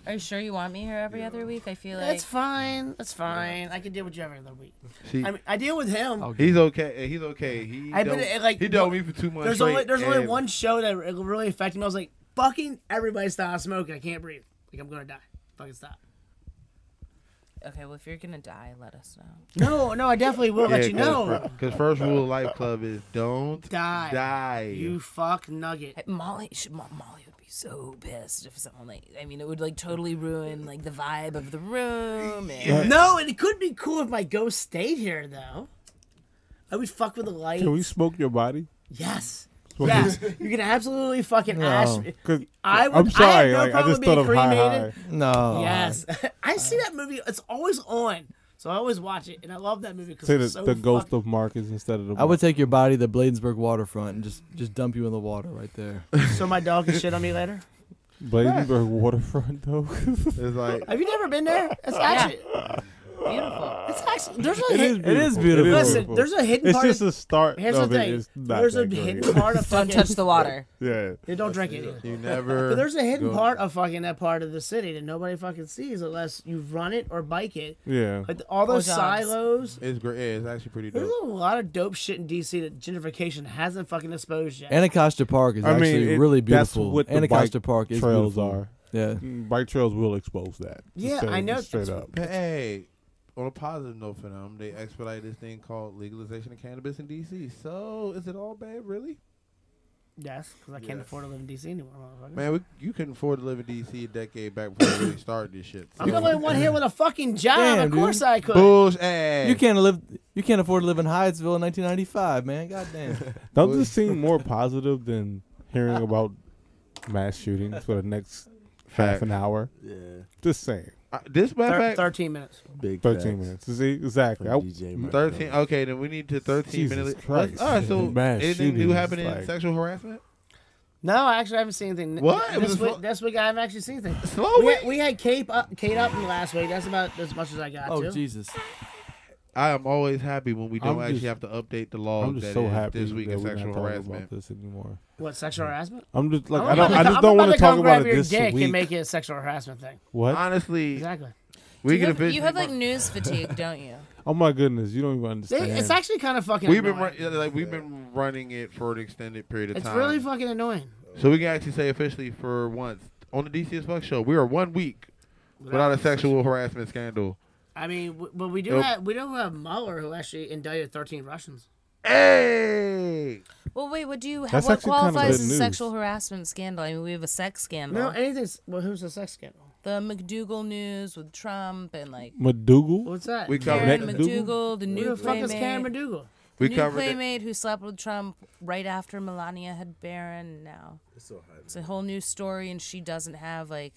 Speaker 2: Are you sure you want me here every other week? I feel like
Speaker 1: That's fine. That's fine. I can deal with you every other week.
Speaker 8: She-
Speaker 1: I mean, I deal with him.
Speaker 8: he's okay. eh, He's okay. Oh, He
Speaker 1: I've been,
Speaker 8: dealt-
Speaker 1: uh, like,
Speaker 8: he dealt
Speaker 1: what-
Speaker 8: with me for two months.
Speaker 1: There's
Speaker 8: straight,
Speaker 1: only there's only
Speaker 8: and
Speaker 1: one show that re- really affected me. I was like, fucking everybody stop smoking. I can't breathe. Like I'm gonna die. Fucking stop.
Speaker 2: okay. Well, if you're gonna die, let us know.
Speaker 1: No, no, I definitely will let you know.
Speaker 8: Because first rule of Life Club is don't
Speaker 1: Die.
Speaker 8: die.
Speaker 1: You fuck nugget.
Speaker 2: Hey, Molly, she, Mo- Molly would be so pissed if someone like I mean, it would like totally ruin like the vibe of the room. And
Speaker 1: No, and it could be cool if my ghost stayed here though. I would fuck with the lights.
Speaker 3: Can we smoke your body?
Speaker 1: Yes.
Speaker 3: Smoke
Speaker 1: Yes, you can absolutely fucking ash.
Speaker 6: No.
Speaker 3: 'Cause
Speaker 1: I would.
Speaker 3: I'm sorry.
Speaker 1: I
Speaker 3: like,
Speaker 1: have no
Speaker 3: I
Speaker 1: problem
Speaker 3: just thought of
Speaker 1: being
Speaker 3: high
Speaker 1: cremated.
Speaker 3: high.
Speaker 6: No.
Speaker 1: Yes, I see that movie. It's always on, so I always watch it, and I love that movie because
Speaker 3: Say the,
Speaker 1: it's so
Speaker 3: the ghost
Speaker 1: fucking-
Speaker 3: of Marcus instead of the.
Speaker 6: I would take your body to Bladensburg waterfront and just just dump you in the water right there.
Speaker 1: so my dog can shit on me later.
Speaker 3: Blazenburg waterfront though.
Speaker 8: it's like
Speaker 1: Have you never been there? It's actually
Speaker 2: beautiful.
Speaker 1: It's actually there's a
Speaker 3: It is
Speaker 1: hidden.
Speaker 3: beautiful. It is beautiful.
Speaker 1: Listen, there's a hidden
Speaker 3: It's
Speaker 1: part.
Speaker 3: just
Speaker 1: of,
Speaker 3: a start
Speaker 1: Here's
Speaker 3: of
Speaker 1: the
Speaker 3: it.
Speaker 1: thing.
Speaker 3: It's not
Speaker 1: there's a
Speaker 3: that great.
Speaker 1: hidden part of
Speaker 2: Don't
Speaker 1: fucking-
Speaker 2: touch the water.
Speaker 3: Yeah.
Speaker 1: You don't drink it. either.
Speaker 8: You never.
Speaker 1: But there's a hidden
Speaker 8: go-
Speaker 1: part of fucking that part of the city that nobody fucking sees unless you run it or bike it.
Speaker 8: Yeah.
Speaker 1: Like all
Speaker 8: Or
Speaker 1: those
Speaker 8: jogs.
Speaker 1: silos.
Speaker 8: It's great. Yeah, it's actually pretty
Speaker 1: There's
Speaker 8: dope.
Speaker 1: a lot of dope shit in DC that gentrification hasn't fucking exposed yet.
Speaker 6: Anacostia Park is
Speaker 3: I mean,
Speaker 6: actually
Speaker 3: it-
Speaker 6: really
Speaker 3: that's
Speaker 6: beautiful.
Speaker 3: what the
Speaker 6: Anacostia
Speaker 3: bike
Speaker 6: Park is
Speaker 3: trails
Speaker 6: beautiful.
Speaker 3: are.
Speaker 6: Yeah.
Speaker 3: Mm, bike trails will expose that.
Speaker 1: Yeah,
Speaker 3: Straight-
Speaker 1: I know.
Speaker 3: Straight up.
Speaker 8: Hey, on a positive note for them, they expedite this thing called legalization of cannabis in D.C. So is it all bad, really?
Speaker 1: Yes, because I can't afford to live in DC anymore, motherfucker.
Speaker 8: Man, we, you couldn't afford to live in D.C. a decade back before we really started this shit.
Speaker 1: I'm the only one here with a fucking job.
Speaker 6: Damn,
Speaker 1: of course
Speaker 6: dude.
Speaker 1: I could.
Speaker 8: Bullsh eh, ass.
Speaker 3: eh.
Speaker 6: You can't live. You can't afford to live in Hyattsville in 1995, man. Goddamn.
Speaker 3: Don't this seem more positive than hearing
Speaker 1: Uh,
Speaker 3: about mass shootings for the next half
Speaker 8: Fact.
Speaker 3: an hour?
Speaker 8: Yeah.
Speaker 3: Just saying.
Speaker 8: Uh, this matter of
Speaker 1: Thir-
Speaker 8: fact,
Speaker 1: 13 minutes.
Speaker 5: Big
Speaker 3: 13 minutes. See, exactly. I-
Speaker 8: Thirteen. Okay, then we need to thirteen
Speaker 3: Jesus
Speaker 8: minutes.
Speaker 3: Christ.
Speaker 8: All right, so
Speaker 3: Mass
Speaker 8: anything new
Speaker 3: shootings,
Speaker 8: happening in
Speaker 3: like-
Speaker 8: sexual harassment?
Speaker 1: No, I actually haven't seen anything.
Speaker 8: What? It
Speaker 1: This
Speaker 8: was
Speaker 1: week,
Speaker 8: slow-
Speaker 1: this week I haven't actually seen anything.
Speaker 8: Slow
Speaker 1: we, had, we had Kate up, Kate up last week. That's about as much as I got.
Speaker 6: Oh
Speaker 1: to.
Speaker 6: Jesus.
Speaker 8: I am always happy when we don't
Speaker 3: I'm
Speaker 8: actually
Speaker 3: just-
Speaker 8: have to update the law.
Speaker 3: I'm just
Speaker 8: that
Speaker 3: so
Speaker 8: is
Speaker 3: happy
Speaker 8: this week
Speaker 3: that
Speaker 8: in
Speaker 3: we're not
Speaker 8: sexual
Speaker 3: talking
Speaker 8: harassment.
Speaker 3: about this anymore.
Speaker 1: What sexual harassment? Oh,
Speaker 3: I'm just like
Speaker 1: I'm
Speaker 3: I
Speaker 1: about
Speaker 3: don't.
Speaker 1: to
Speaker 3: I
Speaker 1: co-
Speaker 3: just
Speaker 1: I'm
Speaker 3: don't
Speaker 1: about
Speaker 3: want to
Speaker 1: to come
Speaker 3: talk about
Speaker 1: grab
Speaker 3: it
Speaker 1: your
Speaker 3: this
Speaker 1: dick
Speaker 3: week.
Speaker 1: and make it a sexual harassment thing.
Speaker 3: What?
Speaker 8: Honestly,
Speaker 1: Exactly.
Speaker 8: we
Speaker 2: you
Speaker 8: can
Speaker 2: have,
Speaker 8: officially.
Speaker 2: you have like news fatigue, don't you?
Speaker 3: Oh my goodness, you don't even
Speaker 1: They-
Speaker 3: understand.
Speaker 1: It's actually kind of fucking.
Speaker 8: We've been
Speaker 1: annoying.
Speaker 8: run, yeah, like we've been running it for an extended period of
Speaker 1: It's
Speaker 8: time.
Speaker 1: really fucking annoying.
Speaker 8: so we can actually say officially for once on the DC as fuck show, we are one week
Speaker 1: Without
Speaker 8: without a
Speaker 1: sexual-
Speaker 8: sexual harassment scandal.
Speaker 1: I mean, w- but we do
Speaker 8: Nope.
Speaker 1: have we do have Mueller who actually indicted 13 Russians.
Speaker 8: Hey,
Speaker 2: Well, wait. What do you?
Speaker 1: That's
Speaker 2: what
Speaker 1: actually kind of
Speaker 2: qualifies as
Speaker 1: good
Speaker 2: a
Speaker 1: news.
Speaker 2: sexual harassment scandal? I mean, we have a sex
Speaker 1: No,
Speaker 2: scandal.
Speaker 1: anything's. Well, who's the sex scandal?
Speaker 2: the McDougal news with Trump and like
Speaker 3: McDougal.
Speaker 1: What's that?
Speaker 3: We covered
Speaker 2: Karen
Speaker 3: that.
Speaker 2: McDougal, the new
Speaker 1: Who the fuck
Speaker 2: playmate.
Speaker 1: is Karen McDougal?
Speaker 2: The
Speaker 3: We
Speaker 2: new
Speaker 3: covered it.
Speaker 2: playmate who slept with Trump right after Melania had Barron. Now
Speaker 5: It's so hot,
Speaker 2: It's a whole new story, and she doesn't have like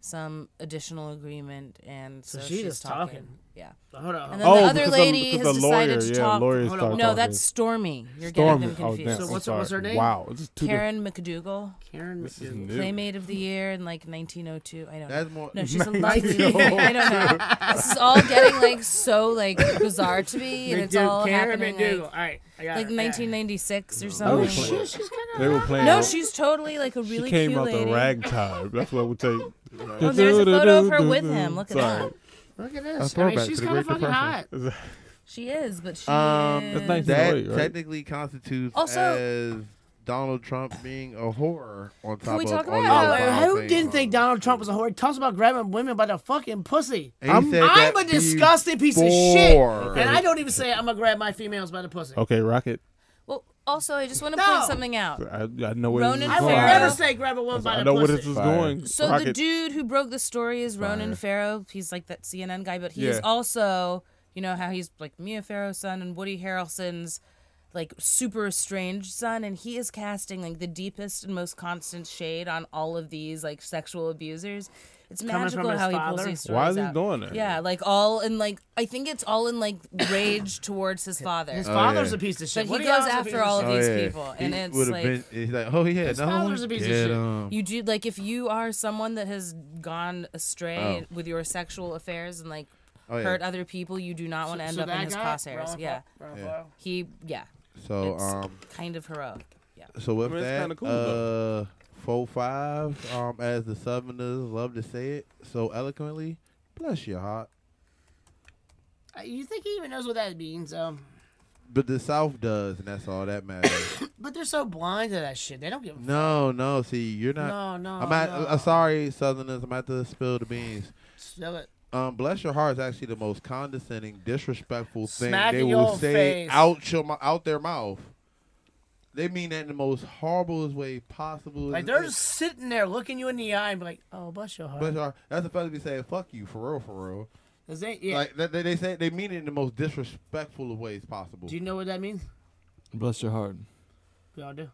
Speaker 2: some additional agreement, and so,
Speaker 1: So she
Speaker 2: she's
Speaker 1: just
Speaker 2: talking.
Speaker 1: talking.
Speaker 2: Yeah.
Speaker 1: Hold on.
Speaker 2: And then
Speaker 1: Oh,
Speaker 2: the other
Speaker 1: because the-
Speaker 2: lady
Speaker 1: because
Speaker 2: has
Speaker 1: the
Speaker 2: decided
Speaker 1: lawyer,
Speaker 2: to
Speaker 1: yeah,
Speaker 2: talk.
Speaker 1: lawyers Hold on.
Speaker 2: no,
Speaker 1: start talking.
Speaker 2: that's Stormy. You're getting them
Speaker 1: Stormy. Oh, damn,
Speaker 2: confused.
Speaker 1: So I'm what's her- what's her sorry. name?
Speaker 3: Wow, it's just two different-
Speaker 2: Karen McDougal.
Speaker 1: Karen This is McDougal. new.
Speaker 2: Playmate of the year in like 1902. I don't.
Speaker 8: That's
Speaker 2: know.
Speaker 8: more-
Speaker 2: No, she's a
Speaker 8: 1902.
Speaker 2: lesbian. I don't know. This is all getting like so like bizarre to me, and it's
Speaker 1: McDougal.
Speaker 2: all
Speaker 1: Karen
Speaker 2: happening.
Speaker 1: McDougal.
Speaker 2: Like,
Speaker 1: All right, I got Oh,
Speaker 2: like
Speaker 1: it. Yeah.
Speaker 2: 1996 or
Speaker 3: They were
Speaker 2: something.
Speaker 3: playing- They were playing.
Speaker 2: No,
Speaker 3: out-
Speaker 2: she's totally like a
Speaker 3: She
Speaker 2: really
Speaker 3: came
Speaker 2: cute
Speaker 3: out
Speaker 2: lady.
Speaker 3: the ragtime. That's what we take.
Speaker 2: Oh, there's a photo of her with him. Look at that.
Speaker 1: Look at
Speaker 3: A
Speaker 1: this. I mean,
Speaker 3: throwback
Speaker 1: she's
Speaker 3: to the
Speaker 1: kind of
Speaker 3: Great
Speaker 1: fucking hot.
Speaker 3: Depression.
Speaker 2: She is, but she
Speaker 8: um,
Speaker 2: is.
Speaker 8: that
Speaker 3: 1908, right?
Speaker 8: technically constitutes
Speaker 2: Also-
Speaker 8: as Donald Trump being a horror on top
Speaker 1: we
Speaker 8: of
Speaker 1: talk
Speaker 8: all the
Speaker 1: about
Speaker 8: other
Speaker 1: how,
Speaker 8: vile
Speaker 1: who
Speaker 8: things.
Speaker 1: didn't think Donald Trump was a whore? He talks about grabbing women by the fucking pussy.
Speaker 8: And he
Speaker 1: I'm,
Speaker 8: said
Speaker 1: I'm a
Speaker 8: that
Speaker 1: disgusting piece of shit,
Speaker 8: before.
Speaker 1: and I don't even say I'm gonna grab my females by the pussy.
Speaker 3: Okay, Rocket.
Speaker 2: Well, also, I just want to
Speaker 1: No.
Speaker 2: point something out.
Speaker 3: I, I know where
Speaker 2: Oh. Ronan
Speaker 3: this
Speaker 1: I
Speaker 3: is
Speaker 1: will
Speaker 3: going.
Speaker 1: never say grab a woman by
Speaker 3: I
Speaker 1: the
Speaker 3: know where
Speaker 1: pussy.
Speaker 3: this is going.
Speaker 2: So the
Speaker 3: Rocket.
Speaker 2: dude who broke the story is Ronan
Speaker 3: Fire.
Speaker 2: Farrow. He's like that CNN guy, but he's
Speaker 3: Yeah.
Speaker 2: also, you know, how he's like Mia Farrow's son and Woody Harrelson's like super estranged son, and he is casting like the deepest and most constant shade on all of these like sexual abusers. It's
Speaker 1: Coming from
Speaker 2: magical
Speaker 1: his
Speaker 2: how he pulls
Speaker 1: father?
Speaker 2: these stories
Speaker 3: Why is he
Speaker 2: out.
Speaker 3: doing that?
Speaker 2: Yeah, like all in like I think it's all in like rage towards his father.
Speaker 1: His
Speaker 8: Oh,
Speaker 1: father's
Speaker 8: yeah.
Speaker 1: a piece of shit.
Speaker 2: But
Speaker 1: Woody
Speaker 2: he goes
Speaker 1: Allen's a piece
Speaker 2: after all
Speaker 1: shit.
Speaker 2: of
Speaker 3: Oh,
Speaker 2: these people, and
Speaker 8: Oh, He
Speaker 2: it's
Speaker 8: would've
Speaker 2: like
Speaker 8: been- he's like, oh yeah,
Speaker 1: His
Speaker 8: no
Speaker 1: father's a piece of shit.
Speaker 2: you do like if you are someone that has gone astray with your sexual affairs and like
Speaker 8: Oh, yeah.
Speaker 2: hurt other people, you do not want to
Speaker 1: So-
Speaker 2: end
Speaker 1: so
Speaker 2: up in
Speaker 1: that
Speaker 2: his
Speaker 1: guy,
Speaker 2: crosshairs.
Speaker 1: Ralph-
Speaker 2: yeah.
Speaker 1: Ralph Yeah. Lauren?
Speaker 2: He yeah.
Speaker 8: So,
Speaker 2: It's
Speaker 8: um,
Speaker 2: kind of heroic. Yeah.
Speaker 8: So with
Speaker 3: I mean, it's
Speaker 8: that,
Speaker 3: kinda cool,
Speaker 8: uh, four five, um, as the Southerners love to say it so eloquently, bless your heart.
Speaker 1: Uh, You think he even knows what that means? Um,
Speaker 8: But the South does, and that's all that matters.
Speaker 1: but they're so blind to that shit. They don't give. a
Speaker 8: no, no, see, you're not.
Speaker 1: No, no,
Speaker 8: I'm at,
Speaker 1: no.
Speaker 8: I'm sorry, Southerners. I'm about to spill the beans.
Speaker 1: Spill it.
Speaker 8: Um, bless your heart is actually the most condescending, disrespectful thing
Speaker 1: Smack
Speaker 8: they
Speaker 1: in
Speaker 8: will
Speaker 1: your
Speaker 8: say
Speaker 1: face.
Speaker 8: out your mou- out their mouth. They mean that in the most horriblest way possible.
Speaker 1: Like they're just sitting there looking you in the eye and be like, "Oh, bless your heart."
Speaker 8: Bless your heart. That's the fellas be saying, "Fuck you," for real, for real.
Speaker 1: 'Cause they- yeah.
Speaker 8: Like that- they, they say they mean it in the most disrespectful of ways possible.
Speaker 1: do you know what that means?
Speaker 6: Bless your heart.
Speaker 1: We all do.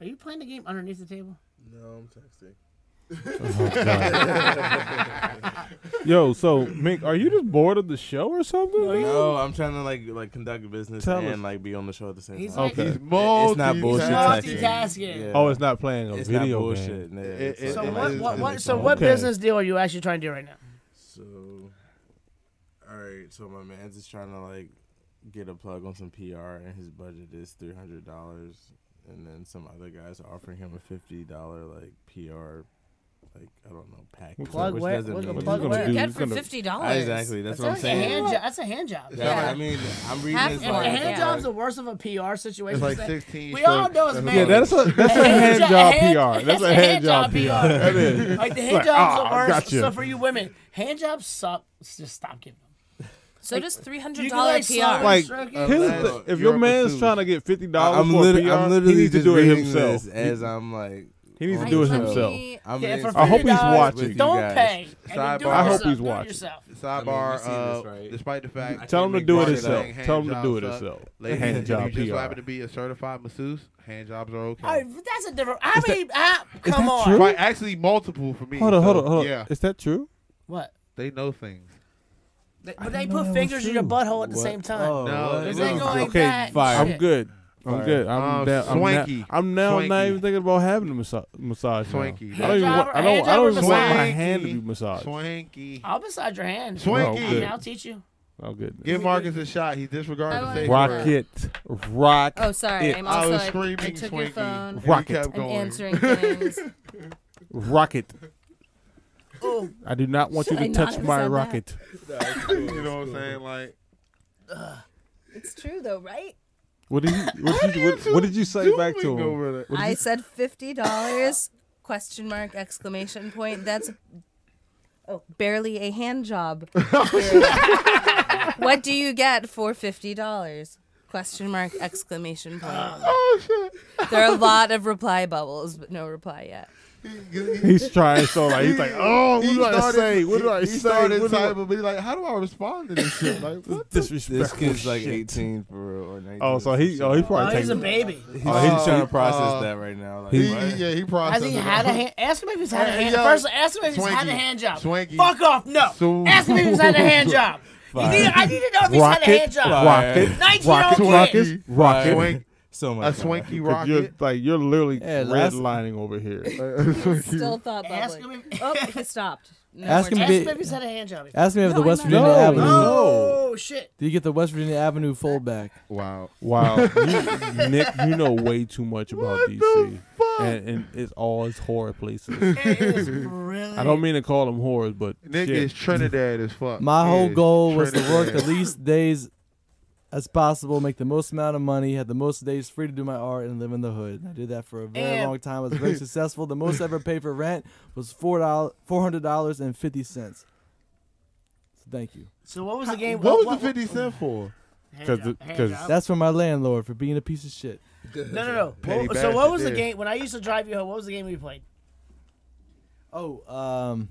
Speaker 1: Are you playing the game underneath the table?
Speaker 12: No, I'm texting.
Speaker 3: Yo, so Mink, are you just bored of the show or something? man?
Speaker 5: No, I'm trying to like like conduct a business
Speaker 3: Tell
Speaker 5: and
Speaker 3: us.
Speaker 5: like be on the show at the same
Speaker 1: He's
Speaker 5: time.
Speaker 1: like- Okay.
Speaker 5: It- it's not bullshit. testing.
Speaker 1: multitasking. Multitasking.
Speaker 5: Yeah.
Speaker 3: Oh, it's not playing a
Speaker 5: It's not
Speaker 3: video
Speaker 5: bullshit,
Speaker 3: game.
Speaker 5: yeah,
Speaker 8: It-
Speaker 5: it's
Speaker 8: it-
Speaker 5: like-
Speaker 1: So
Speaker 8: it
Speaker 1: what,
Speaker 8: is
Speaker 1: what,
Speaker 8: on
Speaker 1: what,
Speaker 8: its
Speaker 1: so
Speaker 8: own.
Speaker 1: what
Speaker 3: Okay.
Speaker 1: business deal are you actually trying to do right now?
Speaker 5: So, all right. So my man's is trying to like get a plug on some PR, and his budget is three hundred dollars. And then some other guys are offering him a fifty dollar like PR, like I don't know package.
Speaker 1: Plug
Speaker 5: which
Speaker 1: where-
Speaker 5: doesn't
Speaker 1: what-
Speaker 5: mean
Speaker 1: plug
Speaker 5: anything.
Speaker 1: where? What you
Speaker 2: get for $50?
Speaker 5: Exactly. That's,
Speaker 1: That's
Speaker 5: what I'm
Speaker 1: like a
Speaker 5: saying.
Speaker 1: hand job. That's a hand job.
Speaker 5: That's what I mean, I'm reading
Speaker 1: Half,
Speaker 5: this
Speaker 1: if
Speaker 5: like,
Speaker 1: a hand
Speaker 5: yeah.
Speaker 1: job's the worst of a PR situation.
Speaker 8: It's like
Speaker 1: say-
Speaker 8: 16
Speaker 1: We all
Speaker 8: strokes.
Speaker 1: know it's
Speaker 8: Yeah,
Speaker 1: bad.
Speaker 3: Yeah, that's a that's a hand job PR. That's a hand job PR. That is.
Speaker 1: Like the hand jobs
Speaker 3: ah,
Speaker 1: are worse.
Speaker 3: gotcha.
Speaker 1: So for you women, hand jobs suck. Just stop giving them.
Speaker 2: So does three hundred
Speaker 1: You
Speaker 2: dollar
Speaker 1: like
Speaker 2: PR.
Speaker 1: Like,
Speaker 3: Like, uh,
Speaker 1: Circuit.
Speaker 3: here's
Speaker 5: Unless
Speaker 3: the, if
Speaker 8: you're
Speaker 3: your
Speaker 8: a
Speaker 3: man's
Speaker 8: masseuse.
Speaker 3: trying to get fifty dollars
Speaker 5: I'm,
Speaker 3: for
Speaker 5: lit-
Speaker 3: a PR,
Speaker 5: I'm literally
Speaker 3: he needs to
Speaker 5: just
Speaker 3: do it
Speaker 5: reading
Speaker 3: himself.
Speaker 5: this as I'm like.
Speaker 3: He needs to
Speaker 5: on
Speaker 3: do
Speaker 5: the
Speaker 3: it
Speaker 5: show.
Speaker 3: himself.
Speaker 5: I'm
Speaker 1: Yeah,
Speaker 5: in
Speaker 1: for
Speaker 3: I hope he's
Speaker 1: $50
Speaker 5: with
Speaker 3: watching.
Speaker 5: you
Speaker 1: Don't
Speaker 5: guys.
Speaker 1: pay. And then do it
Speaker 8: Sidebar. I hope
Speaker 1: yourself.
Speaker 3: he's
Speaker 1: Do it
Speaker 3: watching.
Speaker 1: yourself.
Speaker 5: I mean, you
Speaker 8: Sidebar,
Speaker 5: see this,
Speaker 8: uh,
Speaker 5: right?
Speaker 8: despite the fact,
Speaker 3: Tell him to
Speaker 5: make
Speaker 3: do it
Speaker 5: money
Speaker 3: himself.
Speaker 5: saying
Speaker 3: Tell him to do it
Speaker 8: suck.
Speaker 3: himself.
Speaker 8: Ladies,
Speaker 3: Hand
Speaker 8: if
Speaker 3: job
Speaker 8: you just
Speaker 3: PR.
Speaker 8: happen to be a certified masseuse, hand jobs are okay.
Speaker 1: All right, but that's a different. I mean, ah,
Speaker 3: is
Speaker 1: come
Speaker 3: that
Speaker 1: on.
Speaker 3: true?
Speaker 8: Right, actually, multiple for me.
Speaker 3: Hold on, hold
Speaker 8: so,
Speaker 3: on, hold on.
Speaker 8: Yeah,
Speaker 3: Is that true?
Speaker 1: What?
Speaker 8: they know things.
Speaker 1: They- But they
Speaker 3: didn't know
Speaker 1: put
Speaker 3: that was
Speaker 1: fingers in your
Speaker 3: true.
Speaker 1: butthole at the
Speaker 6: What?
Speaker 1: same time.
Speaker 8: No,
Speaker 1: This
Speaker 8: it
Speaker 1: ain't
Speaker 8: is
Speaker 1: going
Speaker 3: okay,
Speaker 1: back.
Speaker 3: fire.
Speaker 1: Shit.
Speaker 3: I'm good. I'm good. I'm
Speaker 8: Um,
Speaker 3: down. I'm,
Speaker 8: swanky.
Speaker 3: now, I'm now not
Speaker 8: Swanky.
Speaker 3: even thinking about having a massa- massage. now.
Speaker 8: Swanky.
Speaker 3: I don't even want. I don't. I don't even want my
Speaker 8: Swanky.
Speaker 3: hand to be massaged.
Speaker 8: Swanky.
Speaker 1: I'll massage your hand.
Speaker 8: Swanky.
Speaker 1: I mean, I'll teach you.
Speaker 3: Oh goodness.
Speaker 8: Give Marcus a shot. He disregarded
Speaker 2: I
Speaker 8: the
Speaker 2: like
Speaker 8: safety.
Speaker 3: Rock
Speaker 8: word.
Speaker 3: it, rock.
Speaker 2: Oh, sorry.
Speaker 3: It-
Speaker 2: I'm
Speaker 8: I
Speaker 2: also
Speaker 8: was
Speaker 2: I,
Speaker 8: screaming
Speaker 2: I took your
Speaker 8: Twinkie.
Speaker 2: phone.
Speaker 8: and
Speaker 3: Rock
Speaker 8: he
Speaker 3: it.
Speaker 8: kept
Speaker 2: I'm
Speaker 8: going.
Speaker 2: answering things.
Speaker 3: rocket. I do not want
Speaker 2: Should
Speaker 3: you
Speaker 2: I
Speaker 3: to
Speaker 2: not
Speaker 3: touch
Speaker 2: have
Speaker 3: my
Speaker 2: said that?
Speaker 3: rocket.
Speaker 8: you know what I'm saying? Like,
Speaker 2: it's true though, right?
Speaker 3: What did you? What did you, what, what did you say back to
Speaker 8: doing
Speaker 3: him?
Speaker 8: over there.
Speaker 2: I said fifty dollars question mark exclamation point. That's oh barely a hand job. what do you get for fifty dollars? Question mark exclamation point. Oh shit. There are a lot of reply bubbles, but no reply yet.
Speaker 3: He's trying so like he's like, oh, what
Speaker 8: He
Speaker 3: do I
Speaker 8: started-
Speaker 3: say? What do I
Speaker 8: he
Speaker 3: say?
Speaker 8: started
Speaker 3: What do I-
Speaker 8: typing, but he's like, how do I respond to this shit? Like, what?
Speaker 5: This
Speaker 3: Disrespectful
Speaker 5: kid's like
Speaker 3: shit.
Speaker 5: 18 for real, or 19.
Speaker 3: Oh, so he. Oh, he
Speaker 1: Oh,
Speaker 3: probably
Speaker 1: he's a
Speaker 3: taking.
Speaker 1: baby.
Speaker 5: He's
Speaker 8: Oh,
Speaker 5: just trying
Speaker 8: he-
Speaker 5: to process
Speaker 8: uh,
Speaker 5: that right now. Like,
Speaker 8: He,
Speaker 5: what?
Speaker 8: he- yeah, he processed
Speaker 1: Has he
Speaker 8: it.
Speaker 1: had a hand? Ask him if he's had a
Speaker 8: Hey,
Speaker 1: hand.
Speaker 8: yo,
Speaker 1: First, ask him if he's had a
Speaker 8: Swanky,
Speaker 1: hand job.
Speaker 8: Swanky.
Speaker 1: Fuck off. No.
Speaker 8: So-
Speaker 1: ask him if he's had a hand job. You need, I need to know if he's had a hand
Speaker 3: Rocket,
Speaker 1: job. oh
Speaker 3: rocket, rocket,
Speaker 1: Nineteen-year-old
Speaker 3: rocket,
Speaker 1: kid.
Speaker 3: rocket.
Speaker 8: Swank-
Speaker 5: so
Speaker 8: a
Speaker 5: much. fun.
Speaker 8: swanky
Speaker 3: 'Cause You're
Speaker 8: rocket.
Speaker 3: like you're literally
Speaker 6: Yeah, last-
Speaker 3: redlining over here.
Speaker 2: Still thought
Speaker 1: Ask
Speaker 2: bubbling.
Speaker 1: him if-
Speaker 2: Oh, he stopped. No
Speaker 6: Ask
Speaker 2: more time.
Speaker 6: him
Speaker 1: Ask him
Speaker 6: Did-
Speaker 1: if he's had a hand job.
Speaker 6: Ask me if the
Speaker 2: No,
Speaker 6: West
Speaker 2: I'm
Speaker 6: Virginia
Speaker 2: not. No,
Speaker 6: Avenue.
Speaker 1: Oh shit.
Speaker 6: Do you get the West Virginia Avenue foldback?
Speaker 8: Wow.
Speaker 3: Wow, you, Nick, you know way too much about DC, and, and it's all it's horror places.
Speaker 1: It is really.
Speaker 3: I don't mean to call them horrors, but
Speaker 8: Nick
Speaker 3: shit.
Speaker 8: is Trinidad as fuck.
Speaker 6: My
Speaker 8: He
Speaker 6: whole
Speaker 8: is
Speaker 6: goal was to
Speaker 8: Trinidad.
Speaker 6: work the least days as possible, make the most amount of money, have the most days free to do my art, and live in the hood. I did that for a very
Speaker 1: And-
Speaker 6: long time. I was very successful. The most I ever paid for rent was four dollars, four hundred dollars and fifty cents. So thank you.
Speaker 1: So what was the game?
Speaker 8: What was the 50 cent for?
Speaker 1: Hand
Speaker 3: 'Cause
Speaker 1: job,
Speaker 3: the-
Speaker 1: hand
Speaker 3: 'cause
Speaker 1: job.
Speaker 6: That's for my landlord for being a piece of shit.
Speaker 1: No, no, no.
Speaker 8: Petty
Speaker 1: What- so what
Speaker 8: bastard
Speaker 1: was the
Speaker 8: there.
Speaker 1: game? When I used to drive you home, what was the game we played?
Speaker 6: Oh, um,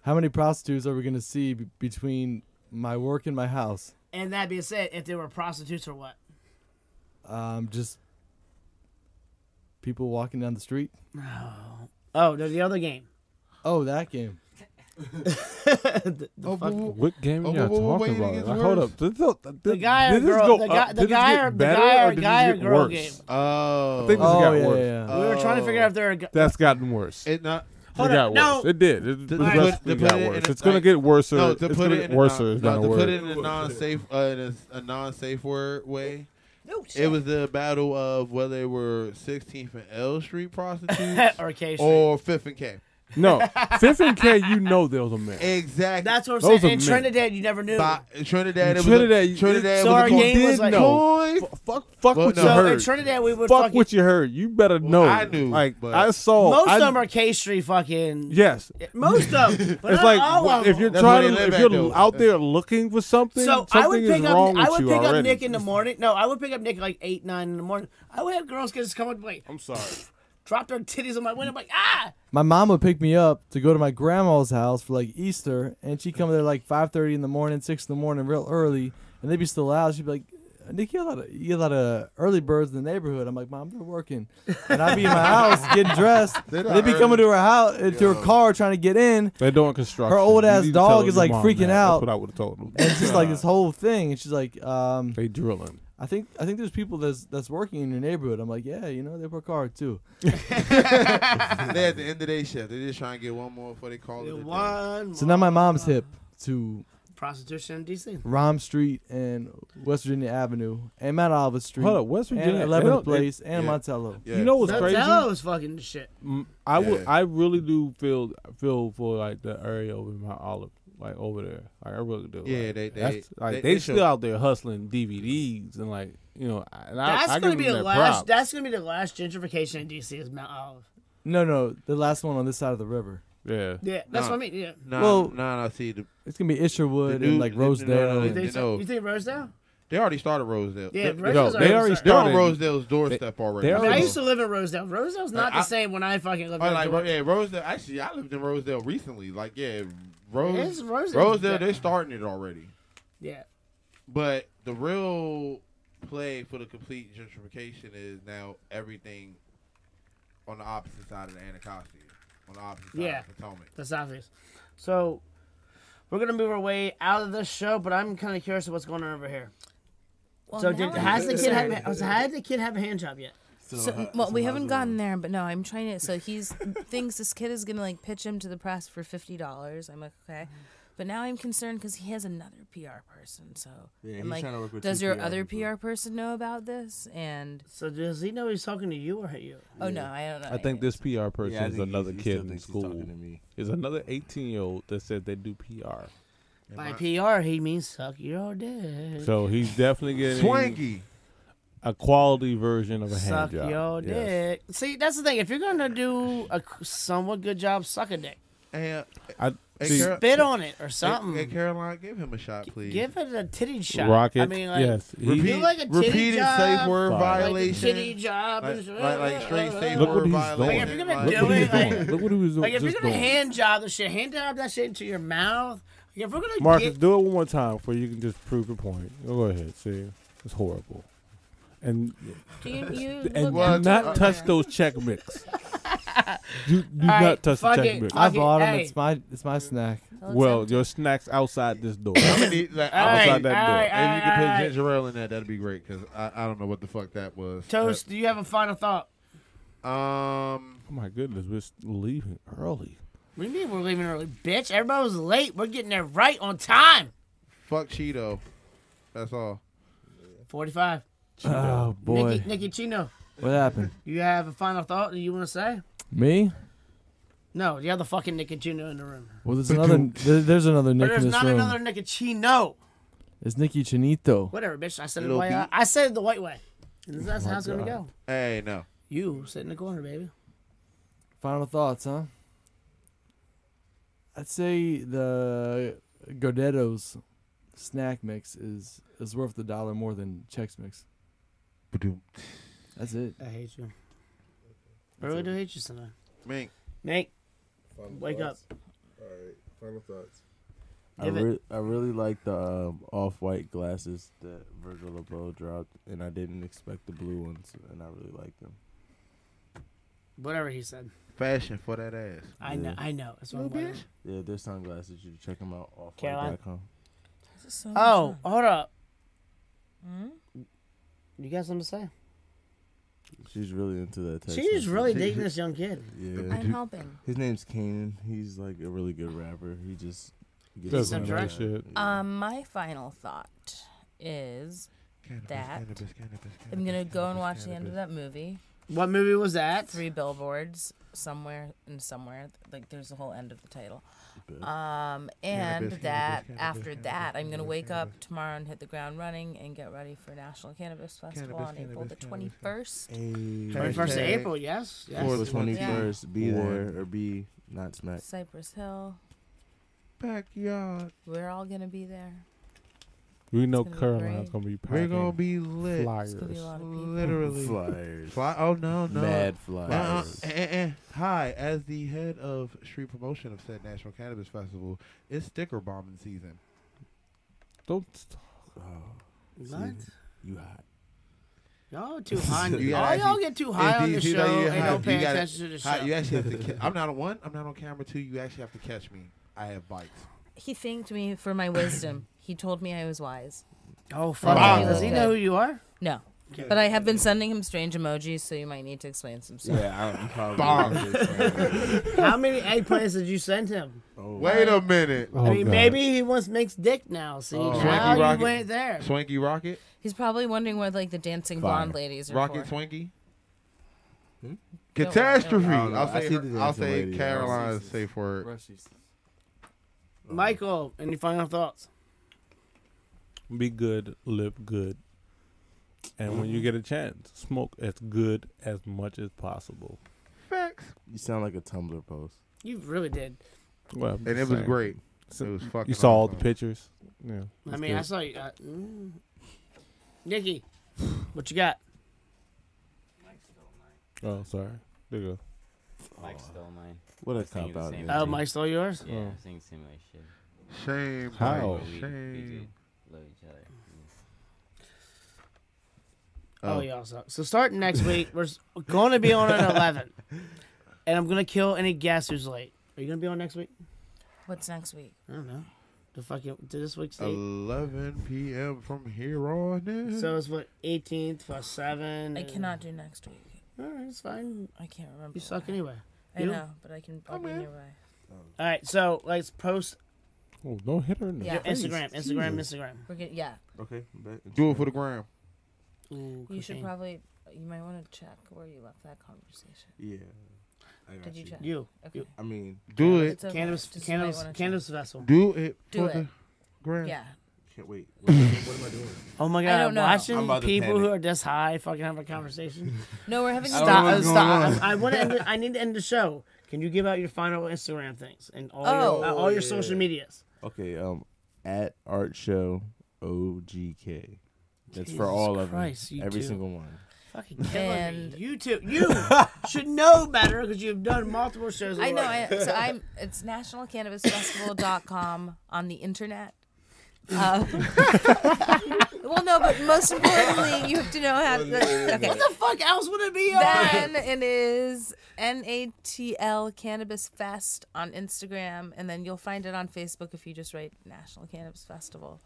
Speaker 6: how many prostitutes are we gonna see b- between my work and my house?
Speaker 1: And that being said, if they were prostitutes or what?
Speaker 6: Um, just people walking down the street.
Speaker 1: Oh, no, the other game.
Speaker 6: Oh, that game.
Speaker 8: Oh, but-
Speaker 3: What game are
Speaker 8: Oh,
Speaker 3: y'all
Speaker 8: whoa, whoa, wait,
Speaker 3: talking
Speaker 8: it
Speaker 3: about?
Speaker 8: gets
Speaker 3: Like, hold
Speaker 8: worse.
Speaker 3: up, Did- did-
Speaker 1: The guy or
Speaker 3: did this
Speaker 1: girl-
Speaker 3: go
Speaker 1: the
Speaker 3: up?
Speaker 1: guy- the
Speaker 3: Did this
Speaker 1: guy
Speaker 3: get
Speaker 1: or- the
Speaker 3: better,
Speaker 1: guy or-
Speaker 3: did this
Speaker 1: guy or
Speaker 3: get
Speaker 1: girl
Speaker 3: worse?
Speaker 1: game.
Speaker 8: Oh.
Speaker 3: I think this
Speaker 6: Oh,
Speaker 3: got
Speaker 6: yeah,
Speaker 3: worse.
Speaker 6: yeah, yeah.
Speaker 1: We were trying to figure out if they were. A, go-
Speaker 3: That's gotten worse. It,
Speaker 8: It not.
Speaker 1: hold
Speaker 3: got
Speaker 1: up, no.
Speaker 3: worse. It did. It,
Speaker 8: To
Speaker 3: it
Speaker 8: put-
Speaker 3: definitely
Speaker 8: to put
Speaker 3: got
Speaker 8: it in
Speaker 3: worse.
Speaker 8: a-
Speaker 3: It's gonna
Speaker 8: like-
Speaker 3: get worse.
Speaker 8: No,
Speaker 3: it's
Speaker 8: to
Speaker 3: gonna
Speaker 8: put it
Speaker 3: get
Speaker 8: in
Speaker 3: worse.
Speaker 8: a,
Speaker 3: It's
Speaker 8: non-
Speaker 3: not
Speaker 8: no, to
Speaker 3: worse.
Speaker 8: put it in a non-safe, uh, in a, a non-safe word way.
Speaker 1: No
Speaker 8: It was the battle of whether they were 16th and L Street prostitutes
Speaker 1: or K Street.
Speaker 8: or 5th and K.
Speaker 3: No, Fifth and K, you know there was a man.
Speaker 8: Exactly.
Speaker 1: That's what I'm
Speaker 3: Those
Speaker 1: saying.
Speaker 3: are
Speaker 1: In
Speaker 3: men.
Speaker 1: Trinidad, you never knew.
Speaker 8: By, Trinidad. It
Speaker 3: Trinidad, you-
Speaker 8: Was a, Trinidad.
Speaker 1: so
Speaker 8: was
Speaker 1: our
Speaker 8: a coin.
Speaker 1: game was
Speaker 3: did
Speaker 1: like.
Speaker 3: know.
Speaker 8: Coin.
Speaker 3: F- fuck, fuck
Speaker 8: Well,
Speaker 3: what
Speaker 8: no.
Speaker 3: you
Speaker 1: So
Speaker 3: heard.
Speaker 1: in Trinidad, we would
Speaker 3: fuck
Speaker 1: fucking.
Speaker 3: what you heard. You better know.
Speaker 8: I knew,
Speaker 3: Like
Speaker 8: but-
Speaker 3: I saw.
Speaker 1: most
Speaker 3: I,
Speaker 1: of them are K Street fucking.
Speaker 3: Yes.
Speaker 1: Most of them. But
Speaker 3: It's
Speaker 1: not
Speaker 3: like
Speaker 1: all
Speaker 3: wh-
Speaker 1: of
Speaker 3: if
Speaker 1: them.
Speaker 3: you're
Speaker 8: That's where
Speaker 3: trying
Speaker 8: they
Speaker 3: to,
Speaker 8: live
Speaker 3: if
Speaker 8: at,
Speaker 3: you're
Speaker 8: though.
Speaker 3: out there looking for something,
Speaker 1: So
Speaker 3: something
Speaker 1: I would
Speaker 3: is
Speaker 1: pick up.
Speaker 3: wrong
Speaker 1: I
Speaker 3: with
Speaker 1: would
Speaker 3: you
Speaker 1: pick
Speaker 3: already.
Speaker 1: up Nick in the morning. No, I would pick up Nick at like eight, nine in the morning. I would have girls just come up and like
Speaker 3: I'm sorry.
Speaker 1: drop their titties on my window. I'm like ah.
Speaker 6: My mom would pick me up to go to my grandma's house for like Easter, and she'd come there like five thirty in the morning, six in the morning, real early, and they'd be still out. She'd be like, Nick, you a lot of you a lot of early birds in the neighborhood. I'm like, Mom, they're working, and I be in my house getting dressed.
Speaker 3: They're
Speaker 6: They
Speaker 3: not
Speaker 6: be coming to her house, uh, to her
Speaker 3: Yo.
Speaker 6: car, trying to get in.
Speaker 3: They're doing construction.
Speaker 6: Her old
Speaker 3: You
Speaker 6: ass
Speaker 3: need to
Speaker 6: dog
Speaker 3: tell
Speaker 6: is
Speaker 3: your
Speaker 6: like
Speaker 3: mom
Speaker 6: freaking
Speaker 3: that. That's
Speaker 6: out.
Speaker 3: what I would've told them.
Speaker 6: And it's just like this whole thing, and she's like, um,
Speaker 3: They drilling.
Speaker 6: I think I think there's people that's that's working in your neighborhood. I'm like, yeah, you know, they work hard too.
Speaker 8: they at the end of their shift. They just trying to get one more before they call it. a day.
Speaker 1: One
Speaker 6: so now my mom's hip to
Speaker 1: prostitution in D.C.
Speaker 6: Rom Street and West Virginia Avenue and Mount Olive Street.
Speaker 3: Hold up, West Virginia-
Speaker 6: and
Speaker 3: they don't-
Speaker 6: 11th Place
Speaker 3: they-
Speaker 6: and
Speaker 3: yeah.
Speaker 6: Montello.
Speaker 3: Yeah. You know what's
Speaker 1: That's-
Speaker 3: crazy?
Speaker 1: That was fucking shit.
Speaker 3: Mm, I would.
Speaker 1: Yeah.
Speaker 3: I really do feel feel for like the area over my olive, like over there. Like I really do.
Speaker 8: Yeah,
Speaker 3: Like,
Speaker 8: they- they-
Speaker 3: that's- like
Speaker 8: they-
Speaker 3: they,
Speaker 8: they
Speaker 3: still
Speaker 8: should-
Speaker 3: out there hustling DVDs and like you know. I- And
Speaker 1: That's
Speaker 3: I, I
Speaker 1: gonna
Speaker 3: give
Speaker 1: be
Speaker 3: them
Speaker 1: the
Speaker 3: their
Speaker 1: last.
Speaker 3: props.
Speaker 1: That's gonna be the last gentrification in D.C. is Mount Olive.
Speaker 6: No, no, the last one on this side of the river.
Speaker 3: Yeah.
Speaker 1: Yeah, that's what I mean, yeah.
Speaker 8: Nah,
Speaker 6: Well,
Speaker 8: nah, nah. See, the,
Speaker 6: it's gonna be Isherwood
Speaker 8: the
Speaker 6: and
Speaker 8: new-
Speaker 6: like
Speaker 8: the- no, no,
Speaker 6: Rosedale.
Speaker 8: no,
Speaker 6: and-
Speaker 8: they- no.
Speaker 1: You think, you think Rosedale?
Speaker 8: They already started Rosedale. They-
Speaker 1: Yeah, Rosedale's
Speaker 8: they
Speaker 1: already
Speaker 8: already
Speaker 1: started.
Speaker 8: They're on
Speaker 1: They-
Speaker 8: Rosedale's doorstep already.
Speaker 1: I mean, I used to live in Rosedale. Rosedale's not
Speaker 8: I-
Speaker 1: the same when I fucking lived
Speaker 8: Oh,
Speaker 1: in
Speaker 8: like Ro-
Speaker 1: Georgia.
Speaker 8: yeah, Rosedale. Actually, I lived in Rosedale recently. Like yeah, Rose,
Speaker 1: It's Rosedale's
Speaker 8: Rosedale.
Speaker 1: down.
Speaker 8: They're starting it already.
Speaker 1: Yeah.
Speaker 8: But the real play for the complete gentrification is now everything on the opposite side of the Anacostia, on the opposite side
Speaker 1: Yeah,
Speaker 8: of the Potomac.
Speaker 1: that's obvious. So we're gonna move our way out of this show, but I'm kind of curious of what's going on over here.
Speaker 2: Well,
Speaker 1: so
Speaker 2: now
Speaker 1: did,
Speaker 2: I'm
Speaker 1: has the kid
Speaker 2: concerned.
Speaker 1: have, has, had the kid have a hand job yet?
Speaker 2: So, well, we haven't gotten there, but no, I'm trying to. So he's thinks this kid is gonna like pitch him to the press for fifty dollars. I'm like, okay, but now I'm concerned because he has another PR person. So
Speaker 5: Yeah,
Speaker 2: I'm
Speaker 5: he's
Speaker 2: like,
Speaker 5: trying to work with
Speaker 2: does
Speaker 5: two
Speaker 2: your
Speaker 5: PR
Speaker 2: other PR person know about this? And
Speaker 1: so does he know he's talking to you or you?
Speaker 2: Oh no, I don't know.
Speaker 3: I think this PR person
Speaker 5: Yeah, I
Speaker 3: is
Speaker 5: think
Speaker 3: another
Speaker 5: he- he
Speaker 3: kid
Speaker 5: still
Speaker 3: in
Speaker 5: thinks he's
Speaker 3: school.
Speaker 5: talking to me.
Speaker 3: Is another eighteen year old that said they do PR.
Speaker 1: By PR, he means suck your dick.
Speaker 3: So he's definitely getting
Speaker 1: Swanky.
Speaker 3: a quality version of a hand
Speaker 1: suck
Speaker 3: job.
Speaker 1: your
Speaker 3: Yes.
Speaker 1: Oh, dick. See, that's the thing. If you're gonna do a somewhat good job, suck a dick.
Speaker 8: And
Speaker 3: I
Speaker 8: Hey, Carol-
Speaker 1: spit on it or
Speaker 8: Hey-
Speaker 1: something.
Speaker 8: Hey, Caroline, give him a shot, please.
Speaker 1: Give it a titty shot. I
Speaker 3: Rocket,
Speaker 1: mean, like,
Speaker 3: yes.
Speaker 1: do
Speaker 3: He-
Speaker 1: like a titty
Speaker 8: repeated
Speaker 1: job,
Speaker 8: safe word
Speaker 1: like a
Speaker 8: violation.
Speaker 1: titty job,
Speaker 8: Like-
Speaker 1: and shit.
Speaker 8: like- like straight safe
Speaker 3: Look
Speaker 8: word
Speaker 3: what he's
Speaker 8: violation.
Speaker 3: doing.
Speaker 1: Like, if you're gonna
Speaker 3: Look
Speaker 1: do
Speaker 3: what he's
Speaker 1: it, like-
Speaker 3: doing. Look what he was
Speaker 1: Like if you're
Speaker 3: just
Speaker 1: gonna
Speaker 3: doing.
Speaker 1: hand job the shit, hand job that shit into your mouth. Like, if we're gonna
Speaker 3: Marcus,
Speaker 1: get,
Speaker 3: do it one more time before you can just prove your point. Go ahead. See, it's horrible. And
Speaker 2: Do you- you
Speaker 3: and
Speaker 2: look
Speaker 3: do
Speaker 2: out
Speaker 3: not
Speaker 2: for-
Speaker 3: touch those check mix. do do
Speaker 6: All
Speaker 3: not
Speaker 6: right,
Speaker 3: touch the
Speaker 6: fuck
Speaker 3: check
Speaker 6: it,
Speaker 3: mix.
Speaker 6: I fuck it, bought 'em, hey. it's my- it's my snack. I'll
Speaker 3: Well, your snack's outside this door.
Speaker 8: Like,
Speaker 3: outside
Speaker 8: outside
Speaker 3: that door.
Speaker 8: if you could put
Speaker 1: all right.
Speaker 8: ginger ale in that, that'd be great. Cause I, I don't know what the fuck that was.
Speaker 1: toast, do you have a final thought?
Speaker 8: Um.
Speaker 3: Oh my goodness, we're s- leaving early.
Speaker 1: What do you mean we're leaving early, bitch? Everybody was late. We're getting there right on time.
Speaker 8: Fuck Cheeto. That's all.
Speaker 1: Forty-five.
Speaker 6: Oh, boy.
Speaker 1: Nikki, Nikki Chino.
Speaker 6: What happened?
Speaker 1: You have a final thought that you want to say?
Speaker 6: Me?
Speaker 1: No, the other fucking Nicotino in the room.
Speaker 6: Well, there's another. There, there's another
Speaker 1: But
Speaker 6: Nick in
Speaker 1: there's
Speaker 6: this
Speaker 1: not
Speaker 6: room.
Speaker 1: another Nicotino.
Speaker 6: It's Nicky Chinito.
Speaker 1: Whatever, bitch. I said it the
Speaker 6: Little
Speaker 1: way. I,
Speaker 6: beat.
Speaker 1: I said it the white way. And
Speaker 6: Oh
Speaker 1: that's how it's gonna go.
Speaker 8: Hey, no.
Speaker 1: You sit in the corner, baby.
Speaker 6: Final thoughts, huh? I'd say the Gardetto's snack mix is is worth the dollar more than Chex Mix. That's it.
Speaker 1: I hate you. I really do hate you tonight.
Speaker 8: Mink.
Speaker 1: Mink.
Speaker 12: Final
Speaker 1: Wake
Speaker 5: uh,
Speaker 12: thoughts? All right, final thoughts.
Speaker 5: I,
Speaker 1: Give it.
Speaker 5: re- I really like the um, off-white glasses that Virgil Abloh dropped, and I didn't expect the blue ones, and I really like them.
Speaker 1: Whatever he said.
Speaker 8: Fashion for that ass.
Speaker 1: I know. I know. That's what
Speaker 5: Little
Speaker 1: I'm wondering.
Speaker 5: Yeah, their sunglasses. You should check them out off
Speaker 1: Caroline?
Speaker 5: white.com.
Speaker 1: Oh, hold up.
Speaker 2: Hmm?
Speaker 1: You got something to say?
Speaker 5: She's really into that. Text
Speaker 1: She's
Speaker 5: message.
Speaker 1: really digging this young kid.
Speaker 5: Yeah.
Speaker 1: I'm helping.
Speaker 5: His name's Kanan. He's like a really good rapper. He just he
Speaker 3: Does some
Speaker 5: into it.
Speaker 3: direction.
Speaker 1: Uh,
Speaker 2: Um, my final thought is that I'm gonna go and watch the end of that movie.
Speaker 1: What movie was that?
Speaker 2: Three billboards somewhere and somewhere. Like there's the whole end of the title. Um, and
Speaker 13: Cannabis,
Speaker 2: that
Speaker 13: cannabis,
Speaker 2: after
Speaker 13: cannabis,
Speaker 2: that, I'm gonna
Speaker 13: cannabis,
Speaker 2: wake up tomorrow and hit the ground running and get ready for National Cannabis Festival
Speaker 13: Cannabis,
Speaker 2: on April the
Speaker 13: cannabis,
Speaker 2: 21st.
Speaker 5: Hey.
Speaker 1: 21st of April, yes, yes.
Speaker 5: April
Speaker 1: Yeah.
Speaker 5: 21st. Be
Speaker 2: Word.
Speaker 5: there or be not smacked.
Speaker 2: Cypress Hill.
Speaker 8: Backyard.
Speaker 2: We're all gonna be there.
Speaker 3: We know
Speaker 2: gonna be
Speaker 3: Caroline's
Speaker 2: great.
Speaker 3: gonna be
Speaker 8: We're
Speaker 3: packing.
Speaker 8: gonna be lit.
Speaker 3: Flyers.
Speaker 2: There's gonna be a lot of people.
Speaker 8: Literally.
Speaker 5: Flyers.
Speaker 8: Fly- oh no no.
Speaker 5: Mad
Speaker 8: Uh,
Speaker 5: flyers.
Speaker 8: uh, eh, eh. Hi, as the head of street promotion of said National Cannabis Festival, it's sticker bombing season.
Speaker 3: Don't.
Speaker 5: Oh,
Speaker 1: What?
Speaker 5: see, you hot.
Speaker 1: Y'all too high. on-
Speaker 8: You gotta
Speaker 1: Y'all, y'all
Speaker 8: actually-
Speaker 1: get too high
Speaker 8: if
Speaker 1: on
Speaker 8: you-
Speaker 1: the
Speaker 8: if you know
Speaker 1: show
Speaker 8: you're
Speaker 1: and
Speaker 8: hot,
Speaker 1: don't pay
Speaker 8: you gotta-
Speaker 1: attention to the
Speaker 8: hot,
Speaker 1: show.
Speaker 8: You actually have to. ca- I'm not on one. I'm not on camera. Two. You actually have to catch me. I have bites.
Speaker 2: He thanked me for my wisdom. he told me I was wise.
Speaker 1: Oh,
Speaker 2: fuck.
Speaker 1: Wow, does he know who you are?
Speaker 2: No. But I have been sending him strange emojis, so you might need to explain some stuff.
Speaker 5: Yeah, I'm probably.
Speaker 1: Bomb. How many eggplants did you send him?
Speaker 5: Oh,
Speaker 8: Wait a minute.
Speaker 1: I mean, maybe he wants makes dick now. See,
Speaker 8: Oh,
Speaker 1: now
Speaker 8: Swanky
Speaker 1: you
Speaker 8: Rocket.
Speaker 1: went there.
Speaker 8: Swanky Rocket.
Speaker 2: He's probably wondering what like the dancing
Speaker 8: Fire.
Speaker 2: blonde ladies are
Speaker 8: Rocket
Speaker 2: for.
Speaker 8: Twinkie.
Speaker 2: Don't worry,
Speaker 8: Catastrophe.
Speaker 2: don't worry.
Speaker 8: I'll say.
Speaker 5: Hmm? I see
Speaker 8: her-
Speaker 5: the
Speaker 8: I'll
Speaker 5: dancing
Speaker 8: say
Speaker 5: lady.
Speaker 8: Caroline's
Speaker 5: Russies.
Speaker 8: safe word.
Speaker 1: Michael, any final thoughts?
Speaker 3: Be good, live good. And when you
Speaker 1: Mm-hmm.
Speaker 3: get a chance, smoke as good as much as possible.
Speaker 1: Facts.
Speaker 5: You sound like a Tumblr post.
Speaker 1: You really did.
Speaker 3: Well,
Speaker 8: And it was great. It was fucking.
Speaker 3: You saw all the
Speaker 8: awesome.
Speaker 3: pictures. Yeah.
Speaker 1: I
Speaker 3: it's
Speaker 1: mean,
Speaker 3: good.
Speaker 1: I saw you. Uh, mm. Nikki, what you got?
Speaker 3: Oh, sorry. There you go.
Speaker 4: Mike stole mine.
Speaker 5: What a
Speaker 4: I was thinking
Speaker 5: cop
Speaker 4: the
Speaker 5: out,
Speaker 4: same
Speaker 5: yeah.
Speaker 1: Oh,
Speaker 4: thing.
Speaker 1: Mike stole yours?
Speaker 4: Yeah, I
Speaker 3: Oh.
Speaker 4: was thinking similar shit.
Speaker 8: Shame.
Speaker 3: How?
Speaker 4: We, we do
Speaker 8: Shame.
Speaker 4: love each other. Yeah.
Speaker 1: Oh, y'all suck. So starting next week, we're going to be on at eleven, and I'm gonna kill any guest who's late. Are you gonna be on next week?
Speaker 2: What's next week?
Speaker 1: I don't know. The fucking to this week's date.
Speaker 8: 11 p.m. from here on in.
Speaker 1: So it's what 18th plus seven.
Speaker 2: I
Speaker 1: and-
Speaker 2: cannot do next week.
Speaker 1: Mm. All right, it's fine.
Speaker 2: I can't remember.
Speaker 1: You suck
Speaker 2: why.
Speaker 1: anyway.
Speaker 2: I
Speaker 1: You? Oh,
Speaker 2: know, but I can. I'll be nearby.
Speaker 1: All right, so let's post
Speaker 3: Oh, don't hit her. In the
Speaker 2: Yeah.
Speaker 3: face.
Speaker 1: Instagram, Instagram,
Speaker 3: Jesus.
Speaker 1: Instagram.
Speaker 2: We're getting, yeah.
Speaker 5: Okay, back.
Speaker 8: Do it for the gram.
Speaker 1: Ooh,
Speaker 2: You should
Speaker 1: cocaine.
Speaker 2: probably. You might want to check where you left that conversation.
Speaker 5: Yeah. I got
Speaker 2: Did you check?
Speaker 1: You.
Speaker 2: Okay.
Speaker 1: You.
Speaker 5: I mean,
Speaker 8: Do
Speaker 2: Yeah,
Speaker 8: it.
Speaker 2: it's okay.
Speaker 1: Cannabis,
Speaker 2: Just you might
Speaker 1: cannabis,
Speaker 2: wanna check.
Speaker 1: cannabis vessel.
Speaker 8: Do it
Speaker 2: Do
Speaker 8: for
Speaker 2: it.
Speaker 8: the gram.
Speaker 2: Yeah.
Speaker 5: can't wait. What, what am I doing?
Speaker 1: Oh my
Speaker 2: I
Speaker 1: god!
Speaker 2: don't know.
Speaker 5: I'm
Speaker 1: Watching
Speaker 5: about to
Speaker 1: people who
Speaker 5: panic.
Speaker 1: are this high fucking have a conversation.
Speaker 2: No, we're having. a
Speaker 5: I don't know
Speaker 1: Stop!
Speaker 5: what's going
Speaker 1: Stop!
Speaker 5: on.
Speaker 1: I, want to. End the, I need to end the show. Can you give out your final Instagram things and all
Speaker 2: Oh.
Speaker 1: your uh, all your
Speaker 5: Oh,
Speaker 1: social
Speaker 5: yeah.
Speaker 1: medias?
Speaker 5: Okay, um, at Art Show OGK. That's for all
Speaker 1: Jesus
Speaker 5: of
Speaker 1: Christ,
Speaker 5: them.
Speaker 1: you
Speaker 5: Every
Speaker 1: too.
Speaker 5: single one.
Speaker 1: Fucking killing
Speaker 2: And-
Speaker 1: me. You too. You should know better because you've done multiple shows.
Speaker 2: I know. I,
Speaker 1: already.
Speaker 2: so I'm. It's nationalcannabisfestival.com on the internet. Uh, well, no, but most importantly, you have to know how. To, okay.
Speaker 1: What the fuck else would it be? on?
Speaker 2: Then it is NATL Cannabis Fest on Instagram, and then you'll find it on Facebook if you just write National Cannabis Festival.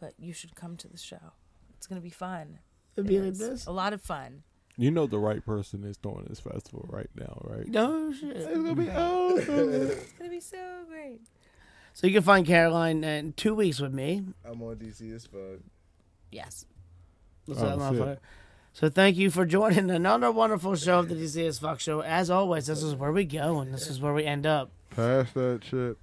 Speaker 2: But you should come to the show. It's gonna be fun.
Speaker 1: It'd be like
Speaker 2: It's
Speaker 1: this.
Speaker 2: A lot of fun.
Speaker 3: You know the right person is throwing this festival right now, right?
Speaker 1: No shit.
Speaker 2: It's gonna be so great.
Speaker 1: So you can find Caroline in two weeks with me.
Speaker 12: I'm on DC as fuck.
Speaker 2: Yes.
Speaker 1: What's
Speaker 3: Oh,
Speaker 1: up,
Speaker 3: shit.
Speaker 1: motherfucker? So thank you for joining another wonderful show of the DCS Fuck Show. As always, this is where we go and this is where we end up.
Speaker 8: Pass that shit.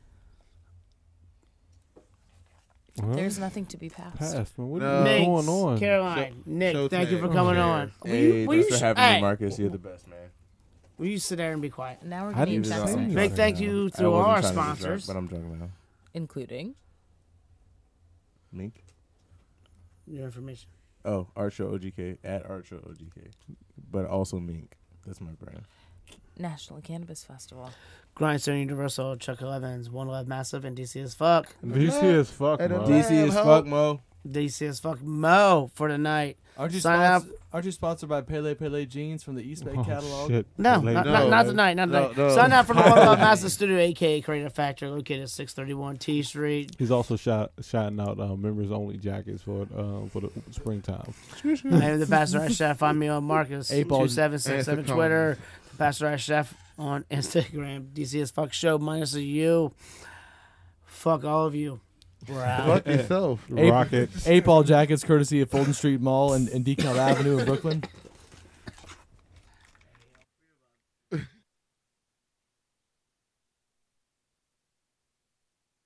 Speaker 3: Huh?
Speaker 2: There's nothing to be passed.
Speaker 3: Pass, man. What
Speaker 8: No.
Speaker 3: is
Speaker 1: Minx,
Speaker 3: going on?
Speaker 1: Caroline, Nick,
Speaker 8: show
Speaker 1: thank you for
Speaker 8: today.
Speaker 1: coming on. Will you,
Speaker 5: Hey,
Speaker 1: will you
Speaker 5: thanks for
Speaker 1: sh-
Speaker 5: having
Speaker 1: hey,
Speaker 5: me, Marcus. You're the best, man.
Speaker 1: will you sit there and be quiet?
Speaker 2: Now we're
Speaker 3: How
Speaker 2: getting
Speaker 3: do you
Speaker 2: into
Speaker 3: say
Speaker 2: sex,
Speaker 3: that?
Speaker 1: Big thank you to all our sponsors.
Speaker 5: but I'm drunk now.
Speaker 2: including
Speaker 5: Mink.
Speaker 1: Your information.
Speaker 5: Oh, Art Show OGK at Art Show OGK, but also Mink. That's my brand.
Speaker 2: National Cannabis Festival.
Speaker 1: Grindstone Universal, Chuck Evans, One Love Massive, and DC as Fuck.
Speaker 3: DC as fuck,
Speaker 8: Hey, the
Speaker 3: man.
Speaker 8: DC
Speaker 5: DC
Speaker 8: Damn,
Speaker 5: is
Speaker 8: is hoe. fuck,
Speaker 5: fuck, Mo.
Speaker 1: DC as Fuck Mo Oh, for tonight.
Speaker 6: Aren't you,
Speaker 1: Sign
Speaker 6: sponsor, aren't you sponsored by Pele Pele Jeans from the East Bay
Speaker 3: Oh,
Speaker 6: catalog?
Speaker 3: shit.
Speaker 1: No,
Speaker 3: Late
Speaker 1: not,
Speaker 8: no,
Speaker 1: not, not
Speaker 8: man.
Speaker 1: tonight. Not
Speaker 8: No,
Speaker 1: tonight.
Speaker 8: no.
Speaker 1: Sign up for the One Love Massive Studio, aka Creative Factory, located at 631 T Street.
Speaker 3: He's also shot, shouting out uh, members only jackets for uh, for the springtime.
Speaker 8: Hmm.
Speaker 1: I am the Pastor Ash Chef. Find me on Marcus
Speaker 6: Eight balls.
Speaker 1: two seven six seven
Speaker 8: Answer
Speaker 1: Twitter. The Pastor Ash Chef on Instagram. DC as fuck show minus the U. Fuck all of you. We're out.
Speaker 8: Fuck yourself.
Speaker 6: Eight-
Speaker 3: Rocket.
Speaker 6: Eight ball jackets courtesy of Folden Street Mall and, and Decal Avenue in Brooklyn.